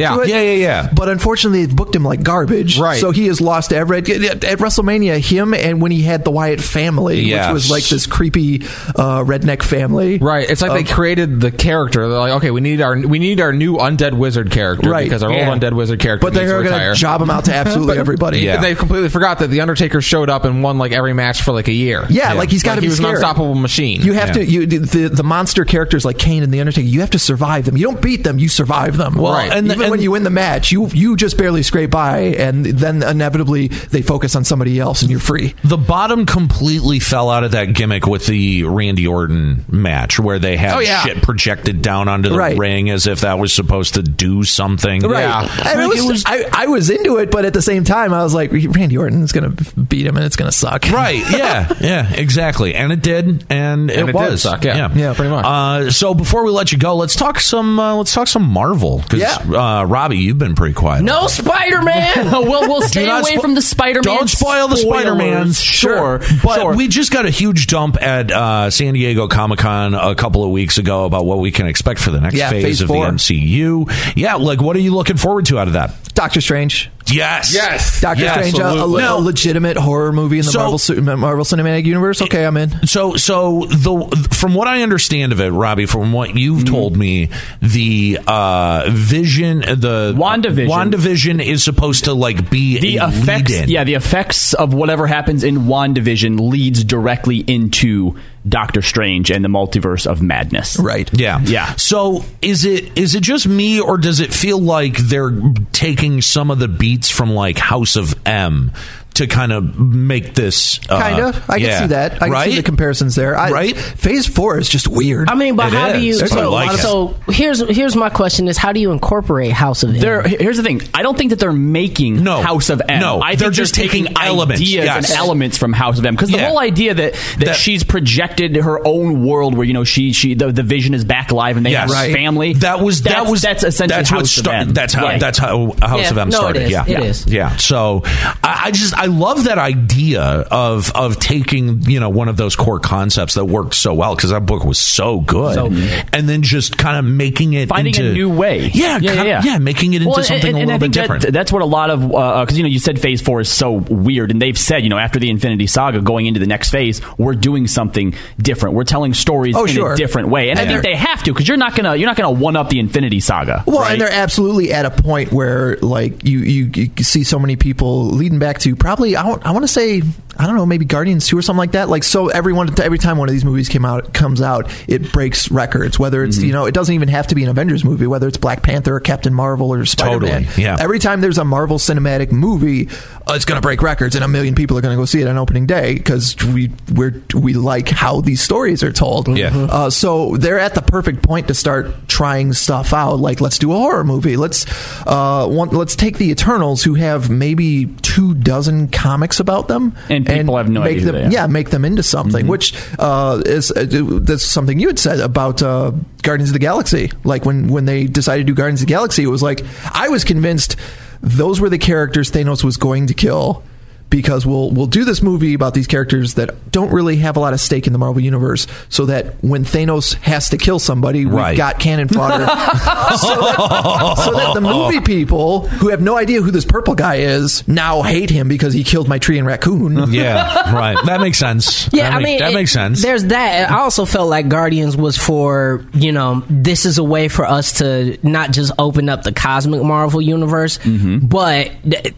S2: aspect
S4: Yeah.
S2: to it.
S4: Yeah, yeah, yeah.
S2: But unfortunately, they booked him like garbage.
S7: Right.
S2: So he has lost every at, at WrestleMania him and when he had the Wyatt family,
S4: Yes.
S2: which was like this creepy uh, redneck family.
S7: Right, it's like they
S2: Um,
S7: created the character. They're like, okay, we need our we need our new undead wizard character
S2: Right.
S7: because our
S2: Yeah.
S7: old undead wizard character.
S2: But they're
S7: going
S2: going to job him out to absolutely everybody.
S4: Yeah.
S7: They completely forgot that the Undertaker showed up and won like every match for like a year.
S2: Yeah, like he's got to
S7: he
S2: be
S7: was an
S2: scared.
S7: unstoppable machine.
S2: You have to you the the monster characters like Kane and the Undertaker. You have to survive them. You don't beat them. You survive them. Well,
S7: Right.
S4: and
S2: and
S4: the-
S2: even
S4: and-
S2: when you win the match, you you just barely scrape by, and then inevitably they focus on somebody else, and you're free.
S4: The bottom completely fell out of that gimmick with the Randy Orton match, where they had
S7: Oh, yeah.
S4: shit projected down onto the
S2: Right.
S4: ring as if that was supposed to do something.
S7: Yeah.
S2: I, mean, it was, I, I was into it, but at the same time, I was like, Randy Orton is going to beat him, and it's going to suck.
S4: Right. Yeah. Yeah. Exactly. And it did. And it,
S7: it did
S4: was.
S7: suck, yeah. Yeah, pretty much.
S4: Uh, so before we let you go, let's talk some. Uh, let's talk some Marvel. 'cause,
S2: Yeah.
S4: Uh, Robbie, you've been pretty quiet.
S5: No Spider Man.
S6: we'll, we'll
S4: Do
S6: stay
S4: not
S6: away
S4: spo-
S6: from the Spider-Man.
S4: Don't spoil the
S6: spoilers.
S4: Spider Man's. Sure. But
S6: sure.
S4: we just got a huge dump at uh, San Diego Comic Con a couple of weeks ago about what we can expect for the next
S2: Yeah,
S4: phase,
S2: phase
S4: of
S2: four.
S4: the MCU. Yeah. Like, what are you looking forward to out of that?
S2: Doctor Strange.
S4: Yes.
S7: Yes.
S2: Doctor
S4: Yeah,
S6: uh,
S2: Strange, a, a,
S4: absolutely.
S2: a legitimate horror movie in the
S4: So-
S2: Marvel Marvel, Marvel Cinematic Universe. Okay, I'm in.
S4: So, so the from what I understand of it, Robbie, from what you've
S6: Mm-hmm.
S4: told me, the uh, vision, the
S6: WandaVision.
S4: WandaVision is supposed to like be
S6: the
S4: a
S6: effects
S4: lead-in.
S6: yeah the effects of whatever happens in wandavision leads directly into doctor strange and the multiverse of madness
S2: Right.
S4: Yeah.
S6: Yeah.
S4: So is it is it just me or does it feel like they're taking some of the beats from like House of M to kind of make this uh,
S2: Kind of. I
S4: yeah.
S2: can see that. I can
S4: right?
S2: see the comparisons there. I,
S4: Right?
S2: Phase four is just weird.
S5: I mean, but
S4: It
S5: how do you?
S4: is, but I
S5: So,
S4: like it.
S5: so here's here's my question: Is how do you incorporate House of M?
S6: They're, here's the thing. I don't think that they're making
S4: No.
S6: House of M.
S4: No.
S6: I think
S4: They're just taking elements.
S6: ideas
S4: Yes.
S6: and elements from House of M. Because the
S4: Yeah.
S6: whole idea that, that
S4: That-
S6: she's projected her own world, where you know she she the, the vision is back alive and they
S4: Yes.
S6: have
S4: Right.
S6: family.
S4: That was
S6: that's,
S4: that was
S6: that's essentially
S4: that's
S6: House
S4: what
S6: of
S4: started.
S6: M.
S4: That's how
S6: Right.
S4: that's how House
S5: Yeah.
S4: of M
S5: No, it
S4: started.
S5: is.
S4: Yeah,
S5: It
S4: yeah.
S5: is.
S4: Yeah. So I, I just I love that idea of of taking you know one of those core concepts that worked so well because that book was so good,
S6: So good.
S4: and then just kind of making it
S6: finding
S4: into,
S6: a new way.
S4: Yeah,
S6: yeah,
S4: kinda-
S6: yeah,
S4: making it into
S6: Well, and-
S4: something
S6: and- and
S4: a
S6: I
S4: little bit
S6: think that-
S4: different.
S6: that's what a lot of because you know you said Phase Four is so weird, and they've said you know after the Infinity Saga, going into the next phase, we're doing something different. We're telling stories
S2: Oh,
S6: in
S2: sure.
S6: a different way, and I
S2: And
S6: think
S2: they're-
S6: they have to because you're not gonna you're not gonna one up the Infinity Saga.
S2: Well,
S6: right?
S2: and they're absolutely at a point where like you you, you see so many people leading back to probably I, want- I want to say I don't know maybe Guardians two or something like that. Like so everyone every time one of these movies came out comes out it breaks records. Whether
S4: Mm-hmm.
S2: it's you know it doesn't even have to be an Avengers movie. Whether it's Black Panther or Captain Marvel or Spider Man.
S4: Totally, yeah.
S2: Every time there's a Marvel cinematic movie, uh, it's going to break records and a million people are going to go see it on opening day because we we we like how these stories are told.
S4: Yeah. Mhm.
S2: Uh, so they're at the perfect point to start trying stuff out. Like, let's do a horror movie. Let's uh, want, let's take the Eternals, who have maybe two dozen comics about them,
S6: And people have no
S2: make
S6: idea who
S2: Them,
S6: they
S2: yeah,
S6: are.
S2: uh, make them into something. Which uh, is uh, that's something you had said about uh, Guardians of the Galaxy. Like when when they decided to do Guardians of the Galaxy, it was like I was convinced those were the characters Thanos was going to kill because we'll we'll do this movie about these characters that don't really have a lot of stake in the Marvel universe, so that when Thanos has to kill somebody,
S4: Right.
S2: we've got cannon fodder. so, that, so that the movie people who have no idea who this purple guy is now hate him because he killed my tree and raccoon.
S4: yeah, right. That makes sense.
S5: Yeah,
S4: that
S5: I
S4: make-
S5: mean
S4: that
S5: it-
S4: makes sense.
S5: There's that. I also felt like Guardians was for you know this is a way for us to not just open up the cosmic Marvel universe, but th-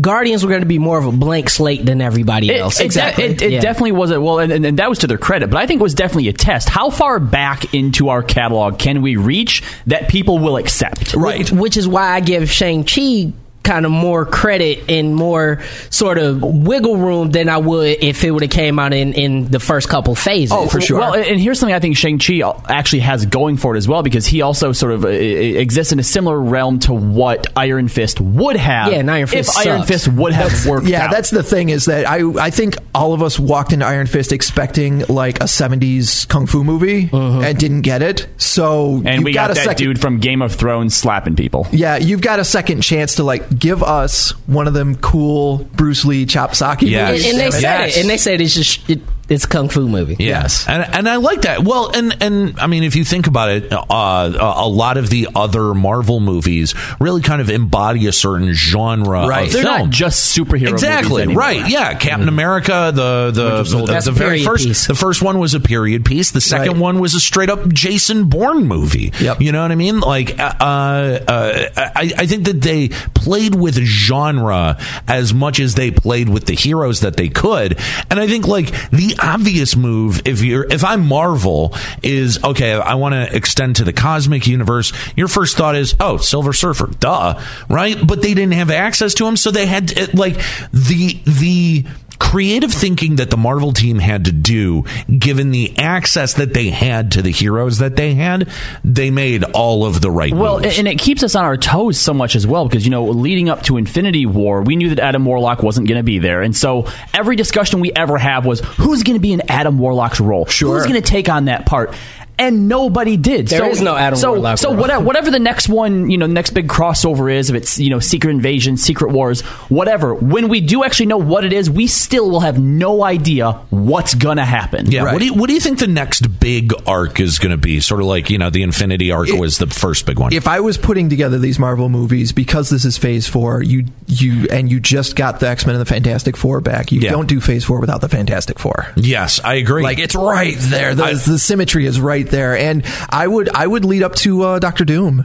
S5: Guardians were going to be more of a blank slate than everybody
S6: It-
S5: else.
S6: It, It, it
S5: Yeah.
S6: definitely wasn't. Well, and, and, and that was to their credit, but I think it was definitely a test. How far back into our catalog can we reach that people will accept?
S2: right.
S5: which is why I give Shang Chi kind of more credit and more sort of wiggle room than I would if it would have came out in in the first couple phases.
S2: Oh, for sure.
S6: Well, and- and here's something I think Shang Chi actually has going for it as well because he also sort of uh, exists in a similar realm to what Iron Fist would have.
S5: Yeah, and Iron Fist
S6: if Iron
S5: sucks.
S6: Fist would have worked.
S2: yeah,
S6: out.
S2: that's the thing is that I I think all of us walked into Iron Fist expecting like a '70s kung fu movie and didn't get it. So
S6: Uh-huh. and
S2: you've
S6: we got,
S2: a
S6: that
S2: second,
S6: dude from Game of Thrones slapping people.
S2: Yeah, you've got a second chance to like give us one of them cool Bruce Lee chop socky.
S4: Yes.
S5: and, and they said
S4: Yes.
S5: it, and they said it's just it, it's a kung fu movie.
S4: Yes, and and I like that. Well, and and I mean, if you think about it, uh, a lot of the other Marvel movies really kind of embody a certain genre.
S2: Right.
S4: of
S6: They're
S4: film.
S6: not just superhero.
S4: Exactly
S6: movies anymore.
S4: right. Yeah, Captain America. The the the,
S5: Mm-hmm. That's
S4: the
S5: a
S4: very
S5: period
S4: first
S5: piece.
S4: the first one was a period piece. The second
S2: Right.
S4: one was a straight up Jason Bourne movie.
S2: Yep.
S4: You know what I mean? Like, uh, uh, I I think that they played with genre as much as they played with the heroes that they could. And I think like the obvious move if you're if I'm Marvel is okay. I want to extend to the cosmic universe. Your first thought is oh Silver Surfer, duh, right? But they didn't have access to him, so they had to, like the the creative thinking that the Marvel team had to do, given the access that they had to the heroes that they had, they made all of the right
S6: Well,
S4: moves.
S6: and it keeps us on our toes so much as well because you know, leading up to Infinity War, we knew that Adam Warlock wasn't going to be there, and so every discussion we ever have was who's going to be in Adam Warlock's role, sure, who's going to take on that part. And nobody did.
S5: There
S6: so,
S5: is no Adam
S6: so,
S5: Warlock
S6: So
S5: role.
S6: whatever, whatever the next one, you know, next big crossover is, if it's you know, Secret Invasion, Secret Wars, whatever. When we do actually know what it is, we still will have no idea what's gonna happen.
S4: yeah, what do you what do you think the next big arc is going to be? Sort of like you know the Infinity arc was the first big one.
S2: If I was putting together these Marvel movies because this is Phase Four, you you and you just got the X Men and the Fantastic Four back. You
S4: Yeah.
S2: don't do Phase Four without the Fantastic Four.
S4: yes, I agree.
S2: Like it's right there. The,
S4: I-
S2: the symmetry is right there, and I would I would lead up to uh, Doctor Doom.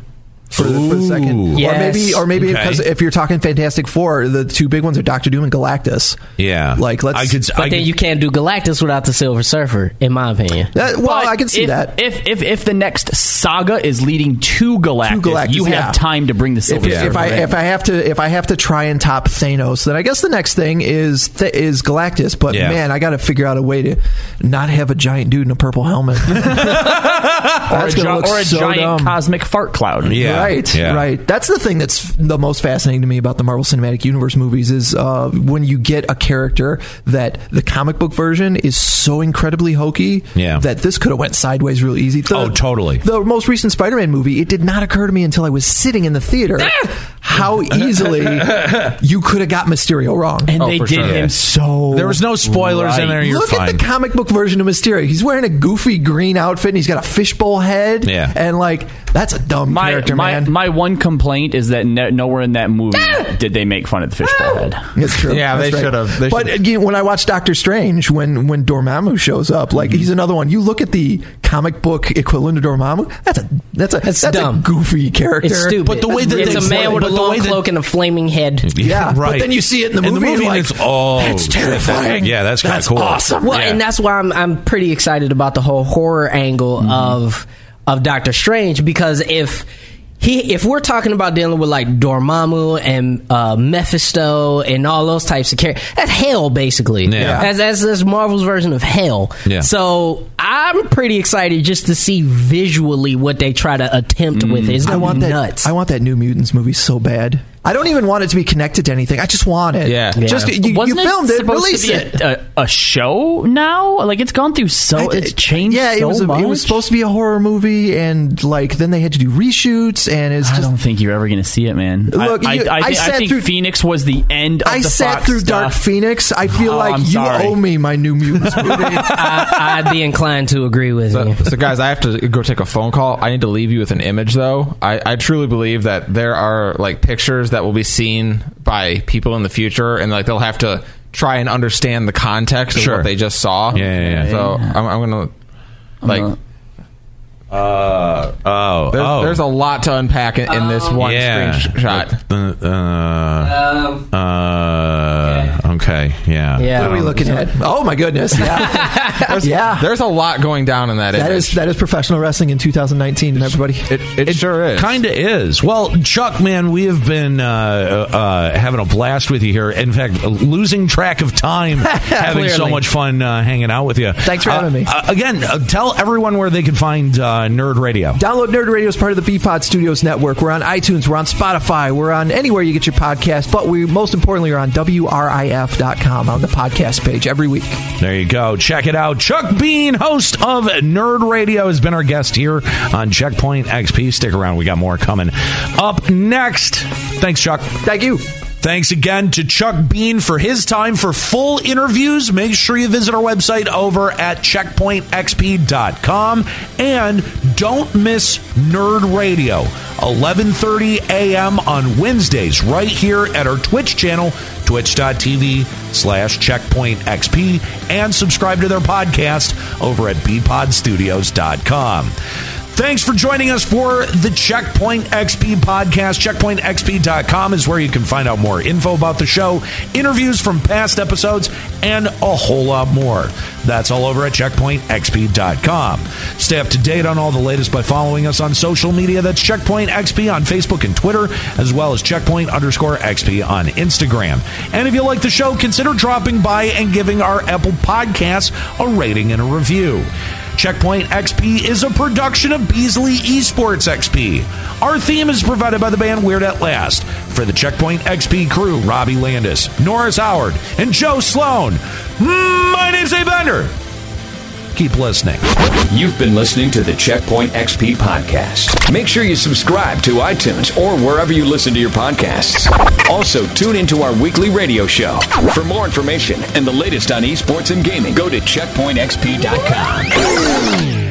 S2: For, the- for the second,
S4: Ooh.
S2: or maybe, or maybe
S4: Okay.
S2: because if you're talking Fantastic Four, the two big ones are Doctor Doom and Galactus.
S4: yeah,
S2: like let's.
S4: I could,
S5: But
S4: I
S5: then
S4: could-
S5: you can't do Galactus without the Silver Surfer, in my opinion.
S2: that, Uh, well,
S6: But
S2: I can see
S6: if,
S2: that.
S6: If, if if the next saga is leading to Galactus,
S2: To Galactus,
S6: you have
S2: yeah.
S6: time to bring the
S2: if,
S6: Silver Surfer.
S2: if I
S6: in.
S2: if I have to if I have to try and top Thanos, then I guess the next thing is th- is Galactus. But
S4: Yeah.
S2: man, I got to figure out a way to not have a giant dude in a purple helmet.
S6: or a,
S2: That's
S6: gi-
S2: gonna look
S6: or a
S2: so
S6: giant
S2: dumb.
S6: cosmic fart cloud.
S4: yeah,
S2: right,
S4: yeah.
S2: right. That's the thing that's f- the most fascinating to me about the Marvel Cinematic Universe movies is uh, when you get a character that the comic book version is so incredibly hokey
S4: Yeah.
S2: that this could have went sideways real easy. The-
S4: Oh, totally. Ah!
S2: The most recent Spider-Man movie, it did not occur to me until I was sitting in the theater how easily you could have got Mysterio wrong.
S6: And
S7: Oh,
S6: they
S7: for
S6: did
S7: sure. Yeah.
S6: him so.
S4: There was no spoilers in there. You're
S2: Look
S4: fine.
S2: at the comic book version of Mysterio. He's wearing a goofy green outfit and he's got a fishbowl head.
S4: Yeah.
S2: And like that's a dumb
S6: My,
S2: character,
S6: my,
S2: man.
S6: my one complaint is that no, nowhere in that movie
S2: Ah!
S6: did they make fun of the fishbowl head.
S2: That's true.
S7: Yeah,
S2: That's
S7: they should've- they
S2: But
S7: should've.
S2: again, when I watch Doctor Strange, when when Dormammu shows up,
S4: Mm-hmm.
S2: like he's another one. You look at the comic book equivalent of Dormammu. That's a that's a that's,
S5: dumb.
S2: a goofy character.
S5: It's stupid.
S4: But the way that
S5: it's
S4: they
S5: a man
S4: play-
S5: with a
S4: but the
S5: long
S4: way that-
S5: cloak and a flaming head.
S2: Yeah, but
S4: right.
S2: then you see it in the movie and
S4: and
S2: like,
S4: it's all
S2: that's terrifying.
S4: Yeah, that's kind of
S2: That's
S4: cool.
S2: awesome.
S5: Well,
S4: Yeah.
S5: and that's why I'm I'm pretty excited about the whole horror angle of of Doctor Strange because if he if we're talking about dealing with like Dormammu and uh, Mephisto and all those types of characters, that's hell basically.
S4: Yeah.
S5: That's, that's that's Marvel's version of hell.
S4: Yeah.
S5: So I'm pretty excited just to see visually what they try to attempt with it. It's
S2: I
S5: gonna
S2: want
S5: be
S2: that.
S5: nuts.
S2: I want that New Mutants movie so bad. I don't even want it to be connected to anything. I just want it.
S7: Yeah. Yeah.
S2: Just you, you
S6: Wasn't
S2: filmed
S6: it
S2: it.
S6: supposed
S2: Release
S6: to be
S2: it.
S6: A, a, a show now? Like it's gone through so
S2: I-
S6: it's changed.
S2: Yeah, it
S6: so
S2: was. a-
S6: much.
S2: It was supposed to be a horror movie, and like then they had to do reshoots, and it's
S6: I
S2: just.
S6: don't think you're ever going to see it, man.
S2: Look,
S6: I,
S2: you-
S6: I, I,
S2: I
S6: think, I
S2: sat
S6: think
S2: through-
S6: Phoenix was the end. Of
S2: I
S6: the
S2: sat
S6: Fox
S2: through
S6: stuff.
S2: Dark Phoenix. I feel
S6: Oh,
S2: like
S6: I'm
S2: you
S6: sorry.
S2: owe me my New Mutants movie.
S5: I, I'd be inclined to agree with you.
S4: Oh.
S7: So, so guys, I have to go take a phone call. I need to leave you with an image, though. I, I truly believe that there are like pictures that will be seen by people in the future, and like they'll have to try and understand the context of
S4: Sure.
S7: what they just saw.
S4: Yeah, yeah, yeah.
S7: So I'm, I'm gonna like.
S6: not-
S4: Uh, oh,
S7: there's,
S4: oh.
S7: there's a lot to unpack in, in this one
S4: yeah.
S7: screenshot.
S4: Like the- uh,
S5: Um,
S4: uh, okay. Yeah.
S5: Yeah.
S6: Um,
S2: what are we looking at? Oh my goodness! Yeah, yeah.
S7: There's a lot going down in that,
S2: that
S7: image.
S2: is that is professional wrestling in 2019, and everybody.
S7: it, it, sure is.
S4: Kind of is. Well, Chuck, man, we have been uh, uh, having a blast with you here. In fact, losing track of time, having so
S2: Clearly.
S4: much fun uh, hanging out with you. Thanks
S2: for having me.
S4: again, uh, tell everyone where they can find uh, Nerd Radio.
S2: Download Nerd Radio as part of the Pod Studios Network. We're on iTunes, we're on Spotify, we're on anywhere you get your podcast, but we most importantly are on WRIF.com on the podcast page every week.
S4: There you go. Check it out. Chuck Bean, host of Nerd Radio, has been our guest here on Checkpoint XP. Stick around. We got more coming up next. Thanks, Chuck.
S2: Thank you.
S4: Thanks again to Chuck Bean for his time. For full interviews, make sure you visit our website over at checkpointxp.com and don't miss Nerd Radio 11:30 a.m. on Wednesdays right here at our Twitch channel twitch.tv slash checkpointxp and subscribe to their podcast over at bpodstudios.com. Thanks for joining us for the Checkpoint XP podcast. CheckpointXP.com is where you can find out more info about the show, interviews from past episodes, and a whole lot more. That's all over at CheckpointXP.com. Stay up to date on all the latest by following us on social media. That's Checkpoint XP on Facebook and Twitter, as well as Checkpoint underscore XP on Instagram. And if you like the show, consider dropping by and giving our Apple Podcasts a rating and a review. Checkpoint XP is a production of Beasley Esports XP. Our theme is provided by the band Weird at Last. For the Checkpoint XP crew, Robbie Landis, Norris Howard, and Joe Sloan. My name's Abe Bender. Keep listening.
S12: You've been listening to the Checkpoint XP podcast. Make sure you subscribe to iTunes or wherever you listen to your podcasts. Also, tune into our weekly radio show. For more information and the latest on esports and gaming, go to checkpointxp.com.